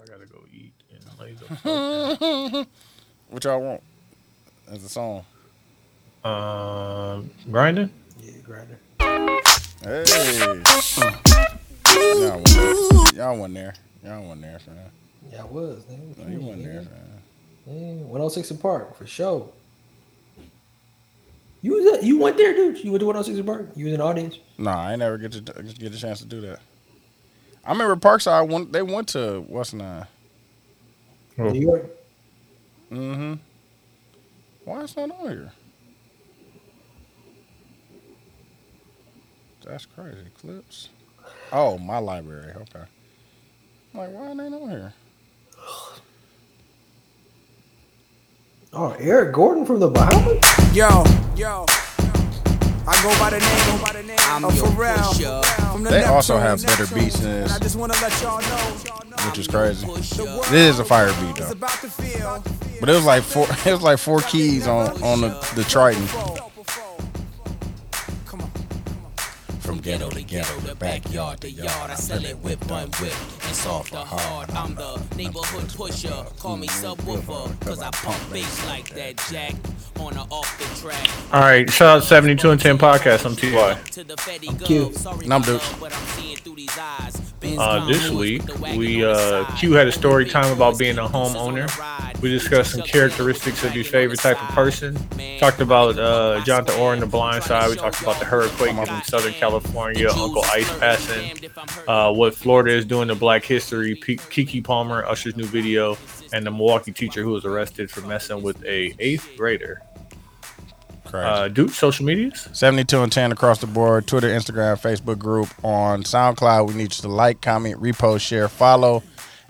I gotta go eat and lay the fuck down. What y'all want? As a song. Um, grinding. Yeah, grinder. Hey. Y'all wasn't there. Y'all wasn't there. Y'all wasn't there, fam. Yeah, I was. Man. No, you wasn't there, fam. Yeah, 106 and Park for sure. You was you went there, dude. You went to 106 and Park. You was in the audience. Nah, I ain't never get to get a chance to do that. I remember Parkside. Went, they went to what's nine. Oh. New York. Mm-hmm. Why it's not on here? That's crazy. Clips. Oh, my library. Okay. I'm like, why it ain't on here? Oh, Eric Gordon from the Bahamas. Yo, yo. I go by the name, by the name I'm of Pharrell. From the They also have Neptunes. better beats than And I this, just wanna let y'all know. which is crazy. the world This is a fire beat is though. about to feel. But it was like four. It was like four keys on on the, the Triton. Come on. From ghetto to ghetto, the backyard to yard, I sell it with one whip and soft or hard. I'm the neighborhood pusher, call me subwoofer, cause I pump bass like that jack on or off the track. All right, shout out seventy two and ten podcast. I'm Ty. To the fatty Q. girl, sorry And I'm my Dukes. love, but I'm seeing through these eyes. Benz Uh, this combos week, with the wagon we on the uh, side. Q had a story time about being a Pieces on the homeowner. ride. We discussed some characteristics of your favorite type of person. Talked about uh, Jonathan Orr and the Blind Side. We talked about the hurricane from Southern California, Uncle Ice passing, uh, what Florida is doing to Black History, P- Kiki Palmer, Usher's new video, and the Milwaukee teacher who was arrested for messing with a eighth grader. Crazy. Uh, Duke, social medias. 72 and 10 across the board Twitter, Instagram, Facebook group. On SoundCloud, we need you to like, comment, repost, share, follow.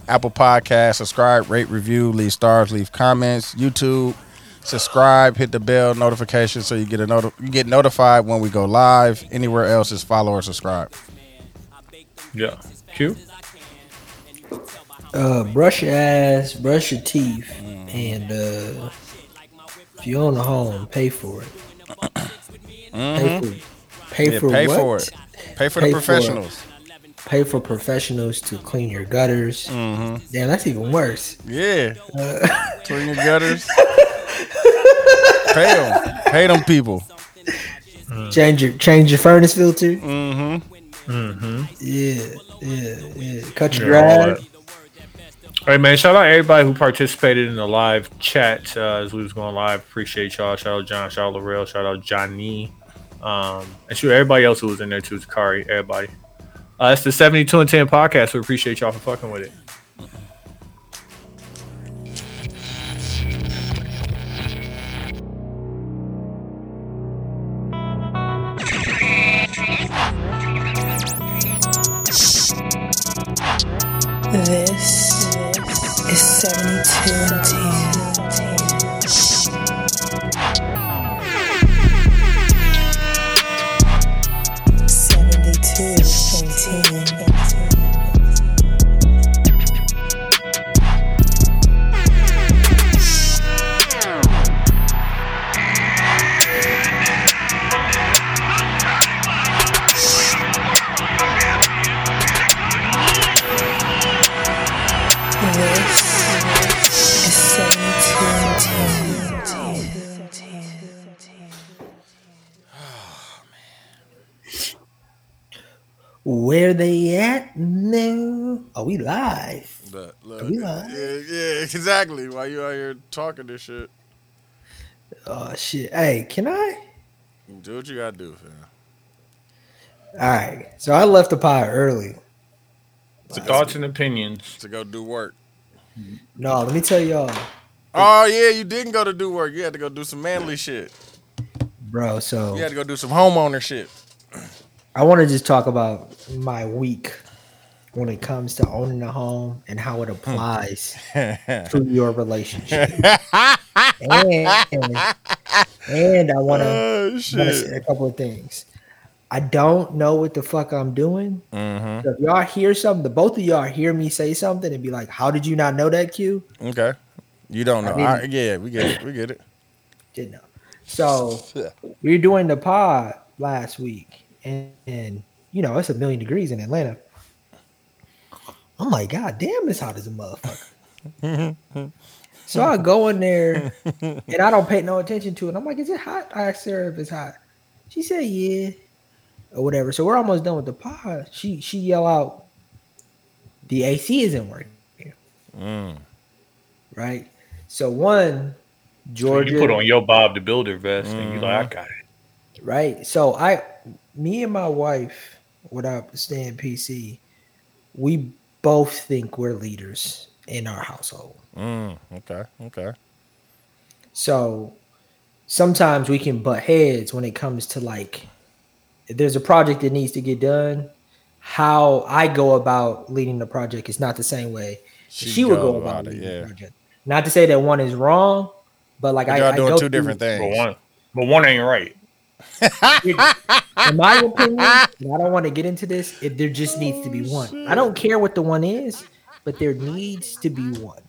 Apple Podcast, subscribe, rate, review, leave stars, leave comments. YouTube, subscribe, hit the bell notification so you get a noti- you get notified when we go live. Anywhere else is follow or subscribe. Yeah, Q. Uh, brush your ass, brush your teeth, Mm. and uh, if you own a home, pay for it. Mm-hmm. Pay for it. Pay Yeah, for pay what? for it. Pay for the Pay for it. professionals. Pay for professionals to clean your gutters. Mm-hmm. Damn, that's even worse. Yeah. Clean your gutters. pay them. Pay them people. Change your change your furnace filter. Mm-hmm. Yeah, yeah, yeah. Cut your Yeah, all grass. that. All right, man. Shout out everybody who participated in the live chat uh, as we was going live. Appreciate y'all. Shout out John. Shout out Laurel. Shout out Johnny. Um, and shoot, everybody else who was in there too. Zakari. Everybody. Uh, it's the 72 and 10 podcast. We appreciate y'all for fucking with it. This is 72 and 10. Seventy-two and ten. This is seventy-two and ten. Where they at now? Are we live? Look, Are look. we live? Yeah, yeah, exactly. Why you out here talking this shit? Oh shit! Hey, can I? Do what you gotta do, fam. All right. So I left the pod early. Thoughts and opinions. To go do work. No, let me tell y'all, Oh yeah, you didn't go to do work. You had to go do some manly shit. bro. So You had to go do some homeowner shit. I want to just talk about my week when it comes to owning a home and how it applies to your relationship. and, and I want to Oh say a couple of things. I don't know what the fuck I'm doing. Mm-hmm. So if y'all hear something, the both of y'all hear me say something and be like, "How did you not know that, Q?" Okay. You don't know. mean- I- yeah, we get it. We get it. Didn't know. So we were doing the pod last week, and, and you know it's a million degrees in Atlanta. I'm like, God damn, it's hot as a motherfucker. so I go in there and I don't pay no attention to it. I'm like, is it hot? I asked her if it's hot. She said, yeah, or whatever. So we're almost done with the pod. She she yell out, the AC isn't working. Mm, Right. So one, Georgia. You put on your Bob the Builder vest and you like, I got it. Right. So I, me and my wife, without staying PC, we both think we're leaders in our household. Mm, okay. Okay. So sometimes we can butt heads when it comes to like, if there's a project that needs to get done. How I go about leading the project is not the same way she, would go about, leading the Yeah. project. Not to say that one is wrong, but like But I, y'all I doing go two through- different But things. one, but one ain't right. in my opinion, and I don't want to get into this. If there just needs to be one, I don't care what the one is, but there needs to be one.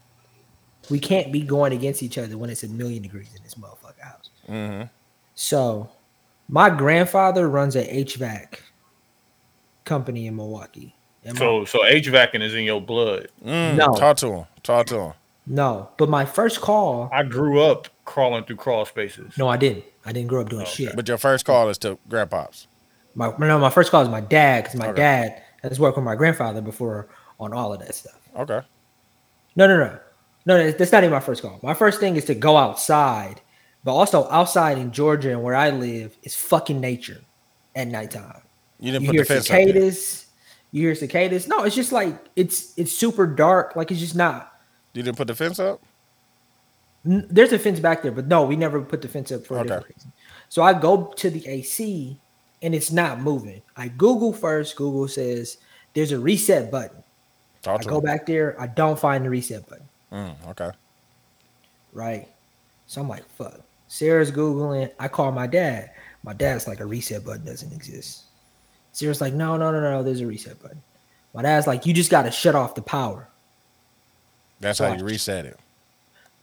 We can't be going against each other when it's a million degrees in this motherfucker house. Mm-hmm. So, my grandfather runs a HVAC company in Milwaukee. And my- So so HVACing is in your blood. Mm, No. Talk to him. Talk to him. no, but my first call. I grew up crawling through crawl spaces. No, I didn't. I didn't grow up doing shit. But your first call is to grandpops. My no, my first call is my dad because my Okay. dad has worked with my grandfather before on all of that stuff. Okay. No, no, no, no. no, That's not even my first call. My first thing is to go outside, but also outside in Georgia and where I live is fucking nature at nighttime. You didn't You put hear the fence up. yet. cicadas. You hear cicadas. No, it's just like it's it's super dark. Like it's just not. You didn't put the fence up. n- There's a fence back there, but no, we never put the fence up for a Okay. different reason. So I go to the AC and it's not moving. I Google first. Google says there's a reset button. Talk I to go him. back there. I don't find the reset button. Mm, okay. right? So I'm like, fuck. Sarah's Googling. I call my dad. My dad's like, a reset button doesn't exist. Sarah's like, no, no, no, no, there's a reset button. My dad's like, you just got to shut off the power, That's how you reset it.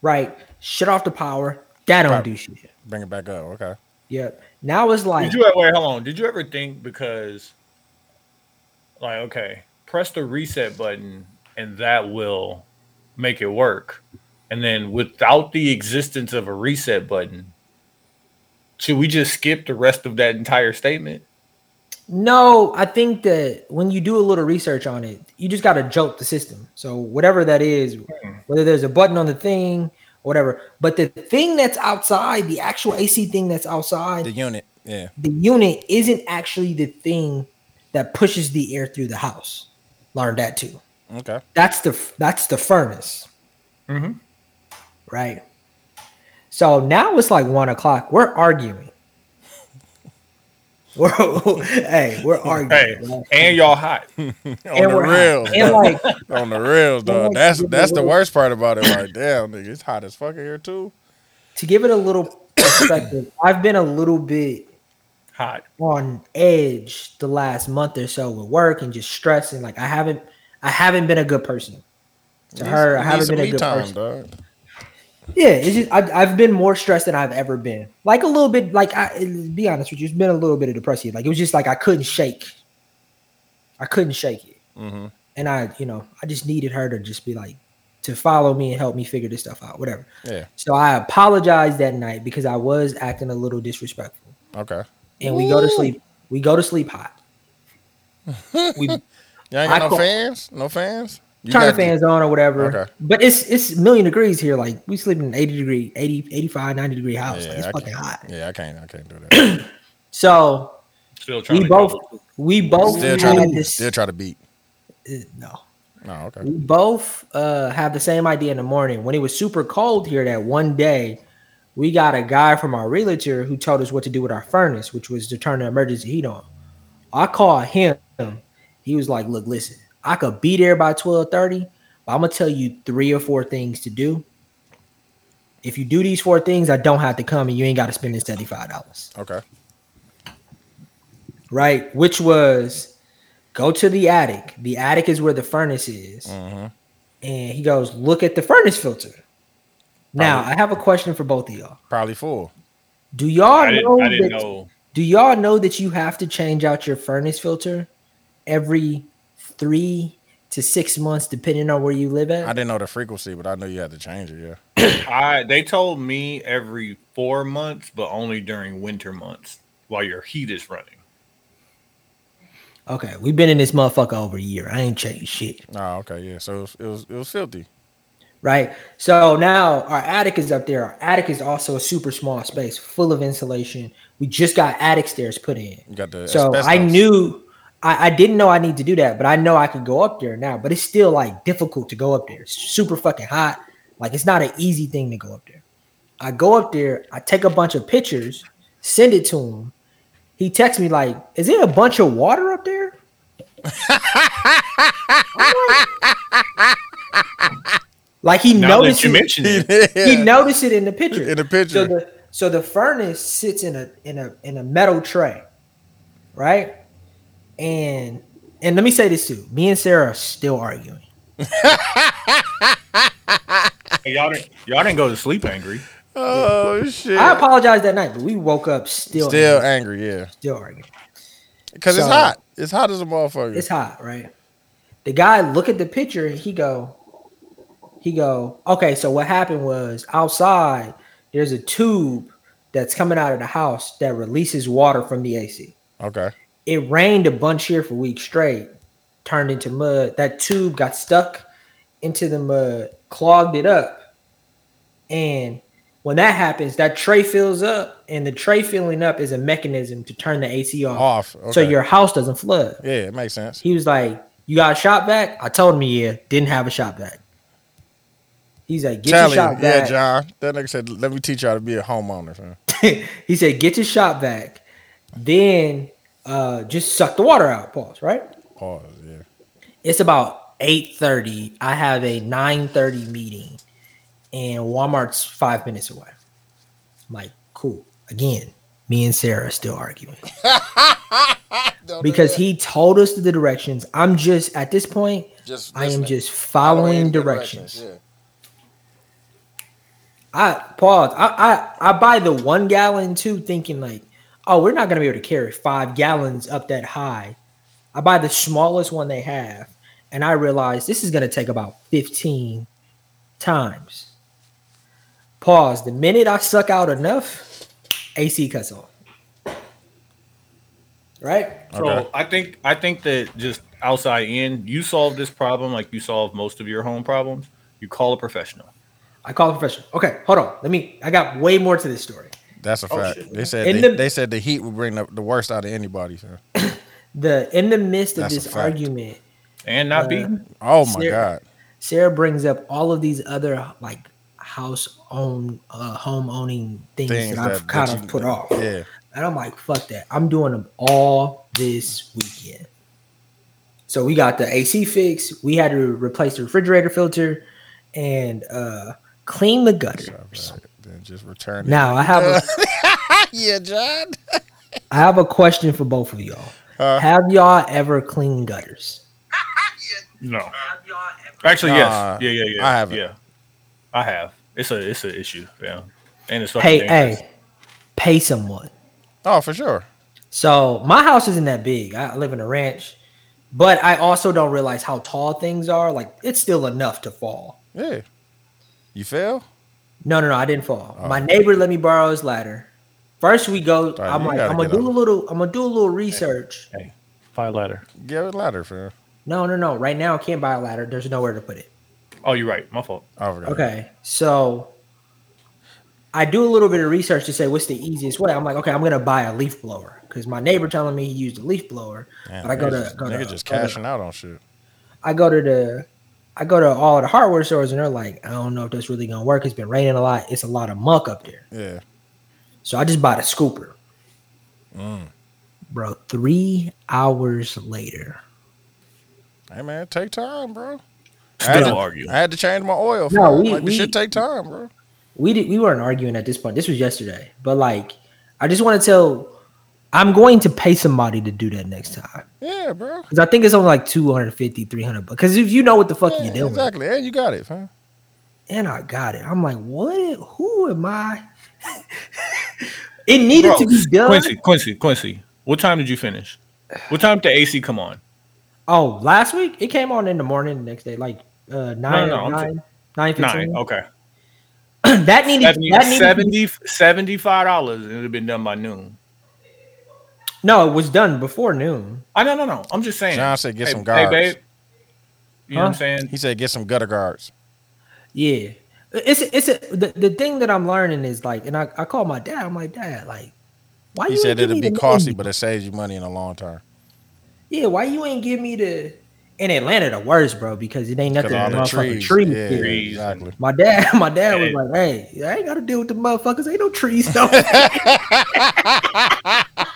right? Shut off the power. That don't do shit. Bring it back up. Okay. Yep. Now it's like, Did you ever wait, hold on? Did you ever think because like okay, press the reset button and that will make it work. And then without the existence of a reset button, should we just skip the rest of that entire statement? no, I think that when you do a little research on it, you just got to jolt the system. So whatever that is, Hmm. whether there's a button on the thing, whatever. But the thing that's outside, the actual AC thing that's outside, The unit. Yeah. the unit isn't actually the thing that pushes the air through the house. Learned that too. Okay. That's the that's the furnace, right? So now it's like one o'clock. We're arguing. We're, hey, we're arguing. Hey, right? and y'all hot. on the we're hot. reels. And dog. like on the reels, dog. like, That's give me a that's the little- worst part about it. Like, damn, nigga, it's hot as fuck in here too. to give it a little perspective, I've been a little bit Hot. on edge the last month or so with work and just stressing. Like I haven't I haven't been a good person to her. I Need haven't some been a me good time, person. dog. Yeah, it's just I've, I've been more stressed than I've ever been. Like a little bit, like I to be honest with you, it's been a little bit of depression. Like it was just like I couldn't shake. I couldn't shake it, Mm-hmm. and I, you know, I just needed her to just be like to follow me and help me figure this stuff out, whatever. Yeah. So I apologized that night because I was acting a little disrespectful, Okay. and we go to sleep. We go to sleep hot. We You ain't got I no call- fans? No fans? You turn the got the- fans on or whatever. Okay. But it's it's million degrees here. Like we sleep in an 80 degree, 80, 85, 90 degree house. like Yeah, it's I fucking can't- hot. Yeah, I can't I can't do that. So Still trying we to both we both Still had trying to Oh, this still try to beat. no. No, okay. We both uh have the same idea in the morning. When it was super cold here that one day, we got a guy from our realtor who told us what to do with our furnace, which was to turn the emergency heat on. I called him. He was like, Look, listen, I could be there by 1230, but I'm gonna tell you three or four things to do. If you do these four things, I don't have to come and you ain't gotta spend this $75. Okay. right? Which was go to the attic. The attic is where the furnace is. Mm-hmm. And he goes, look at the furnace filter. Now I have a question for both of y'all. Probably full. Do y'all I know, didn't, I didn't that, know. Do y'all know that you have to change out your furnace filter every three to six months, depending on where you live at. I didn't know the frequency, but I knew you had to change it. Yeah. I they told me every four months, but only during winter months while your heat is running. Okay, we've been in this motherfucker over a year. I ain't changed shit, Oh, okay. Yeah. So it was it was, it was filthy. right? So now our attic is up there. Our attic is also a super small space full of insulation. We just got attic stairs put in. You got the So I asbestos. knew I, I didn't know I need to do that, but I know I could go up there now. But it's still like difficult to go up there. It's super fucking hot. Like it's not an easy thing to go up there. I go up there, I take a bunch of pictures, send it to him. He texts me like, "Is there a bunch of water up there?" I'm like- like he Now that noticed you it, mentioned it, he noticed it in the picture. In the picture. So the so the furnace sits in a in a in a metal tray, right? And and let me say this too. Me and Sarah are still arguing. y'all didn't y'all didn't go to sleep angry. oh shit. I apologize that night, but we woke up still Still angry, angry, yeah. still arguing. Because it's So- hot. It's hot as a motherfucker. It's hot, right? The guy look at the picture and he go, he go, okay. So what happened was outside there's a tube that's coming out of the house that releases water from the AC. okay. it rained a bunch here for weeks straight, turned into mud. That tube got stuck into the mud, clogged it up. And when that happens, that tray fills up, and the tray filling up is a mechanism to turn the AC off, Off. Oh, Okay. so your house doesn't flood. yeah, it makes sense. He was like, "You got a shop back?" I told him, "Yeah, didn't have a shop back." He's like, "Get Charlie, your shop back." yeah, John. That nigga said, "Let me teach y'all to be a homeowner." Man. he said, "Get your shop back." Then uh, just suck the water out. Pause. Right. Pause. Yeah. it's about 8.30 i have a 9.30 meeting and walmart's five minutes away i'm like cool again me and sarah are still arguing because he told us the directions i'm just at this point Just i am just following directions i pause I, I i buy the one gallon too thinking like oh we're not going to be able to carry five gallons up that high i buy the smallest one they have and i realize this is going to take about 15 times pause the minute i suck out enough ac cuts off right So Okay. I think I think that just outside in, you solve this problem like you solve most of your home problems. You call a professional. i call a professional okay hold on let me i got way more to this story That's a fact. They said In they, the- they said the heat would bring the, the worst out of anybody. son. the in the midst of That's a this fact. argument And not be Oh my Ser- god. Sarah brings up all of these other like house own uh, home owning things, Things that that, I've kind that of you- put off. Yeah. And I'm like, fuck that. I'm doing them all this weekend. So we got the AC fixed. We had to replace the refrigerator filter and uh clean the gutters. Then just return. it. Now I have a yeah, John. I have a question for both of y'all. Uh. have y'all ever cleaned gutters? no. Actually, Nah, yes. Yeah, yeah, yeah. Uh, I haven't. Yeah, I have. It's a it's an issue. Yeah, and it's fucking Pay dangerous. hey, pay someone. Oh, for sure. So my house isn't that big. I live in a ranch, but I also don't realize how tall things are. Like it's still enough to fall. Yeah. You fail? No, no, no, I didn't fall. Oh. My neighbor let me borrow his ladder. First we go. Dog, I'm you like, gotta I'm gonna get do a up. little. I'm gonna do a little research. Buy a ladder. Get a ladder, fam. No, no, no. Right now I can't buy a ladder. There's nowhere to put it. Oh, you're right. My fault. Oh, I forgot. Okay, so I do a little bit of research to say what's the easiest way. I'm like, okay, I'm gonna buy a leaf blower because my neighbor telling me he used a leaf blower. Damn, but I go nigga to just, go to, nigga just go to- cashing out on shit. I go to the I go to all the hardware stores and they're like, I don't know if that's really gonna work. It's been raining a lot. It's a lot of muck up there. Yeah. So I just bought a scooper. Mm. Bro, three hours later. Hey man, take time, bro. I had, Still to, argue. I had to change my oil. No, fam. we- like, this we- shit take time, bro. We did we weren't arguing at this point. This was yesterday. But like I just want to tell I'm going to pay somebody to do that next time. Yeah, bro. Because I think it's only like 250, 300 bucks. Because if you know what the fuck Yeah, you're doing. exactly. Yeah, you got it, fam. And I got it. I'm like, what who am I? it needed Bro, to be done. Quincy, Quincy, Quincy. What time did you finish? What time did the AC come on? Oh, last week it came on in the morning. The next day, like uh, nine, no, or I'm nine, nine, Nine. 15. Okay. that needed Seventy- that needed to be- 70 75 dollars. It would have been done by noon. no, it was done before noon. I no no no. I'm just saying. John said, "Get some Hey, guards." babe. You know what I'm Huh? saying? He said, "Get some gutter guards." Yeah, it's it's a, the the thing that I'm learning is like, and I I call my dad. I'm like, Dad, like, why He you said ain't give it'll me be the costly, menu? but it saves you money in the long term. yeah, why you ain't give me the in Atlanta the worst, bro? Because it ain't Because nothing. all the in the trees, trees. Tree yeah, here. Trees. exactly. My dad, my dad was Yeah. like, "Hey, I ain't got to deal with the motherfuckers. Ain't no trees though."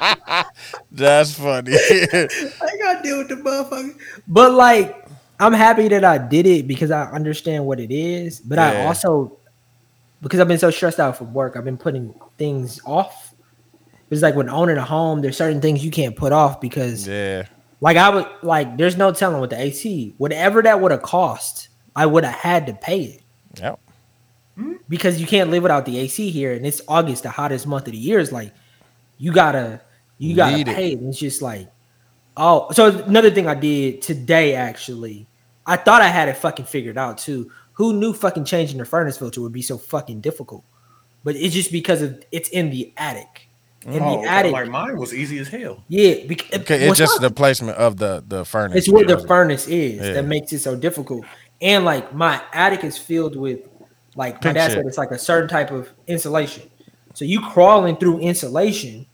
That's funny. I gotta deal with the motherfucker. But like, I'm happy that I did it because I understand what it is. But I Yeah. also, because I've been so stressed out from work, I've been putting things off. It's like when owning a home, there's certain things you can't put off because, yeah, like, I would like, there's no telling what the AC, whatever that would have cost, I would have had to pay it yep. because you can't live without the AC here, and it's August, the hottest month of the year. It's like you gotta you gotta Need it. pay. It. And it's just like oh, so another thing I did today actually, I thought I had it fucking figured out too. Who knew fucking changing the furnace filter would be so fucking difficult? But it's just because of it's in the attic. In Oh, the attic, like mine was easy as hell. yeah. Because Okay, it's just the placement of the the furnace. it's where the furnace is Yeah. that makes it so difficult. And like my attic is filled with like my Pink dad shit. said it's like a certain type of insulation. So you crawling through insulation.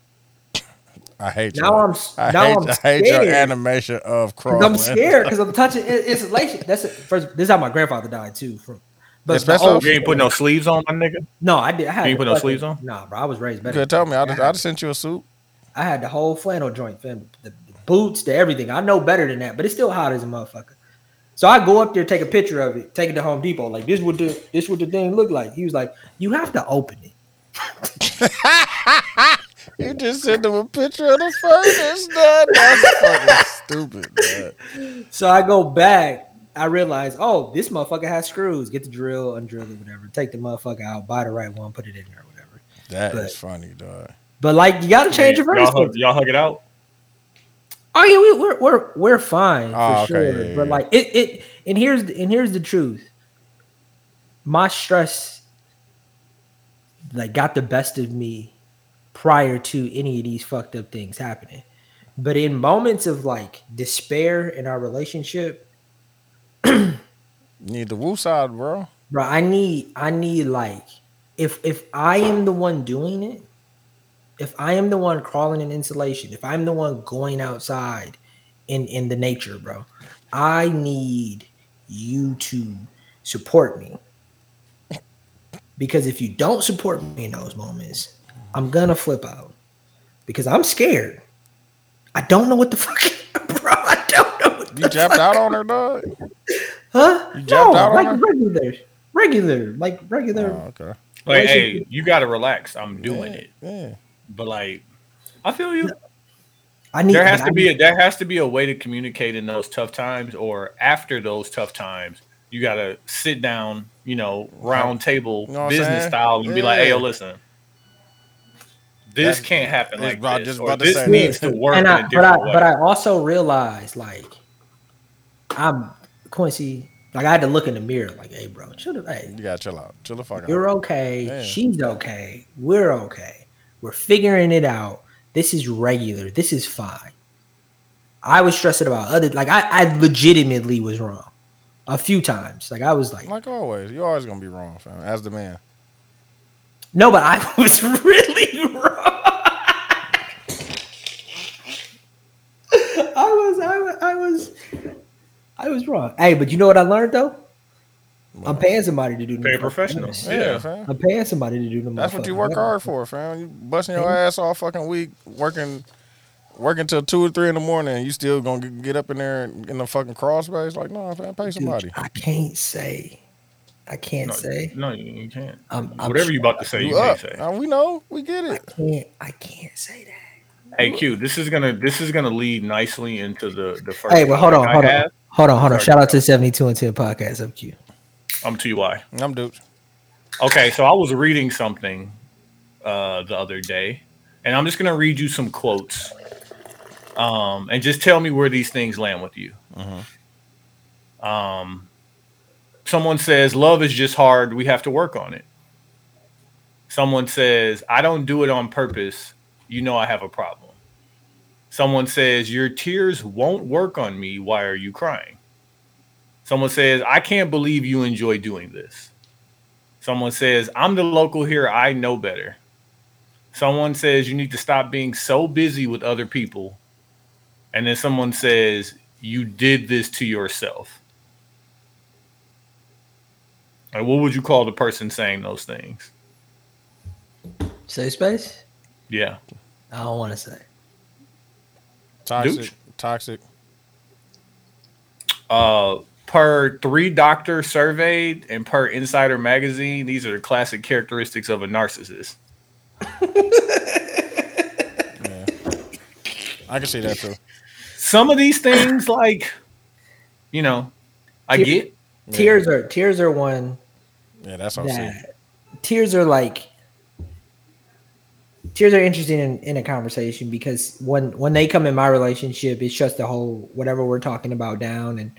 I hate you. Now I'm s- I now hate, I'm I hate your scared. animation of 'Cause crawling. I'm scared because I'm touching in- insulation. That's it. first. This is how my grandfather died too. From but the Espresso? old- You ain't put no sleeves on, my nigga. no, I did. I had You ain't the put no fucking- sleeves on? Nah, bro. I was raised You better. could have told me. I'd have sent you a suit. I had the whole flannel joint, fam. The boots, the everything. I know better than that, but it's still hot as a motherfucker. So I go up there, take a picture of it, take it to Home Depot. Like this would the this what the thing look like. He was like, you have to open it. You just sent him a picture of the furnace. Dad. That's fucking stupid. dog. So I go back. I realize, oh, this motherfucker has screws. Get the drill, undrill it, whatever. Take the motherfucker out, buy the right one, put it in there, whatever. That But- is funny, dog. But like, you gotta change your y'all, verse. hug, y'all hug it out. Oh yeah, we, we're we're we're fine for Oh, okay, sure. yeah, yeah, But yeah. like it it and here's and here's the truth. My stress like got the best of me prior to any of these fucked up things happening. But in moments of like despair in our relationship, You need the woo side, bro. bro, I need I need like if if I am the one doing it, if I am the one crawling in insulation, if I'm the one going outside in in the nature, bro, I need you to support me. Because if you don't support me in those moments, I'm gonna flip out because I'm scared. I don't know what the fuck, bro. I don't know. What You the jumped out fuck. on her, dog. Huh? You jumped no, out on like her? regular, regular, like Oh, regular. okay. Like, hey, Relationship. you gotta relax. I'm doing yeah, it, Yeah. but like, I feel you. I need. There has I to be need- a there has to be a way to communicate in those tough times, or after those tough times, you gotta sit down, you know, round table You know what I'm business saying? style, and be like, "Hey, yo, Yeah. listen, this That's- can't happen that's like what I this, just or about to this say. needs to work and in I, a but I, different way." but I also realized like, I'm Quincy. Like I had to look in the mirror. Like, hey, bro, chill the hey, You gotta chill out. Chill the fuck out. you're okay. Yeah. She's okay. We're okay. We're figuring it out. This is regular. This is fine. I was stressing about other. Like I, I legitimately was wrong, a few times. Like I was like, Like always, you're always gonna be wrong, fam. As the man. no, but I was really wrong. I was, I was, I was, I was wrong. Hey, but you know what I learned though? I'm paying somebody to do the Pay motherfucking professional. honest. Yeah, Yeah. fam. I'm paying somebody to do the. That's what you motherfucking work hard honest. for, fam. You busting your ass all fucking week, working, working till two or three in the morning. and You still gonna get- get up in there and- in the fucking crawl space? Like, no, fam, pay Dude, somebody. I can't say. I can't no, say. no, you, you can't. I'm, I'm Whatever you about to say, you You can't up? say. Now, we know, we get it. Can't, I can't say that. Hey Q, this is gonna this is gonna lead nicely into the the first. Hey, but hold on, topic I hold on, have. hold on, hold on. Sorry, Shout out to 72 and 10 podcast up Q. I'm Ty. I'm dude. Okay, so I was reading something uh, the other day, and I'm just gonna read you some quotes, um, and just tell me where these things land with you. Um, someone says love is just hard. We have to work on it. Someone says I don't do it on purpose. You know I have a problem. Someone says your tears won't work on me. Why are you crying? Someone says I can't believe you enjoy doing this. Someone says I'm the local here. I know better. Someone says you need to stop being so busy with other people. And then someone says you did this to yourself. Like, what would you call the person saying those things? Safe space? Yeah. I don't want to say. Toxic. Dooch? Toxic. Uh, per three doctor surveyed and per Insider magazine, these are the classic characteristics of a narcissist. I can see that too. Some of these things, like, you know, I Yeah. get. Tears are tears are one Yeah, that's what I'm saying. that tears are like tears are interesting in, in a conversation because when when they come in my relationship, it shuts the whole whatever we're talking about down, and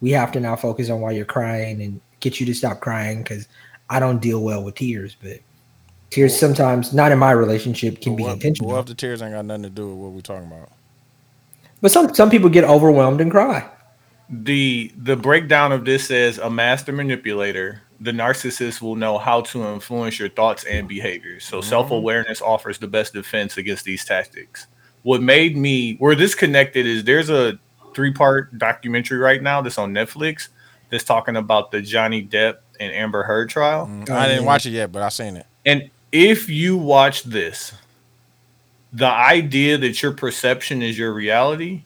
we have to now focus on why you're crying and get you to stop crying because I don't deal well with tears, but. Tears sometimes, not in my relationship, can be What, intentional. what if the tears ain't got nothing to do with what we're talking about? But some some people get overwhelmed and cry. the the breakdown of this says a master manipulator the narcissist will know how to influence your thoughts and behaviors so self-awareness offers the best defense against these tactics what made me where this connected is there's a three-part documentary right now that's on netflix that's talking about the johnny depp and amber heard trial I didn't Oh, yeah. watch it yet, but I seen it. and if you watch this, the idea that your perception is your reality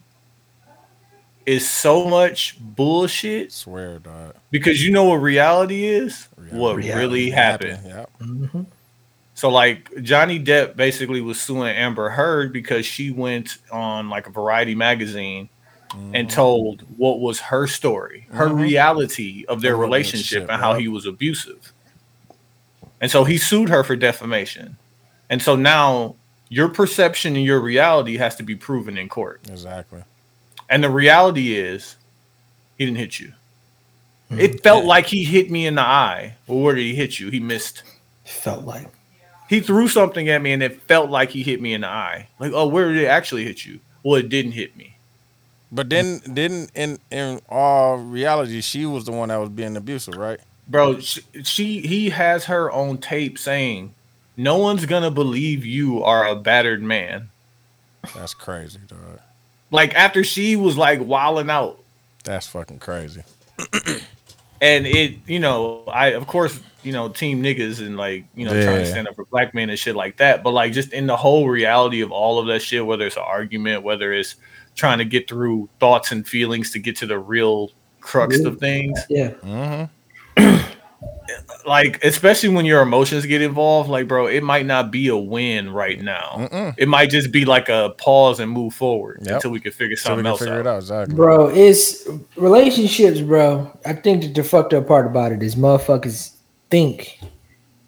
is so much bullshit Swear, dog. because you know what reality is? What Reality really happened. Yep. So, like, Johnny Depp basically was suing Amber Heard because she went on like a variety magazine Mm-hmm. and told what was her story, her reality of their Their relationship, Mm-hmm. relationship, and how yep. he was abusive. And so he sued her for defamation. And so now your perception and your reality has to be proven in court. Exactly. And the reality is, he didn't hit you. It felt like he hit me in the eye. Well, where did he hit you? He missed. Felt like He threw something at me and it felt like he hit me in the eye. Like, oh, where did it actually hit you? Well, it didn't hit me. But then, didn't in in all reality, she was the one that was being abusive, right? Bro, she, she he has her on tape saying, "No one's going to believe you are a battered man." That's crazy, dog. Like after she was like wilding out That's fucking crazy. and it, you know, I of course, you know, team niggas and like, you know, trying to Yeah. stand up for black men and shit like that. But like, just in the whole reality of all of that shit, whether it's an argument, whether it's trying to get through thoughts and feelings to get to the real crux Yeah. of things, yeah. like especially when your emotions get involved, like bro, it might not be a win right now. It might just be like a pause and move forward Yep. until we can figure So we something can else figure out. it out, exactly. Bro, it's relationships, bro. I think that the fucked up part about it is motherfuckers think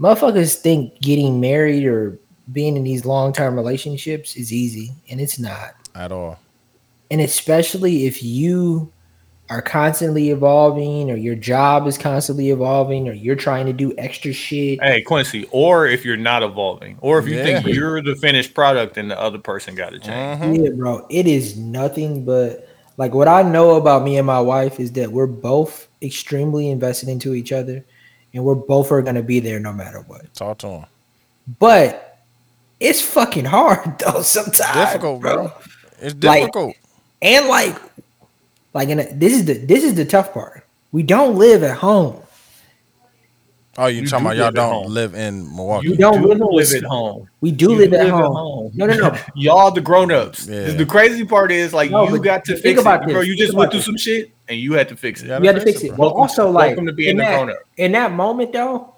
motherfuckers think getting married or being in these long term relationships is easy and it's not. At all. And especially if you are constantly evolving or your job is constantly evolving or you're trying to do extra shit. Hey Quincy, or if you're not evolving, or if you think Yeah. you're the finished product and the other person got to change. Mm-hmm. Yeah, bro. It is nothing but like what I know about me and my wife is that we're both extremely invested into each other and we're both are gonna be there no matter what. Talk to him. But it's fucking hard though sometimes. Difficult, bro. It's Like- difficult. And like like in a, this is the this is the tough part. We don't live at home. oh, you you talking do about y'all live at don't home. live in Milwaukee? You don't do live, live in at home. We do You live, at, home. No, no, no. Y'all the grown-ups. Yeah. The crazy part is like No, you but got to think fix about it. Bro, this. you Think just about went through this. some shit and you had to fix it. Yeah. You had to fix it. Bro. But also, like welcome to being in a that, grown-up. in that moment though,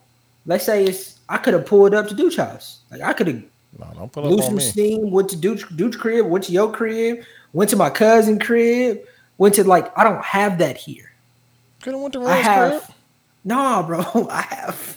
let's say it's I could have pulled up to Dooch House. Like I could have No, don't pull blew up on some me. steam, went to Dude's, Dude's crib, went to your crib, went to my cousin crib, went to like I don't have that here. Could have went to I Rose have crib. nah, bro. I have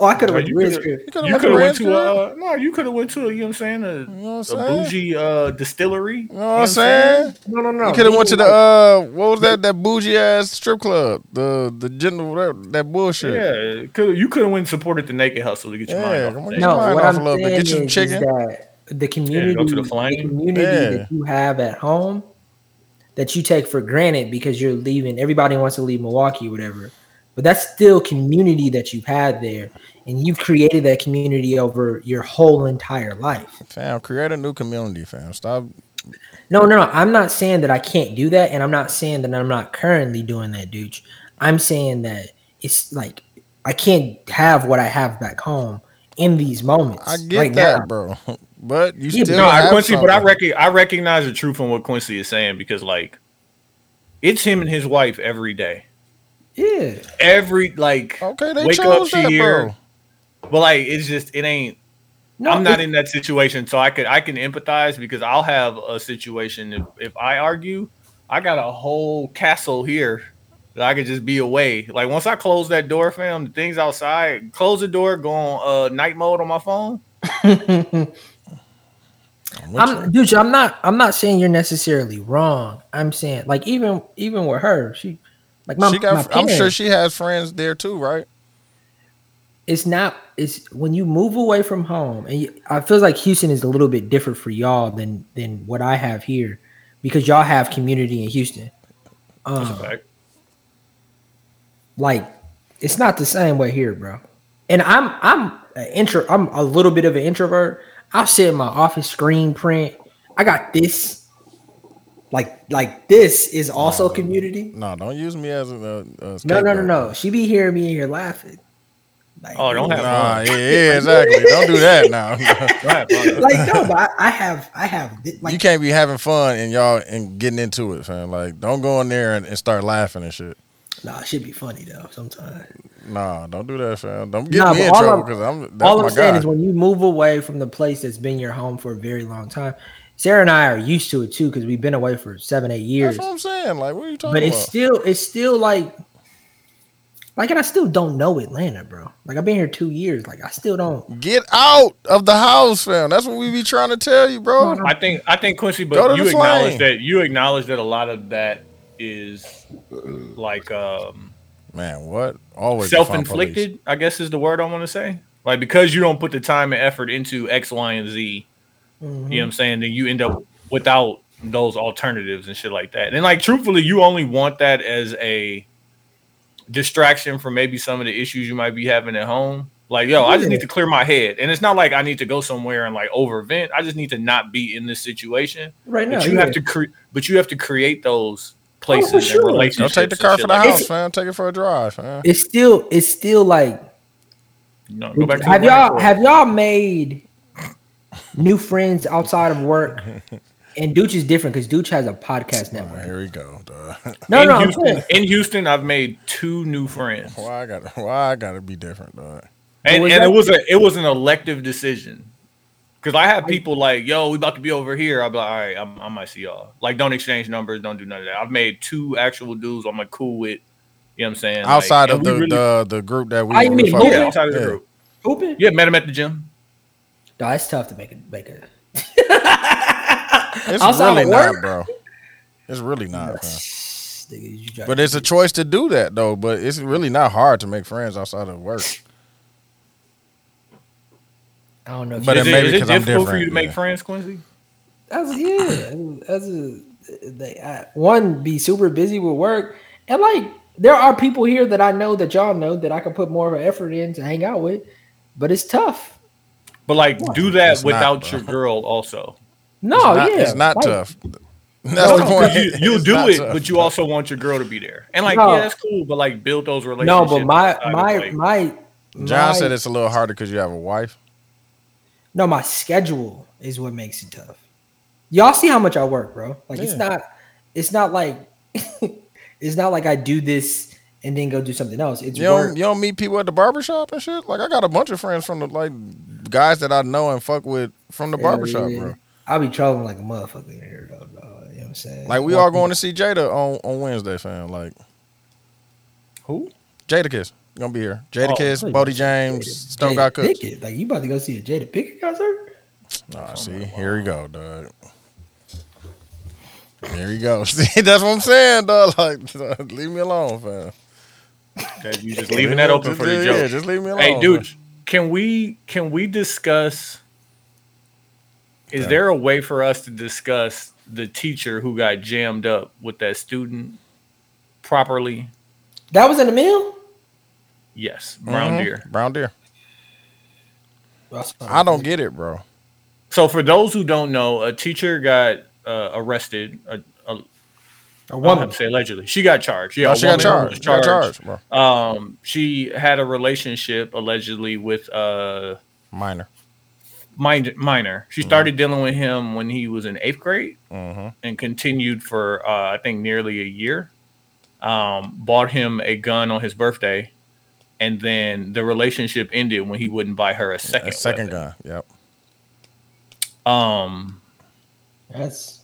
Oh, I could have You been rich. girl. could've You went could have went Red to Club. a no. You could have went to a, you know what I'm saying a, You know what I'm a saying? bougie uh, distillery. You know what I'm saying? No, no, no. You could have He went to the like- uh, what was that? That bougie ass strip club, the the general whatever, that bullshit. Yeah, could you could have went and supported the Naked Hustle to get your Yeah, mind come off on, that. get No. your no, mind what off I'm a little bit. saying Get your is, is chicken. that the community, to the the flame. community Yeah. that you have at home that you take for granted because you're leaving. Everybody wants to leave Milwaukee, whatever. But that's still community that you've had there, and you've created that community over your whole entire life. Fam, create a new community, fam. Stop. No, no, no. I'm not saying that I can't do that, and I'm not saying that I'm not currently doing that, dude. I'm saying that it's like I can't have what I have back home in these moments. I get right that, now. bro. But you Yeah, still No, I have Quincy, but I something. reckon I recognize the truth in what Quincy is saying because like it's him and his wife every day. Yeah. Every like Okay, they wake up chose to that, here. bro. But like it's just it ain't No, I'm not it- in that situation. So I could I can empathize because I'll have a situation if, if I argue, I got a whole castle here that I could just be away. Like once I close that door, fam, the things outside, close the door, go on uh night mode on my phone. I'm, dude, I'm not. I'm not saying you're necessarily wrong. I'm saying like even even with her, she like my. she got. my I'm sure parents, she has friends there too, right? It's not. It's when you move away from home, and you, I feel like Houston is a little bit different for y'all than than what I have here, because y'all have community in Houston. Um, Like, like it's not the same way here, bro. And I'm I'm an intro. I'm a little bit of an introvert. I'll sit in my office, screen print. I got this. Like like this is also community. No, don't use me as a. a, a No no no scapegoat. no. She be hearing me in here laughing. Like, oh, don't have Nah, yeah, yeah, exactly. Don't do that now. fun. Don't have fun. like no, but I, I have I have thi- you like can't be having fun and y'all and getting into it, fam. Like, don't go in there and, and start laughing and shit. nah. It should be funny though sometimes. Nah, don't do that, fam. Don't get Nah, me but in all trouble I'm- because I'm that's All my I'm saying guy. is when you move away from the place that's been your home for a very long time. Sarah and I are used to it too because we've been away for seven eight years. That's what I'm saying. Like, what are you talking but it's about? still it's still like like and I still don't know Atlanta, bro. Like I've been here two years. Like I still don't. Get out of the house, fam. That's what we be trying to tell you, bro. I think I think Quincy, Go to but the you acknowledge flame. that you acknowledge that a lot of that is like um Man, what? Always the fun self-inflicted i guess is the word i want to say like because you don't put the time and effort into x y and z you know what i'm saying then you end up without those alternatives and shit like that and like truthfully you only want that as a distraction from maybe some of the issues you might be having at home like yo i just need to clear my head and it's not like i need to go somewhere and like overvent i just need to not be in this situation Right now, but you yeah. Oh, have to create but you have to create those places for sure. and police. Don't relationships take the and car shit for the like that. house, fam. Take it for a drive, fam. It's still it's still like No, go back to the have running y'all course. have y'all made new friends outside of work? And Dooch is different because Dooch has a podcast Well, network. Here we go. duh. No, in no, I'm Houston, saying- in Houston, I've made two new friends, why I gotta? Why I gotta be different, dog? and, was and that- it was a it was an elective decision. Because I have people like, "Yo, we about to be over here." I'll be like, "All right, I'm, I might see y'all." Like, don't exchange numbers, don't do none of that. I've made two actual dudes. I'm like cool with, you know what I'm saying? Like, Outside of and we the, really- the the group that we I we mean, fuck yeah, yeah. with. outside of the Yeah. group. Open? Yeah, met him at the gym. No, it's tough to make a make a. It's Outside of really work? not, bro. It's really not, fam. Nigga, you try- But it's a choice to do that though. But it's really not hard to make friends outside of work. I don't know. If but you- is it it, may be is it 'cause I'm difficult for you different, to make yeah. friends, Quincy? That's yeah. That's a, they I, one be super busy with work, and like there are people here that I know that y'all know that I can put more of an effort in to hang out with, but it's tough. But like, do that It's not, without bro. your girl also. No, Oh, not, yeah, it's not like, tough. That's the point. you, you'll It's do not it, tough. but you also want your girl to be there. And like, No. yeah, that's cool, but like, build those No, relationships. but my outside of, my like- my John my- said it's a little harder because you have a wife. no. My schedule is what makes it tough. Y'all see how much I work, bro. Like it's Yeah. not, it's not like, it's not like I do this and then go do something else. It's You don't, work. you don't meet people at the barbershop and shit. Like I got a bunch of friends from the like guys that I know and fuck with from the barbershop, Yeah. bro. I'll be trolling like a motherfucker in here, though, dog. You know what I'm saying? Like we all going to see Jada on, on Wednesday, fam. Like Who? Jada Kiss. Gonna be here. Jadakiss, Oh, Bodie James, Stone God Cook. Pickett. Like you about to go see a Jada Pickett concert? Oh, see, here we go, dog. There you go. See, that's what I'm saying, dog. Like, dog, leave me alone, fam. That you just leaving that open Just for the leave- joke. Yeah, just leave me alone. Mm-hmm. Hey, dude, fam. can we can we discuss? Is there a way for us to discuss the teacher who got jammed up with that student properly? That was in the mail. Yes, Brown Mhm. Deer. Brown deer. That's fine. I don't get it, bro. So, for those who don't know, a teacher got uh, arrested. A, a A woman, woman. say allegedly, she got charged. Yeah, No, a she got woman charged. was She got charged, bro. Um, she had a relationship allegedly with uh Minor. min- minor. Mm-hmm. She started dealing with him when he was in eighth grade hmm and continued for uh, I think nearly a year. Um, bought him a gun on his birthday, and then the relationship ended when he wouldn't buy her a second A second weapon. gun. Yep. Um, That's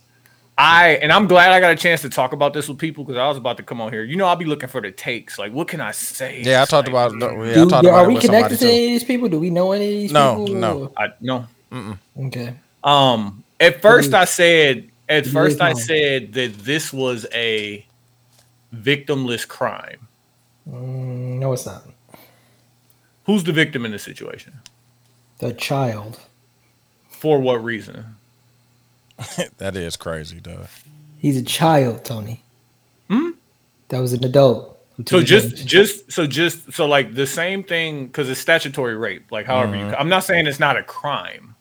I and I'm glad I got a chance to talk about this with people because I was about to come on here. You know, I'll be looking for the takes. Like, what can I say? Yeah, I talked Like, about. Yeah, I Dude, talked about are it we with somebody connected to too. any of these people? Do we know any of these No, people? no. I no. Okay. Um, at first I said, at Who first is I mine? said that this was a victimless crime. Mm, no, it's not. Who's the victim in this situation? The child. For what reason? That is crazy, dog. He's a child, Tony. Hmm? That was an adult. who So took just, advantage. just, so just, so like the same thing because it's statutory rape. Like, however Mm-hmm. you, I'm not saying it's not a crime.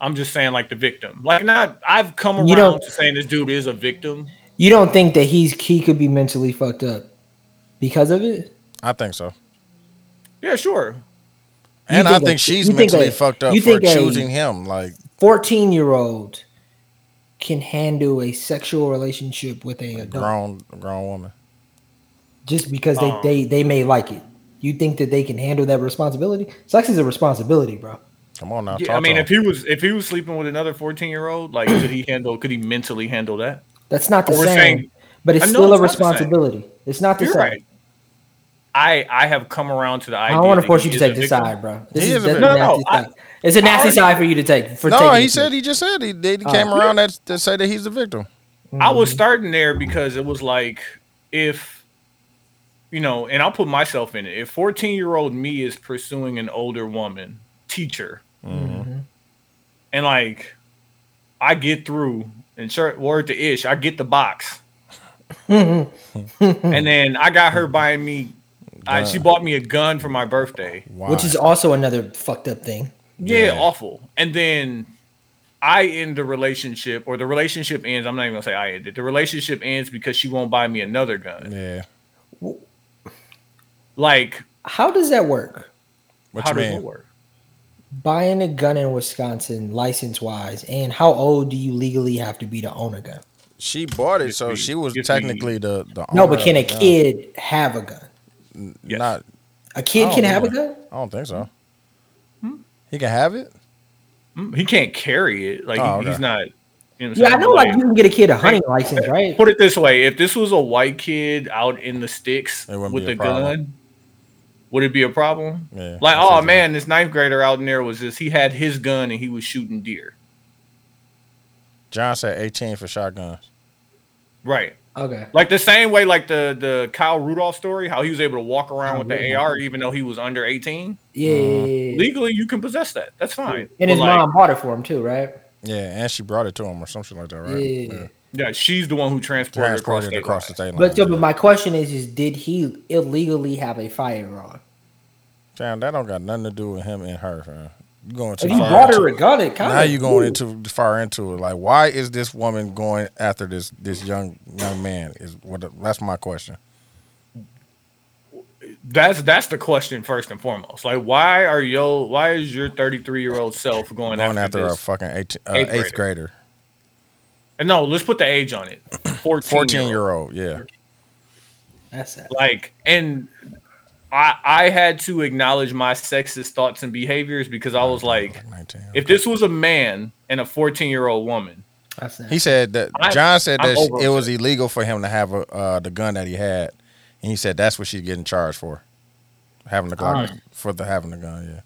I'm just saying like the victim. Like, not. I've come You don't- around to saying this dude is a victim. you don't think that he's he could be mentally fucked up because of it? I think so. Yeah, sure. And I think think that- she's you think mentally that- fucked up you for think that- choosing him. Like, 14 year old can handle a sexual relationship with a adult grown grown woman. just because they, Um, they they may like it. You think that they can handle that responsibility? Sex is a responsibility, bro. Come on now. Yeah, talk I mean, to if he was, if he was sleeping with another 14 year old, like, could he handle? Could he mentally handle that? That's not the But we're same, saying- but it's I know still a it's not the same. responsibility. It's not the You're same. right. I I have come around to the I idea. don't want that to force he you is to a take this victim. side, bro. This He is, is a that's a victim. No, no, nasty I- side. it's a nasty already- side for you to take. For no, taking he it. said he just said he did. He Uh, came around that to say that he's the victim. I was starting there because it was like if you know, and I'll put myself in it. If 14 year old me is pursuing an older woman, teacher, and like I get through and sure word to ish, I get the box. and then I got her buying me I, she bought me a gun for my birthday. Why? which is also another fucked up thing. Yeah, Yeah. awful. And then I end the relationship, or the relationship ends. I'm not even gonna say I ended. The relationship ends because she won't buy me another gun. yeah. Like, How does that work? What how you does mean? it work? Buying a gun in Wisconsin, license wise, and how old do you legally have to be to own a gun? She bought it, so me- she was give me- technically the the. No, owner but can a of the gun. kid have a gun? Yes. Not. A kid Oh, can have a yeah. gun. I don't think so. Hmm? He can have it. Mm, He can't carry it. Like, Oh, he- okay. he's not. You know what I'm Yeah, I saying? know. Like you can get a kid a hunting license, right? Put it this way: if this was a white kid out in the sticks It wouldn't with be a, a problem. gun, would it be a problem? Yeah, like, that's oh easy. man, this ninth grader out in there was just he had his gun and he was shooting deer. John said 18 for shotguns. Right. Okay. Like the same way, like the the Kyle Rudolph story, how he was able to walk around Kyle with the Rudolph. AR even though he was under eighteen. Yeah. yeah, yeah, yeah. Legally, you can possess that. That's fine. But, And his like, mom bought it for him too, right? Yeah, and she brought it to him or something like that, right? Yeah. Yeah, she's the one who transported, Transported it across across, the the state line. But so, but yeah. my question is, is did he illegally have a firearm? Damn, that don't got nothing to do with him and her. Fam. You going too If he far bought into her a it. gun, it kind Now you going into far into it. Like, why is this woman going after this this young young man? Is what the- that's my question. That's that's the question first and foremost. Like, why are yo? Why is your thirty three year old self going, Going after, after, a this? fucking 18, uh, Eighth eighth, grader, and no, let's put the age on it. Fourteen. fourteen year old. year old. Yeah, That's sad. Like, and I I had to acknowledge my sexist thoughts and behaviors because I was like, nineteen. if this was a man and a fourteen year old woman, That's sad. he said that I'm- John said I'm that over it it. was illegal for him to have a, uh, the gun that he had, and he said that's what she's getting charged for. having the Glock for the having the gun. Yeah.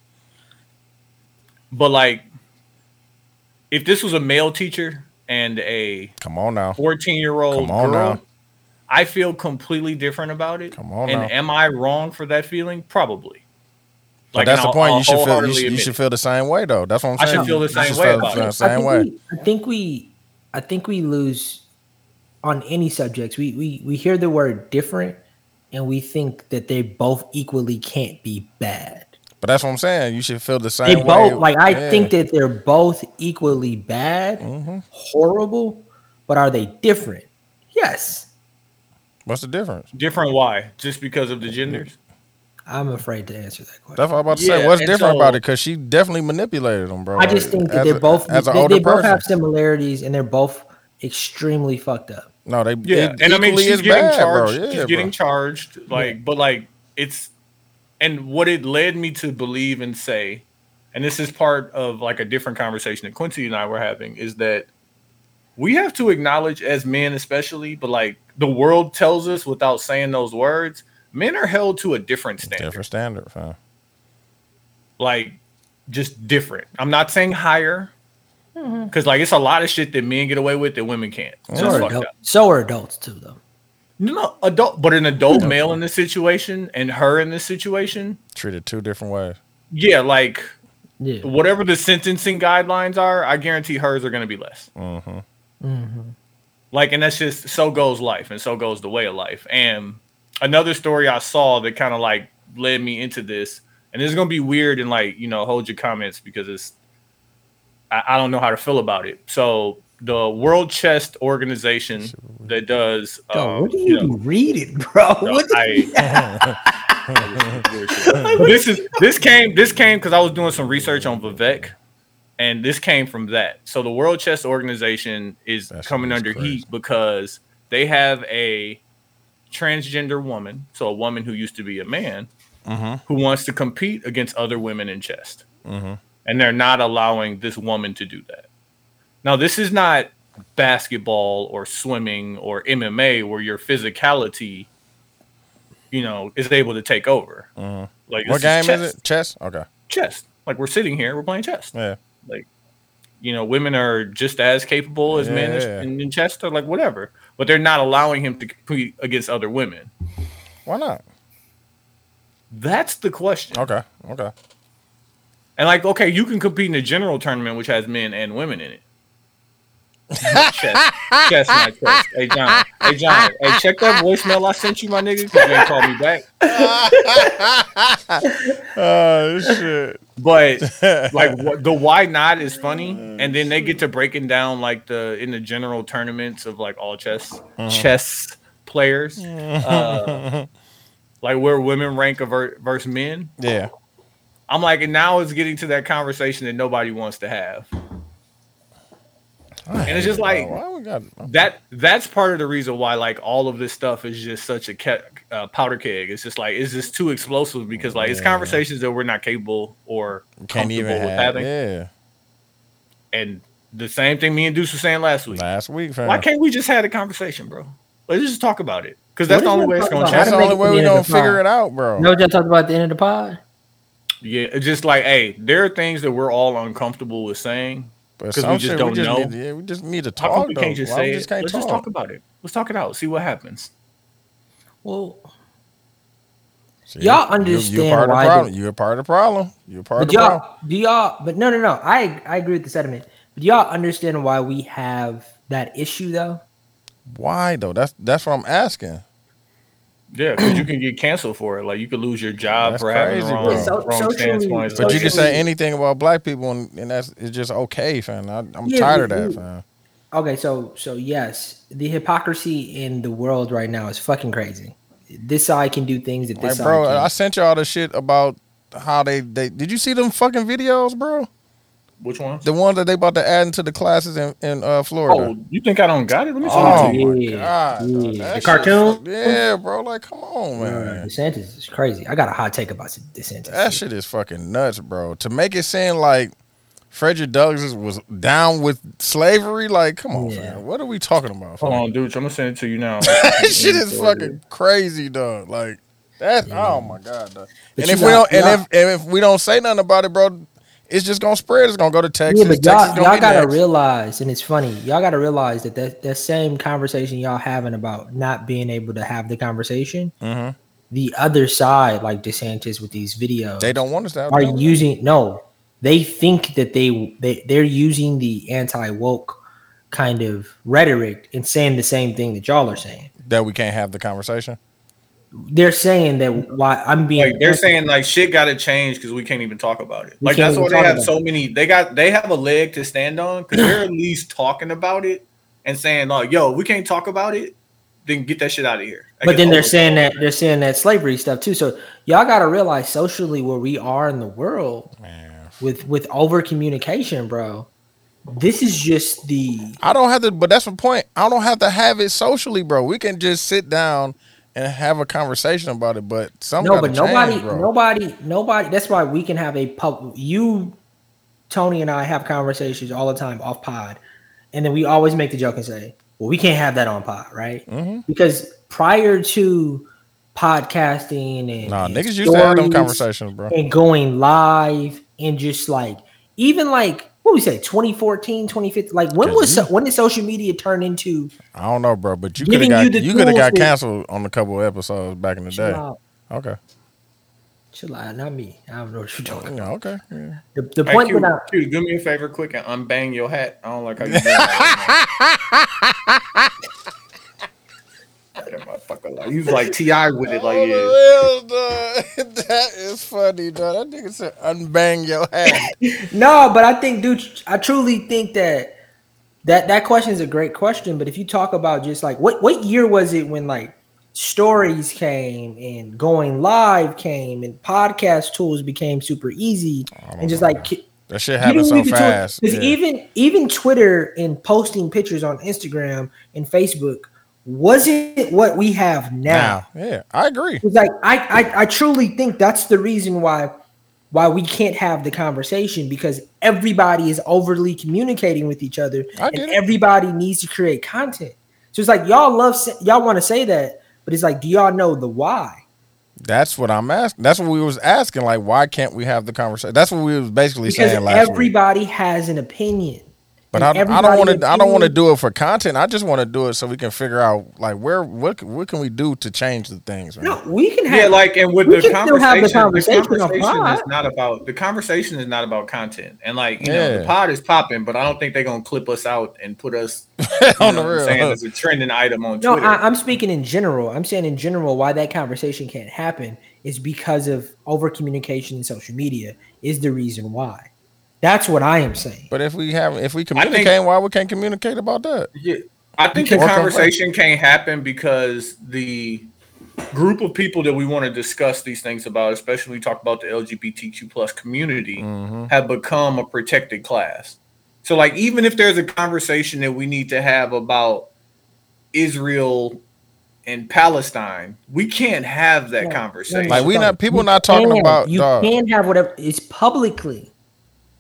But like, if this was a male teacher and a Come on now. 14 year old Come on girl, now. I feel completely different about it. Come on and now. am I wrong for that feeling? Probably. But and that's the I'll- point. I'll You should feel. You wholeheartedly should, you admit should it. feel the same way though. That's what I'm I saying. should feel the You same should way feel about the it. same I way. think, we, I think we, I think we lose on any subjects. We we we hear the word different, and we think that they both equally can't be bad. But that's what I'm saying. You should feel the They same way. both like I Yeah. Mm-hmm. think that they're both equally bad, horrible, but are they different? Yes, What's the difference? different. Why? Just because of the genders? I'm afraid to answer that question. That's what I'm about to say. Yeah, What's and different about so- it? Because she definitely manipulated him, bro. I just think that As they're a- both as an they, older they both person. have similarities, and they're both extremely fucked up. no, they Yeah, it and I mean equally she's is getting bad, charged. Bro. Yeah, she's getting bro. charged. Like, but like it's and what it led me to believe and say, and this is part of like a different conversation that Quincy and I were having, is that we have to acknowledge as men, especially, but like the world tells us without saying those words, men are held to a different standard. different standard. Huh? like just different. I'm not saying higher because like it's a lot of shit that men get away with that women can't. It's So are, fucked adult, up. so are adults too, though. No, no, adult, but an adult male in this situation and her in this situation, Treated two different ways. yeah, like Yeah. whatever the sentencing guidelines are, I guarantee hers are going to be less. Mm-hmm. Like, and that's just so goes life, and so goes the way of life. And another story I saw that kind of like led me into this, and it's going to be weird and like you know, hold your comments because it's I, I don't know how to feel about it. So the World Chess Organization that does Yo, um, what do you you know, read it, bro? no, What the- I- this is this came this came because I was doing some research on Vivek, and this came from that. So the World Chess Organization is That's- coming that's under crazy. heat because they have a transgender woman, so a woman who used to be a man, Mm-hmm. who wants to compete against other women in chess, and they're not allowing this woman to do that. Now, this is not basketball or swimming or MMA where your physicality, you know, is able to take over. Like Mm. What Uh-huh. this game chess. is it? Chess. Okay. Chess. Like we're sitting here, we're playing chess. Yeah. Like, you know, women are just as capable as men Yeah. in, in chess or like whatever, but they're not allowing him to compete against other women. Why not? That's the question. Okay. Okay. And like, okay, you can compete in a general tournament which has men and women in it. chess, chess, not chess. Hey John, hey John, hey, check that voicemail I sent you, my nigga, because they called me back. Oh shit. But like what, the why not is funny, and then they get to breaking down like the in the general tournaments of like all chess Uh-huh. chess players, uh, like where women rank aver- versus men. Yeah. I'm like, and now it's getting to that conversation that nobody wants to have. And it's just like Why we got? that. That's part of the reason why, like, all of this stuff is just such a ke- uh, powder keg. It's just like it's just too explosive because, like, it's conversations that we're not capable or Can't comfortable even with have. having. Yeah. And the same thing me and Deuce were saying last week. Last week, fam. Why can't we just have a conversation, bro? Let's just talk about it because that's the What only do you way it's going wanna to talk about? That's change. the only make it way the we end of gonna the figure it pod. out, bro. You know what y'all talked about at the end of the pod? Yeah, it's just like, hey, there are things that we're all uncomfortable with saying. But 'Cause we some just shit don't know. Need, yeah, we just need to How come talk. we though. can't just Why say we it? just can't Let's talk? just talk about it. Let's talk it out. See what happens. Well, See, Y'all You, understand you part of why the the- problem. You're part of the problem. You're part of but the problem. y'all, do y'all? But no, no, no. I I agree with the sentiment. But y'all understand why we have that issue though? Why though? That's that's what I'm asking. Yeah, because you can get canceled for it. Like you could lose your job That's for having crazy, the bro. wrong, So- wrong socially- stance points. But you can Socially- say anything about black people, and, and that's it's just okay, fam. I, I'm Yeah, tired of but that, you- fam. Okay, so so yes, the hypocrisy in the world right now is fucking crazy. This side can do things that Like, this bro, I side sent y'all the shit about how they they did you see them fucking videos, bro? Which one? The ones that they about to add into the classes in in uh, Florida. Oh, you think I don't got it? Let me Oh, tell you. my yeah, god, yeah. dog, The that shit- cartoon? Yeah, bro. Like, come on, can. man. DeSantis is crazy. I got a hot take about DeSantis. That shit is fucking nuts, bro. To make it seem like Frederick Douglass was down with slavery, like, come on, Yeah. fam. What are we talking about? Hold fam? on, dude. I'm gonna send it to you now. That shit is fucking crazy, dog. Like, That's oh my god. dog. And But you if we know- don't, and y'all- if, and if we don't say nothing about it, bro, it's just gonna spread. It's gonna go to Texas. Yeah, but Texas y'all, gonna y'all be gotta next. realize, and it's funny, y'all gotta realize that, that that same conversation y'all having about not being able to have the conversation, Mhm. the other side, like DeSantis with these videos, They don't want us to. Have are that. using no, they think that they they they're using the anti woke kind of rhetoric and saying the same thing that y'all are saying. that we can't have the conversation. They're saying that why I'm being Like they're saying, like shit got to change because we can't even talk about it. We Like can't that's even why they talk have about so many. They got they have a leg to stand on because they're at least talking about it and saying, like, yo, we can't talk about it. Then get that shit out of here. Like, but it's then they're over. saying that they're saying that slavery stuff too. So y'all gotta realize socially where we are in the world with with over communication, bro. This is just the I don't have to, but that's the point. I don't have to have it socially, bro. We can just sit down and have a conversation about it. But some no, gotta but nobody, change, bro. nobody, nobody. That's why we can have a pub. You, Tony, and I have conversations all the time off pod, and then we always make the joke and say, "Well, we can't have that on pod, right?" Mhm. Because prior to podcasting and Nah, and niggas used to have them stories, conversations, bro. and going live and just like even like what we say 2014 2015 like when Yeah, was you- so, when did social media turn into I don't know, bro. But you could have Giving got you you, could the have tools got to- canceled on a couple of episodes back in the chill day. out Okay. uh, chill out not me i don't know what you're talking about Yeah, Oh, okay. Yeah. the, the Hey, point Q, when i Q, do me a favor, quick, and unbang your hat. I don't like how you. doing that right now. That motherfucker, like, You was like Ti with it, like yeah. Oh, well, dog. that is funny, dog. That nigga said unbang your hat. no but i think dude i truly think that that that question is a great question but if you talk about just like what what year was it when like stories came and going live came and podcast tools became super easy and just like ki- that shit You happened don't so need to tell- fast. 'cause Yeah. even even Twitter and posting pictures on Instagram and Facebook wasn't what we have now. now. Yeah, I agree. It's like I, I I truly think that's the reason why why we can't have the conversation because everybody is overly communicating with each other I and get it. everybody needs to create content. So it's like y'all love sa- y'all want to say that, but it's like do y'all know the why? That's what I'm asking. That's what we was asking. Like, why can't we have the conversation? That's what we was basically Because saying last week. everybody has an opinion. But and I, I don't everybody want to. I don't want to opinion- do it for content. I just want to do it so we can figure out like where what c- what can we do to change the things. Man. No, we can have Yeah, like and with we the can still have conversation, the the conversation, conversation on pod. is not about the conversation is not about content. And like you know, Yeah. the pod is popping, but I don't think they're gonna clip us out and put us you On know the what I'm real. saying as a trending item on No, Twitter. I, I'm speaking in general. I'm saying in general why that conversation can't happen is because of over communication in social media is the reason why. That's what I am saying. But if we have if we think- communicate, why we can't communicate about that? Yeah. I think the Or conver- conversation can't happen because the group of people that we want to discuss these things about, especially we talk about the LGBTQ plus community, Mm-hmm. have become a protected class. So like even if there's a conversation that we need to have about Israel and Palestine, we can't have that Yeah. conversation. Like we not people You not talking can- about you dog. can have whatever it's publicly.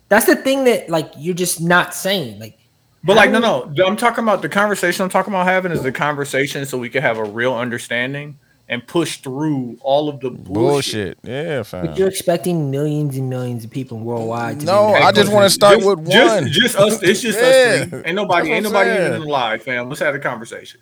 That's the thing that like you're just not saying. Like But like, no, How no. I'm talking about the conversation. I'm talking about having is the conversation so we can have a real understanding and push through all of the bullshit. bullshit. Yeah, fam. but you're expecting millions and millions of people worldwide to Uh. No, be I just want to start with Just, one. just us. It's just Yeah. us. Three. Ain't nobody. Ain't That's what nobody I'm even saying. alive, fam. Let's have a conversation.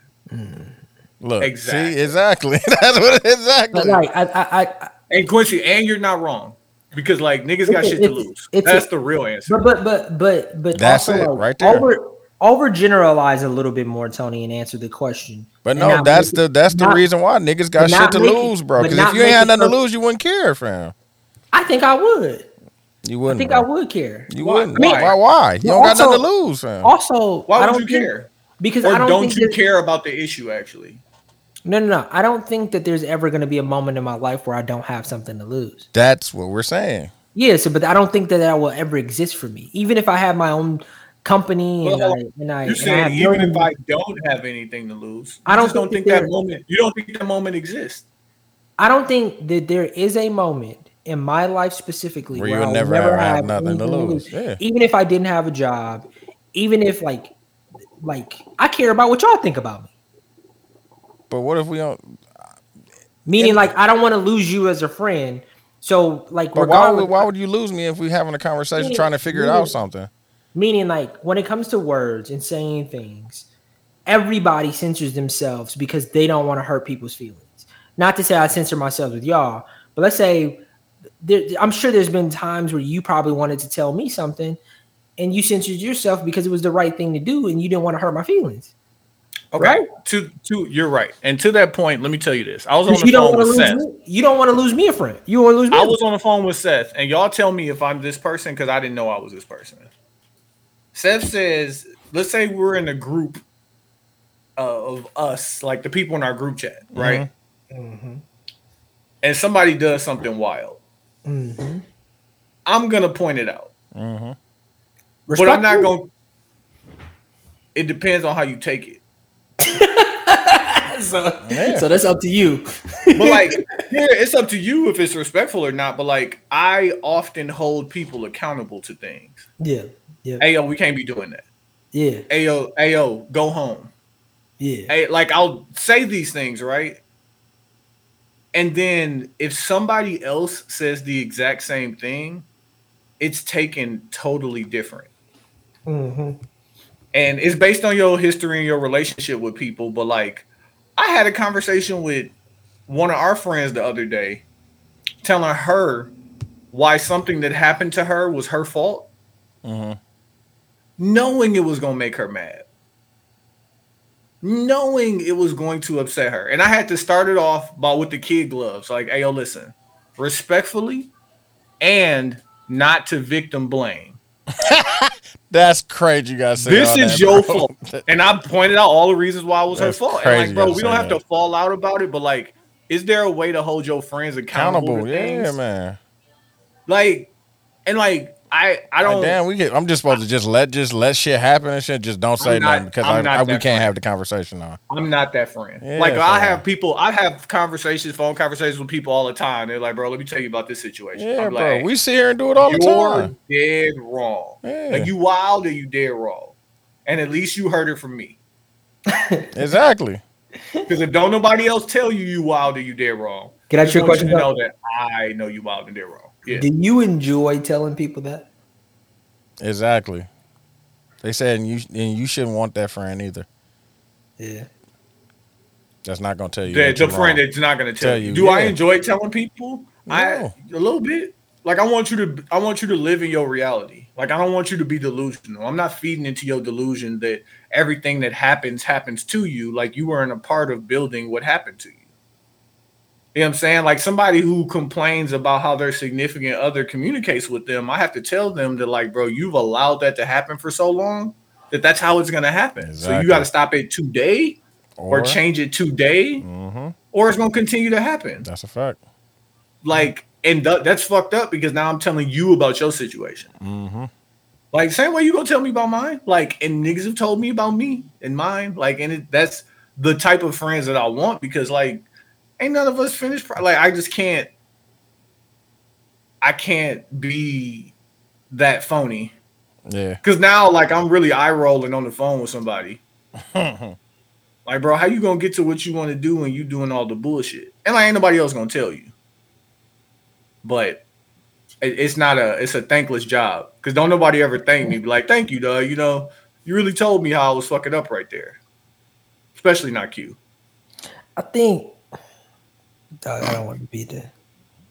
Look, Exactly. see, exactly. That's what exactly. but like I I, I And Quincy, and you're not wrong because like niggas got It's a- shit to it's- lose. it's That's a- the real answer. But but but but but That's also, it, like, right there. Over overgeneralize a little bit more, Tony, and answer the question. but And no, not that's make it- the that's the not- reason why niggas got but shit not to make it- lose, bro. but Because if not you ain't make had it nothing to so- lose, you wouldn't care, fam. I think I would. You I wouldn't. think bro. I would care. You Why- wouldn't. why? Why? Why? why? You Well, don't got also- nothing to lose, fam. Also, Why I would don't you think- care? Because Or I don't, don't, think you that- care about the issue? Actually, No, no, no. I don't think that there's ever going to be a moment in my life where I don't have something to lose. That's what we're saying. Yeah, so but I don't think that that will ever exist for me. Even if I have my own company and Well, I and I, you're and I have saying even millions- if I don't have anything to lose, you I don't just don't think think that that there- moment. You don't think that moment exists. I don't think that there is a moment in my life specifically Where you where, I would would never never, have have, nothing to anything lose. Yeah. Even if I didn't have a job, even if like like I care about what y'all think about me. But what if we don't? Meaning, like, I don't want to lose you as a friend. So, like, But why regardless, would, why would you lose me if we having a conversation Yeah, trying to figure yeah. out something? meaning, like, when it comes to words and saying things, everybody censors themselves because they don't want to hurt people's feelings. Not to say I censor myself with y'all, but let's say there, I'm sure there's been times where you probably wanted to tell me something and you censored yourself because it was the right thing to do and you didn't want to hurt my feelings. Okay. To to you're right. And to that point, let me tell you this. I was on Because the you don't phone want to with lose Seth. me. You don't want to lose me a friend. You want to lose me. I a was on the phone with Seth, and y'all tell me if I'm this person because I didn't know I was this person. Seth says, let's say we're in a group uh, of us, like the people in our group chat, right? And somebody does something wild. I'm gonna point it out, but I'm not Respectful. gonna. It depends on how you take it. So, Yeah. so that's up to you. but like yeah, it's up to you if it's respectful or not. But like I often hold people accountable to things. Yeah, yeah, Ayo, we can't be doing that. yeah, Ayo, ayo, go home. yeah. Hey, like I'll say these things, right? And then if somebody else says the exact same thing, it's taken totally different. Mhm. and it's based on your history and your relationship with people. But like, I had a conversation with one of our friends the other day, telling her why something that happened to her was her fault, knowing it was gonna make her mad, knowing it was going to upset her. And I had to start it off by with the kid gloves, like, "Hey, yo, listen, respectfully, and not to victim blame." That's crazy, you guys. say this all is that, your bro. fault. And I pointed out all the reasons why it was That's her fault. crazy And you like, bro, gotta we don't say have to that. fall out about it, but like, is there a way to hold your friends accountable? Accountable, to yeah, things? man. Like, and like, I, I Like, don't. damn, we get. I'm just supposed to just let just let shit happen and shit. Just don't say I'm not- nothing because I'm I, not I- that we can't friend. have the conversation now. I'm not that friend. Yeah, like, I fam. have people. I have conversations, phone conversations with people all the time. They're like, bro, let me tell you about this situation. Yeah, I'm bro. like, we sit here and do it all the you're time. dead wrong. Yeah. Like, you wild or you dead wrong. And at least you heard it from me. Exactly. Because if don't nobody else tell you you wild or you dead wrong, Can I just ask you a want you question? to know though? that I know you wild and dead wrong. Yeah. Do you enjoy telling people that? Exactly. They said and you and you shouldn't want that friend either. Yeah. That's not gonna tell you. the, that the you're friend wrong. that's not going to tell, Tell you. you, Do I yeah. enjoy telling people? I No. a little bit. Like I want you to, I want you to live in your reality. Like I don't want you to be delusional. I'm not feeding into your delusion that everything that happens happens to you. Like you weren't a part of building what happened to you. You know what I'm saying? Like somebody who complains about how their significant other communicates with them, I have to tell them that, like, bro, you've allowed that to happen for so long that that's how it's going to happen. So you Exactly. got to stop it today or, Or- change it today, or it's gonna continue to happen. That's a fact. Like, and th- that's fucked up because now I'm telling you about your situation. Like, same way you gonna tell me about mine. Like, and niggas have told me about me and mine. Like, and it, that's the type of friends that I want because, like, ain't none of us finished. Pro- like, I just can't. I can't be that phony Yeah. because now, like, I'm really eye rolling on the phone with somebody. like, bro, how you gonna get to what you want to do when you doing all the bullshit? And like, ain't nobody else gonna tell you. But it- it's not a it's a thankless job because don't nobody ever thank me. Be like, thank you, dog. You know, you really told me how I was fucking up right there. Especially not Q. I think. Dog, I don't want to be there.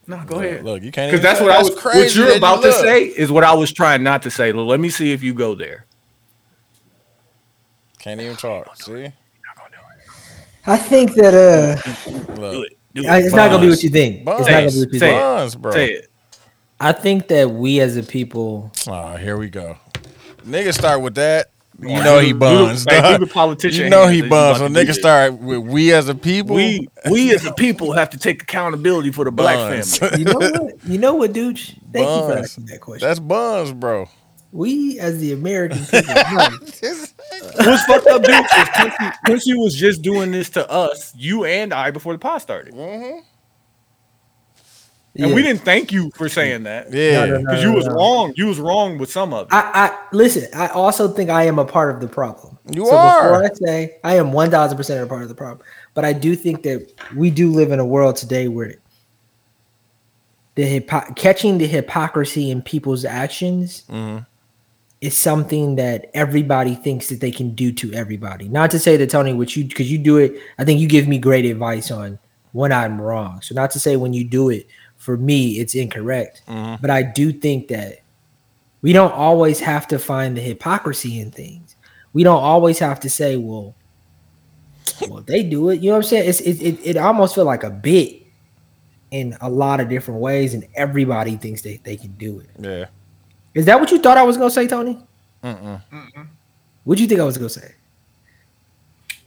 No, go ahead. Look, you can't. Because even that's say- what I was. what that you're you about to look. say is what I was trying not to say. Let me see if you go there. Can't even talk. See. I think that uh, Do Look. it. Do I- it. it's not gonna be Bonds. what you think. Buns, It's not gonna be what you Say think. it. buns, bro. Say it. I think that we as a people, Oh, here we go. Niggas start with that. You know he buns. Hey, dog. do the politician You know hand he that you buns. about So to do niggas this. start with we as a people. we we as a people have to take accountability for the black Buns. family. you know what, you know what, dude. Thank you for Buns. asking that question. That's buns, bro. we as the American people, no, What's fucked up, dude? Is Quincy, Quincy was just doing this to us, you and I, before the pod started. Mm-hmm. And we didn't thank you for saying that. Yeah. No, no, no. Because you was wrong. You was wrong with some of it. I, I listen. I also think I am a part of the problem. You are. Before I say I am one thousand percent a part of the problem, but I do think that we do live in a world today where the hypo- catching the hypocrisy in people's actions Mhm. is something that everybody thinks that they can do to everybody. Not to say that Tony, which you because you do it, I think you give me great advice on when I'm wrong. So not to say when you do it for me it's incorrect, Mm-hmm. Mhm. but I do think that we don't always have to find the hypocrisy in things. We don't always have to say, well, well, they do it. You know what I'm saying? It's it it, it almost feel like a bit in a lot of different ways, and everybody thinks that they can do it. Yeah. Is that what you thought I was gonna say, Tony? Mm-mm. What do you think I was gonna say?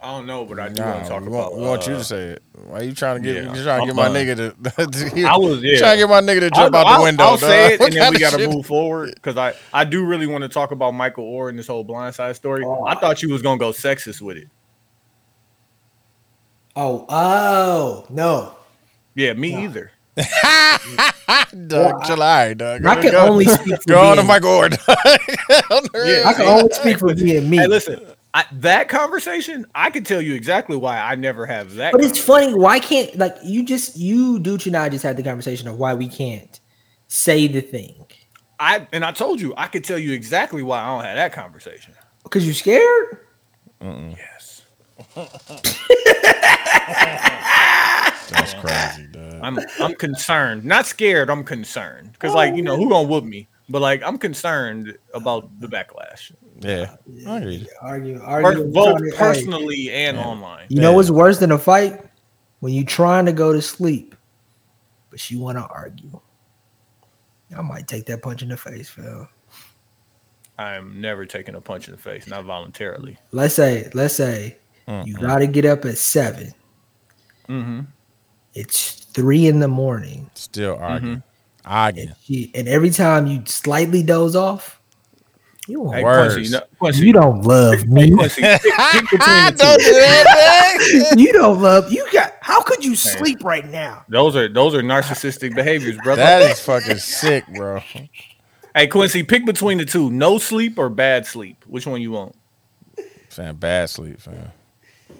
I don't know, but I do want Nah, to talk we about. want, we want you uh, to say it. Why you trying to get? yeah, you trying to I'm get my done. nigga to? you I was yeah. trying to get my nigga to jump out I'll- the window? I'll, dog. say it, What and then kind we of got to shit? move forward because I I do really want to talk about Michael Orr and this whole blindside story. Oh. I thought you was gonna go sexist with it. Oh, oh no. Yeah, me either. Doug, July, Doug. I can Go- only speak for go on to being- my gourd. I can only speak for being me. Hey, listen, I, that conversation, I can tell you exactly why I never have that. But it's conversation. funny. Why can't like you just you Dooch and I just had the conversation of why we can't say the thing I and I told you I could tell you exactly why I don't have that conversation. because you're scared. Yes, That's crazy, Doug. I'm I'm concerned, not scared. I'm concerned because like you know who gonna whoop me, but like I'm concerned about the backlash, Yeah, I hear you. Argue, Per- argue, both trying to- hey, personally and online. You know what's worse than a fight when you trying to go to sleep, but you want to argue. I might take that punch in the face, Phil. I'm never taking a punch in the face, not voluntarily. Let's say, let's say Mm. you got to get up at seven. Mm-hmm. It's three in the morning. Still Mm-hmm. arguing, arguing. She- and every time you slightly doze off, you won't Hey, work. Worse. Quincy, you know, Quincy, You don't love me. Quincy, pick- pick between the two. Don't do that, Doug. you don't love. You got. How could you sleep right now? Those are those are narcissistic behaviors, brother. That is fucking sick, bro. hey, Quincy, pick between the two: no sleep or bad sleep. Which one you want? Fam, bad sleep, fam.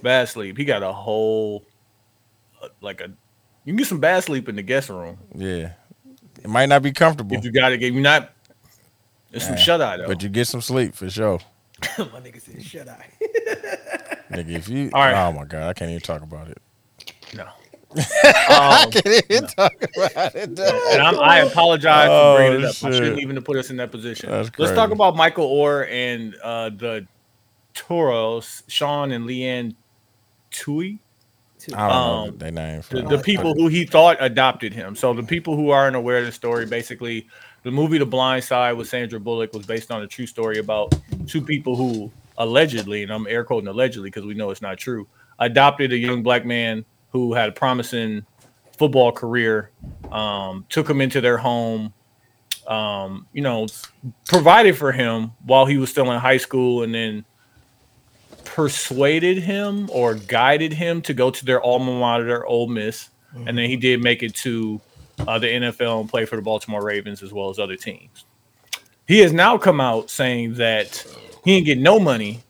Bad sleep. He got a whole, uh, like a. You can get some bad sleep in the guest room Yeah, it might not be comfortable, if you got to get. You're not. It's some shut eye though. but you get some sleep for sure, My nigga said, "Shut up." nigga. If you, All right. oh my god, I can't even talk about it. no. Um, and I'm, I apologize Oh, for bringing it up. I shit. shouldn't even have put us in that position. That's Let's talk crazy. about Michael Orr and uh, the Toros, Sean and Leanne Tui, I don't know Um, their name. the, fam. the people who he thought adopted him. So the people who aren't aware of the story, basically, the movie The Blind Side with Sandra Bullock was based on a true story about two people who allegedly, and I'm air quoting allegedly because we know it's not true, adopted a young black man who had a promising football career, um, took him into their home, um, you know, provided for him while he was still in high school, and then persuaded him or guided him to go to their alma mater, Ole Miss, and then he did make it to uh, the NFL and play for the Baltimore Ravens as well as other teams. He has now come out saying that he didn't get no money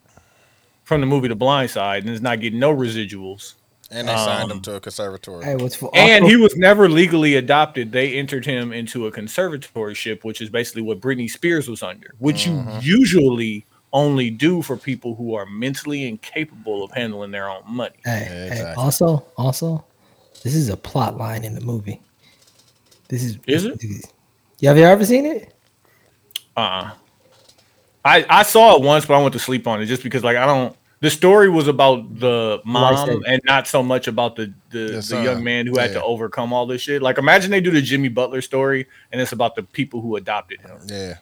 from the movie The Blind Side and is not getting no residuals. and they signed um, them to a conservatory. Hey, what's for And also- he was never legally adopted. They entered him into a conservatorship, which is basically what Britney Spears was under, which you usually only do for people who are mentally incapable of handling their own money. Yeah, Hey, hey, exactly. also, also, this is a plot line in the movie. This is Is it? You have you ever seen it? Uh-uh. I I saw it once, but I went to sleep on it just because like I don't the story was about the mom Lifesaver. and not so much about the The the, the son. young man who had Yeah. to overcome all this shit. Like imagine they do the Jimmy Butler story and it's about the people who adopted him. Yeah,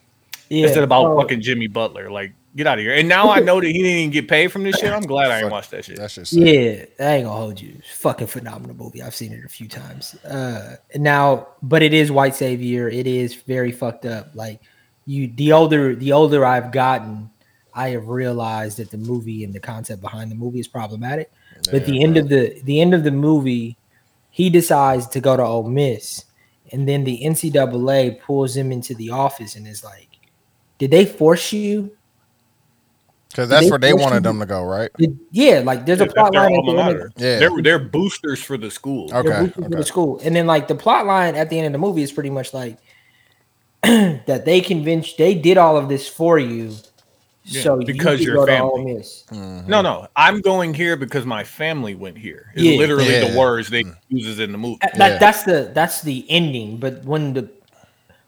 Yeah. instead about oh, fucking Jimmy Butler. Like, get out of here. And now I know that he didn't even get paid from this shit. I'm glad I Fuck. didn't watch that shit. that shit. Sick. Yeah, I ain't gonna hold you. It's a fucking phenomenal movie. I've seen it a few times. Uh, now, but it is white savior. It is very fucked up. Like you, the older the older I've gotten, I have realized that the movie and the concept behind the movie is problematic. But the end of the the end of the movie, he decides to go to Ole Miss, and then the NCAA pulls them into the office and is like, "Did they force you?" Because that's They where they pushed wanted you- them to go, right? Did, yeah, like there's a That's plot their line. At alma the end of, mater. Yeah. Uh-huh. They're, they're boosters for the school. Okay. They're boosting through okay. the school. And then like the plot line at the end of the movie is pretty much like that they convinced they did all of this for you. Yeah, so because you could you're go to family. Ole Miss. No, no. I'm going here because my family went here. Is Yeah. Uh, literally Yeah. Mm. the words they uses in the movie. That- Yeah. that- that's the that's the ending. But when the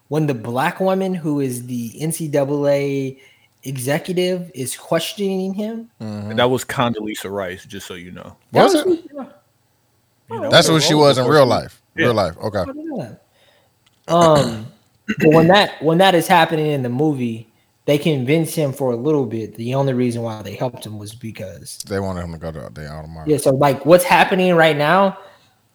when the black woman who is the NCAA executive is questioning him, That was Condoleezza Rice, just so you know. that Was it? You know, That's the what she role was in real life. Yeah. Real life. Okay. Yeah. Um, but when that when that is happening in the movie, they convince him for a little bit. The only reason why they helped him was because They wanted him to go to the Audemars. yeah. So like, what's happening right now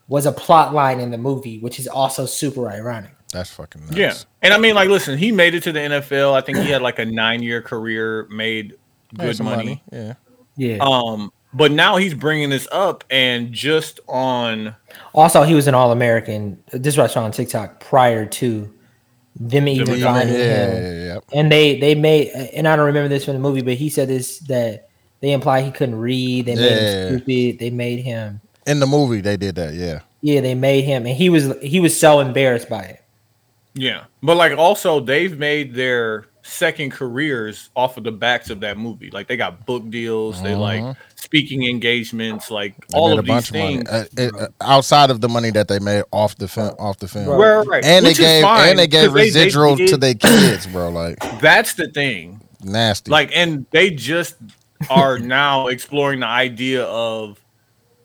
was a plot line in the movie, which is also super ironic. That's fucking nuts. Yeah. And I mean, like, listen, he made it to the NFL. I think he had like a nine year career, made Made good some money. Yeah. Yeah. Um, but now he's bringing this up, and just on also, he was an All American. This was on TikTok prior to them Yeah, even yeah, finding him. yeah, yeah, yeah. and they they made and I don't remember this from the movie, but he said this that they imply he couldn't read. They made Yeah. him stupid. They made him In the movie, they did that. Yeah. yeah. They made him, and he was he was so embarrassed by it. yeah, but like also they've made their second careers off of the backs of that movie. Like they got book deals, they like speaking engagements, like Mm-hmm. They all made of these things. money Uh, it- uh, outside of the money that they made off the film. Off the film. Right, right. And Which they is gave fine, and they gave 'cause they- they residual to did- their kids, bro. Like That's the thing. nasty. Like, and they just are now exploring the idea of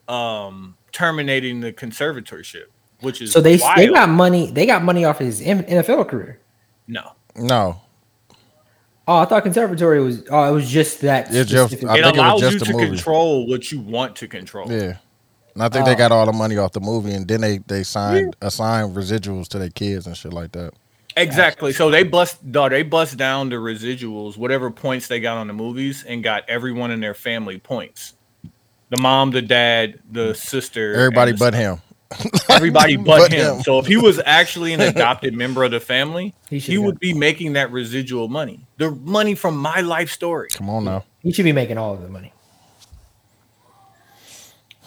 um terminating the conservatorship, which is So they wild. they got money. They got money off his M- NFL career. no. no, Oh, I thought conservatory was. Oh, it was just that. It's just- specific- I It think it was allows just you the to movie. control what you want to control. yeah. And I Oh. think they got all the money off the movie, and then they they signed assigned residuals to their kids and shit like that. Exactly. So they bust dawg, they bust down the residuals, whatever points they got on the movies, and got everyone in their family points. The mom, the dad, the sister, and Everybody the but him. everybody but, But him. him. So if he was actually an adopted member of the family, He he, should've would got- be making that residual money. The money from my life story. Come on now. You should be making all of the money.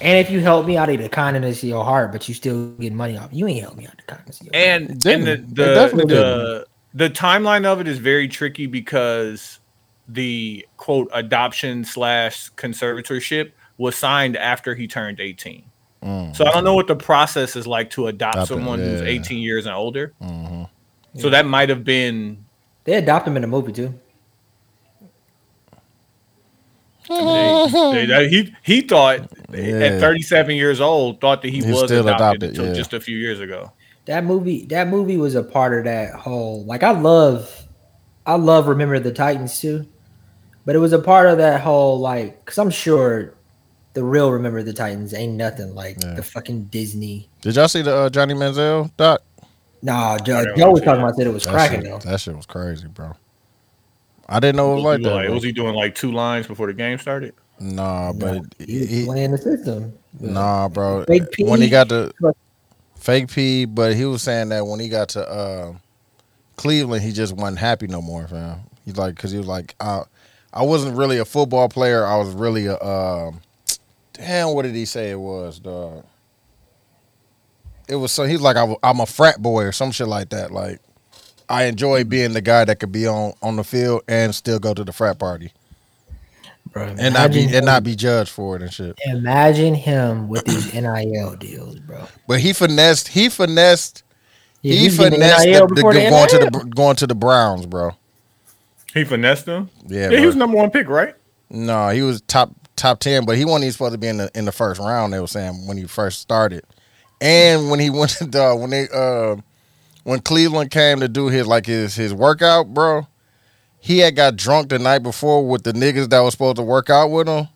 And if you help me out of the kindness of your heart, but you still get money off, you ain't help me out of the kindness of your heart. And and the Didn't. They the, definitely the the timeline of it is very tricky because the quote adoption slash conservatorship was signed after he turned 18. So I don't know what the process is like to adopt Mm. Adopt it, someone who's yeah. Mm-hmm. 18 years and older. So that might have been They adopt him in a movie too. They- they- he he thought Yeah. at 37 years old thought that he He's was still adopted, adopted, until yeah. just a few years ago. that movie that movie was a part of that whole like i love i love remember the titans too but it was a part of that whole like because i'm sure the real remember the titans ain't nothing like Yeah. the fucking disney Did y'all see the uh, Johnny Manziel doc? nah joe, don't joe know was shit. talking about that it was That cracking though shit, that shit was crazy, bro. I didn't know it was like that. Like, bro. was he doing like two lines before the game started? Nah, but he was he- he- playing the system nah, bro. Fake pee. When he got to fake P, but he was saying that when he got to uh, Cleveland, he just wasn't happy no more, fam. He's like, cause he was like, I, I wasn't really a football player. I was really a, um, damn, what did he say it was, dog? It was so he's like, I, am a frat boy or some shit like that. Like, I enjoy being the guy that could be on on the field and still go to the frat party bro and not be imagine and not him- be judged for it and shit. imagine him with these nil deals bro But he finessed. He finessed. Yeah, he he's getting finessed NIL the, the, before the going to NIL. the going to the Browns, bro. He finessed him. Yeah, he bro. was number one pick, right? No, he was top top ten, but he wasn't even supposed to be in the in the first round. They were saying when he first started, and when he went to the when they uh, when Cleveland came to do his like his his workout, bro. He had got drunk the night before with the niggas that was supposed to work out with him,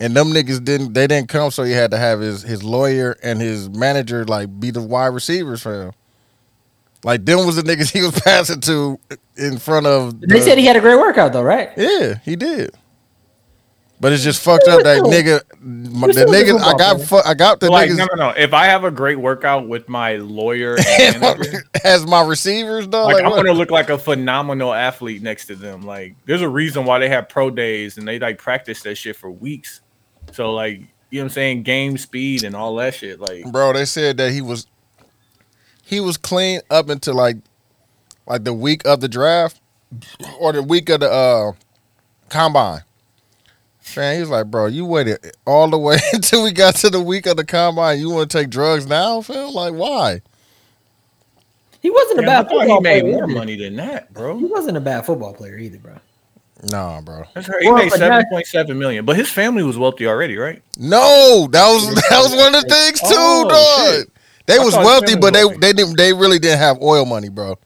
and them niggas didn't they didn't come, so he had to have his his lawyer and his manager like be the wide receivers for him. Like them was the niggas he was passing to in front of. they the- said he had a great workout though right yeah, he did. But it's just fucked up that nigga. my- The still nigga, doing I got, football, fu- I got the Like, niggas no, no, no. If I have a great workout with my lawyer, and manager, as my receivers though. like, Like, I'm what? gonna look like a phenomenal athlete next to them. Like, there's a reason why they have pro days and they like practice that shit for weeks. So, like, you know what I'm saying? Game speed and all that shit. Like, bro. They said that he was, he was clean up until like, like the week of the draft, or the week of the uh, combine. Man, he was like, bro, you waited all the way until we got to the week of the combine. You want to take drugs now, Phil? Like, why? He wasn't a man, I bad thought football he made player. more either. money than that, bro. He wasn't a bad football player either, bro. Nah, bro. That's right. He Well, made but seven that- point seven million, but his family was wealthy already, right? No, that was that was one of the things too, Oh, dog. shit. They I was thought wealthy, Shannon was but they wealthy. they didn't they really didn't have oil money, bro.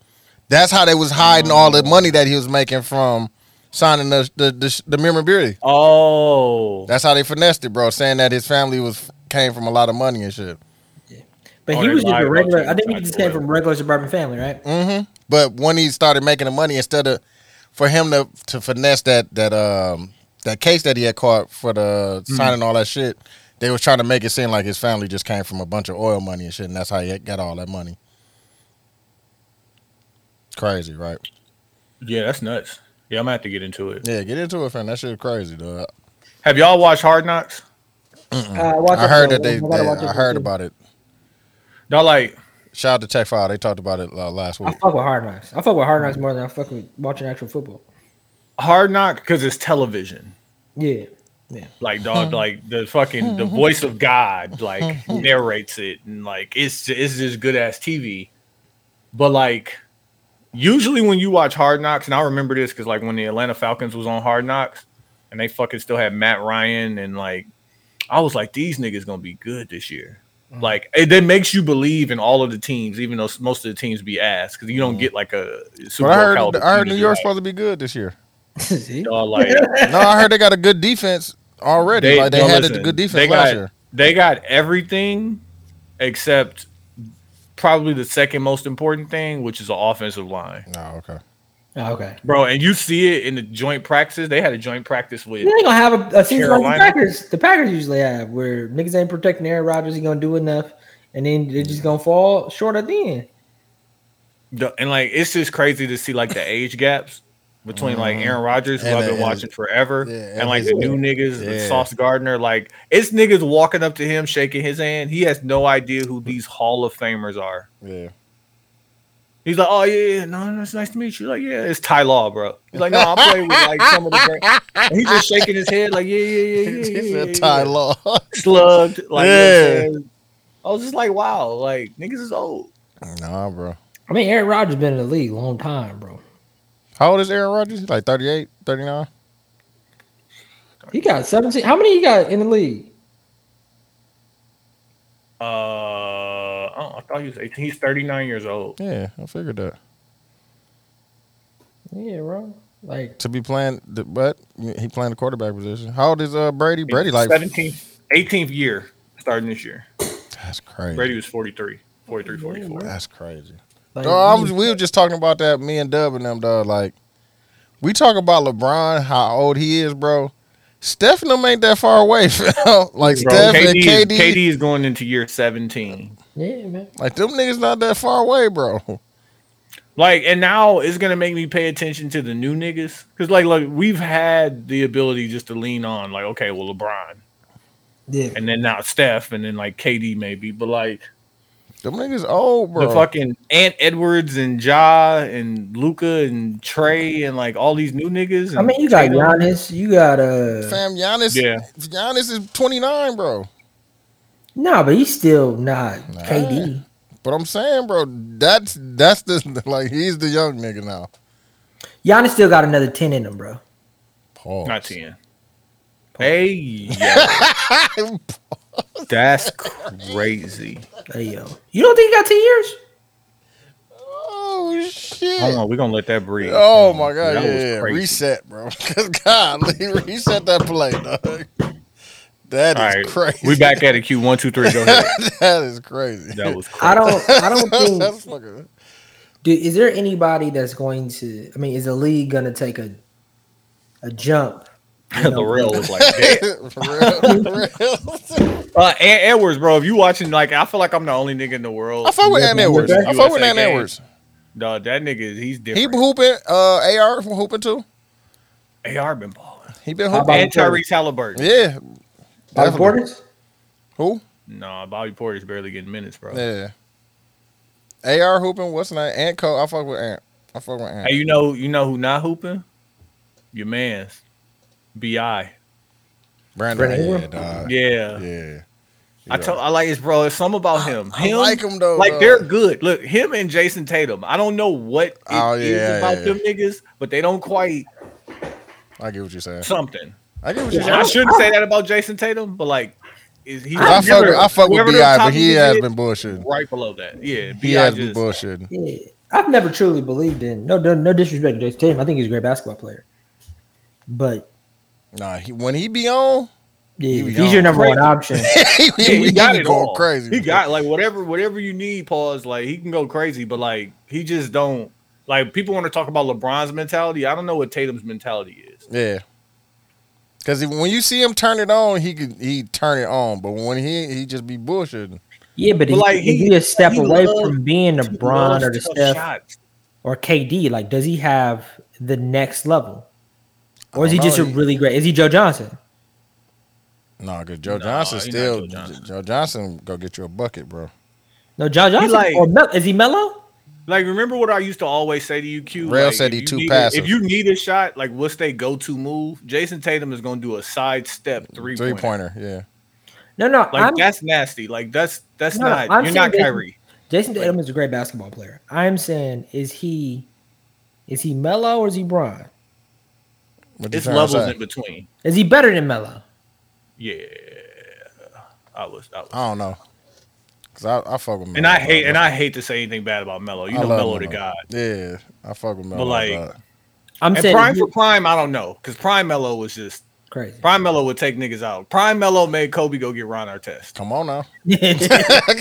That's how they was hiding all Oh. the money that he was making from signing the the, the, the memorabilia. Oh, That's how they finessed it, bro, saying that his family was came from a lot of money and shit. But Oh, he they was just lied a about regular. you I think he inside just the came web. from a regular suburban family, right? Mm-hmm. But when he started making the money, instead of for him to to finesse that that um that case that he had caught for the Mm-hmm. signing all that shit, they was trying to make it seem like his family just came from a bunch of oil money and shit, and that's how he got all that money. Crazy, right? yeah, that's nuts. Yeah, I'm gonna have to get into it. Yeah, get into it, fam. That shit crazy, dog. Have y'all watched Hard Knocks? Uh, Mm. watch I out, heard bro. that they. You they uh, gotta watch out, I heard too. about it. Y'all like, Shout out to Tech File. They talked about it uh, last I week. fuck with hard knocks. I fuck with hard knocks more than I fuck with watching actual football. Hard Knock because it's television. Yeah, Like dog, like the fucking the voice of God like narrates it, and like it's it's just good ass TV. But like, usually when you watch Hard Knocks, and I remember this because like when the Atlanta Falcons was on Hard Knocks, and they fucking still had Matt Ryan, and like I was like, these niggas gonna be good this year. Hmm. Like it, that makes you believe in all of the teams, even though s- most of the teams be ass because you don't get like a. Super Hmm. But I Bowl heard, caliber I team heard New that you York's like. supposed to be good this year. See? Dog, like No, I heard they got a good defense already. like they no, had a listen, good defense they last got, year. They got everything except probably the second most important thing, which is the offensive line. No, okay. Oh, okay. Bro, and you see it in the joint practice. They had a joint practice with They ain't gonna have a, a season like the Carolina. Packers. The Packers usually have where niggas ain't protecting Aaron Rodgers. He gonna do enough, and then they're just gonna fall short at the end. the- and like it's just crazy to see like the age gaps between like Aaron Rodgers, who Mm-hmm. And I've the- been and- watching forever, yeah, and, and like his- the new niggas, yeah. the Sauce Gardner. Like it's niggas walking up to him, shaking his hand. He has no idea who these Hall of Famers are. Yeah. He's like, oh yeah, yeah, no, no, it's nice to meet you. Like, yeah, it's Ty Law, bro. He's like, no, I play with like some of the. Great. And he's just shaking his head, like, yeah, yeah, yeah, yeah, yeah, He yeah, said yeah, Ty yeah." Law. slugged, like, Yeah. yeah. I was just like, wow, like niggas is old. nah, bro. I mean, Aaron Rodgers been in the league a long time, bro. How old is Aaron Rodgers? He's like 38, 39? He got seventeen. How many he got in the league? Uh, I, don't- I thought he was eighteen. He's thirty nine years old. Yeah, I figured that. Yeah, bro. Like To be playing, the, but he playing the quarterback position. How old is uh Brady? Brady like 17th, 18th year starting this year. that's crazy. Brady was 43, 43, 44. That's crazy. Like, No, I was, we were just talking about that. Me and Dub and them, dog. Like we talk about LeBron, how old he is, bro. Steph and them ain't that far away, fam. like Bro, Steph KD, and is- KD, KD is going into year seventeen. yeah, man. like them niggas not that far away, bro. Like, and now it's gonna make me pay attention to the new niggas because, like, look, we've had the ability just to lean on, like, okay, well, LeBron, Yeah. and then now Steph, and then like KD maybe, but like Them niggas old, bro. the fucking Ant Edwards and Ja and Luca and Trey and like all these new niggas. And I mean, you got Tatum. Giannis. You got uh. Fam, Giannis. Yeah. Giannis is 29, bro. Nah, but he's still not KD. But I'm saying, bro, that's that's the like he's the young nigga now. Giannis still got another ten in him, bro. Pause. not ten. Hey, yo, that's crazy. Hey yo, you don't think he got ten years? oh Hold shit. on, we're gonna let that breathe. Oh my god, That was yeah, crazy. reset, bro. Cause God, reset that play, dog. That All is right, crazy. we back at it. Q one, two, three. Go ahead. that is crazy. That was crazy. I don't. I don't think. That's fucking- Do, is there anybody that's going to? I mean, is the league going to take a a jump the real was like dead. for real, for real. Uh, Ant Edwards, bro. If you watching, like, I feel like I'm the only nigga in the world. I fuck with Ann Edwards. I fuck with USA Ann game. Edwards. Dawg, that nigga, is he's He different. hooping. Uh, AR from hooping too. AR been balling. He been How hooping. about- And Tyrese Halliburton. Yeah. Bobby Definitely. Portis? Who? Nah, Bobby Porter's barely getting minutes, bro. Yeah. AR hooping. What's his name? Ant Co. I fuck with Ant. I fuck with Ant. Hey, you know, you know who not hooping? Your man's Bi. Brandon. Brandon yeah, Ingram? dog. Yeah, Yeah. I told, I like his bro. It's something about him. I him like him though. like dog. they're good. Look, him and Jason Tatum. I don't know what it is Oh, yeah, about yeah. them niggas, but they don't quite I get what you're saying. something. I get what you're And I saying. shouldn't say that about Jason Tatum, but like, is he? I fuck, with- I fuck with whoever the Bi, but top he niggas has is, been bullshitting. right below that. Yeah, He Bi has been just bullshitting. Yeah. I've never truly believed in no no, no disrespect to Jason Tatum. I think he's a great basketball player. But Nah, he, when he be on, yeah, be if he's your on. number one option. he, yeah, he, be got going it all. crazy. He got like whatever whatever you need. Pause. Like he can go crazy, but like he just don't. Like people want to talk about LeBron's mentality. I don't know what Tatum's mentality is. Yeah. Cause if- when you see him turn it on, he could he turn it on. But when he he just be bullshitting. Yeah, but, But, he, like, he, he- a step he away loves- from being a He Bron loves or the tough Steph shots. or KD. Like, does he have the next level? Or is he don't just know. a really great? Is he Joe Johnson? No, cause Joe Nah, Johnson he not still Joe Joe Johnson. Johnson. Joe Johnson go get you a bucket, bro. No, Joe Johnson. like- or Mel, is he Mello? Like, remember what I used to always say to you, Q? Rail Like, said if he you too need a- passive. If you need a shot, like, what's their go to move? Jason Tatum is going to do a sidestep three, Three point. pointer, yeah. No, no. Like, I'm, that's nasty. Like, that's that's No, no, not, I'm you're not saying that- Kyrie. Jason Tatum is a great basketball player. I'm saying, is he, is he Mello or is he Bron? What you It's trying to levels say? in between. Is he better than Mello? Yeah. I was, I was. I don't know. Cause I, I fuck with Melo. and I hate, dog. and I hate to say anything bad about Melo. You I know, love Melo to Melo. God. Yeah, I fuck with Melo. like, dog. I'm And saying prime is for he- prime, I don't know, because prime Melo was just crazy. prime Melo would take niggas out. Prime Melo made Kobe go get Ron Artest. come on now, yeah,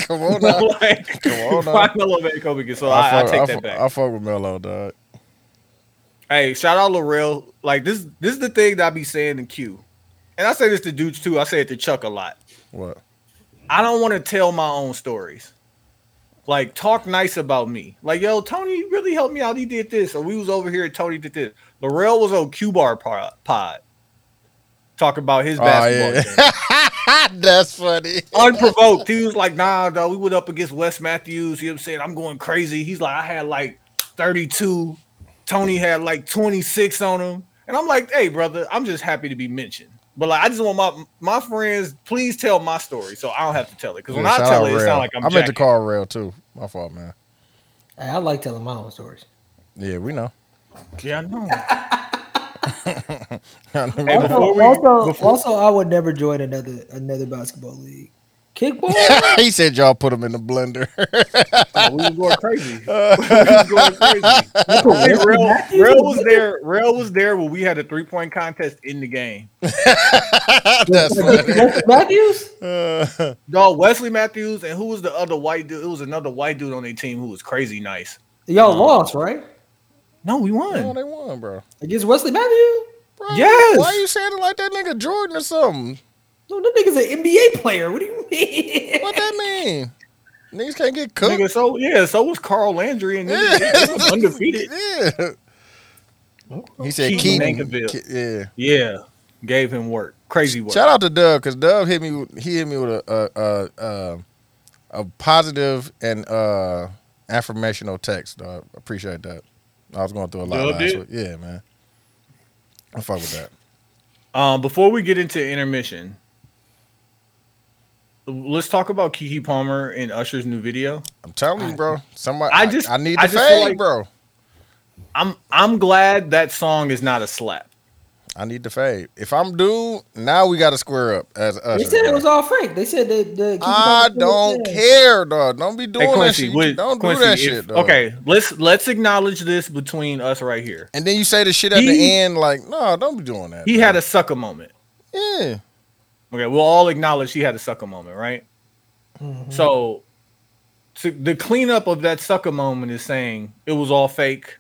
come on now. like, Come on now. prime Melo made Kobe get. So I, I, fuck- take that fuck- back. I fuck with Melo, dog. Hey, shout out Laurel. Like this, this is the thing that I be saying in Q, and I say this to dudes too. I say it to Chuck a lot. What? I don't want to tell my own stories. Like talk nice about me. Like yo, Tony really helped me out. He did this, or we was over here. Tony did this. Laurel was on Q Bar pod, pod talking about his Oh, basketball. yeah. journey. Ah, That's funny. Unprovoked, he was like, "Nah, though, we went up against Wes Matthews. You know what I'm saying? I'm going crazy." He's like, "I had like 32. Tony had like 26 on him." And I'm like, "Hey, brother, I'm just happy to be mentioned." But like, I just want my my friends, please tell my story, so I don't have to tell it. Because when Yeah, I shout tell out it, it Rail. sounds like I'm. I meant to jacking. call Rail too. My fault, man. I like telling my own stories. Yeah, we know. Yeah, I know. I Hey, Also, before we- also, also, I would never join another another basketball league. Kickball? know. he said y'all put him in the blender. Oh, we was going crazy. we was going crazy. Hey, Rail, Rail was there. Rail was there when we had a three point contest in the game. That's funny. That's Matthews? Uh, No, Wesley Matthews and who was the other white dude? It was another white dude on their team who was crazy nice. Y'all lost, right? No, we no, won. they won, bro. Against Wesley Matthews? Bro, Yes. Why you saying it like that nigga Jordan or something? No, that nigga's an NBA player. What do you mean? What that mean? Niggas can't get cooked. Nigga, so yeah, so was Carl Landry and then they was undefeated. Yeah. Oh, He said Keaton Keaton. Mankerville. Ke- yeah. Yeah, gave him work, crazy work. Shout out to Dub because Dub hit me. He hit me with a a a, a, a positive and uh, affirmational text. Dog, appreciate that. I was going through a lot Dub last did? week. Yeah, man. I fuck with that. Um, before we get into intermission, let's talk about Kiki Palmer and Usher's new video. I'm telling you, bro. Somebody, I I just- just I need I the just feel fade, like- bro. I'm I'm glad that song is not a slap. I need the fade. If I'm due, now we got to square up as us. They said it was all fake. They said that the I don't care, dog. Don't be doing Hey that Quincy, shit. what- don't Quincy, do that if- shit, dog. okay, let's let's acknowledge this between us right here. And then you say the shit at He- the end, like, no, don't be doing that. He had a sucker moment. yeah. Okay, we'll all acknowledge he had a sucker moment, right? Mm-hmm. So, to, the cleanup of that sucker moment is saying it was all fake,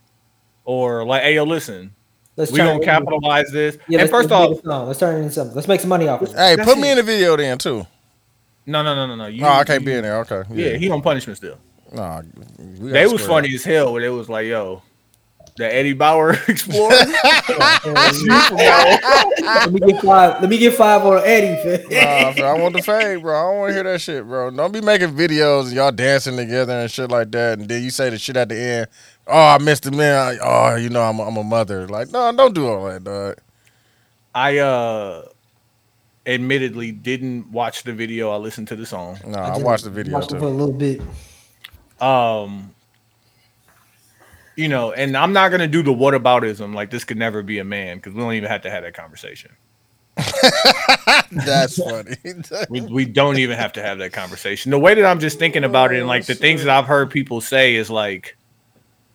or like, hey, yo, listen, Let's We turn gonna it into- capitalize this. Yeah, and let's, first let's off, make a song. let's turn it into something. Let's make some money off of it. Hey, That's put me it. in the video then too. no, no, no, no, no. You, No, Oh, I can't you- be in there. Okay. Yeah, he on punishment still. No, we They gotta was square funny as hell when it was like, yo, the Eddie Bauer Explorer. let me get five. Let me get five on Eddie. Nah, I want the fade, bro. I don't want to hear that shit, bro. Don't be making videos and y'all dancing together and shit like that. And then you say the shit at the end. Oh, I missed the man. Oh, you know I'm a, I'm a mother. Like, no, don't do all that, dog. I uh admittedly didn't watch the video. I listened to the song. No, I, watched the video Watch it for a too. little bit. Um you know, and I'm not gonna do the whataboutism like this could never be a man because we don't even have to have that conversation. That's funny. We, we don't even have to have that conversation. The way that I'm just thinking about it and like the things that I've heard people say is like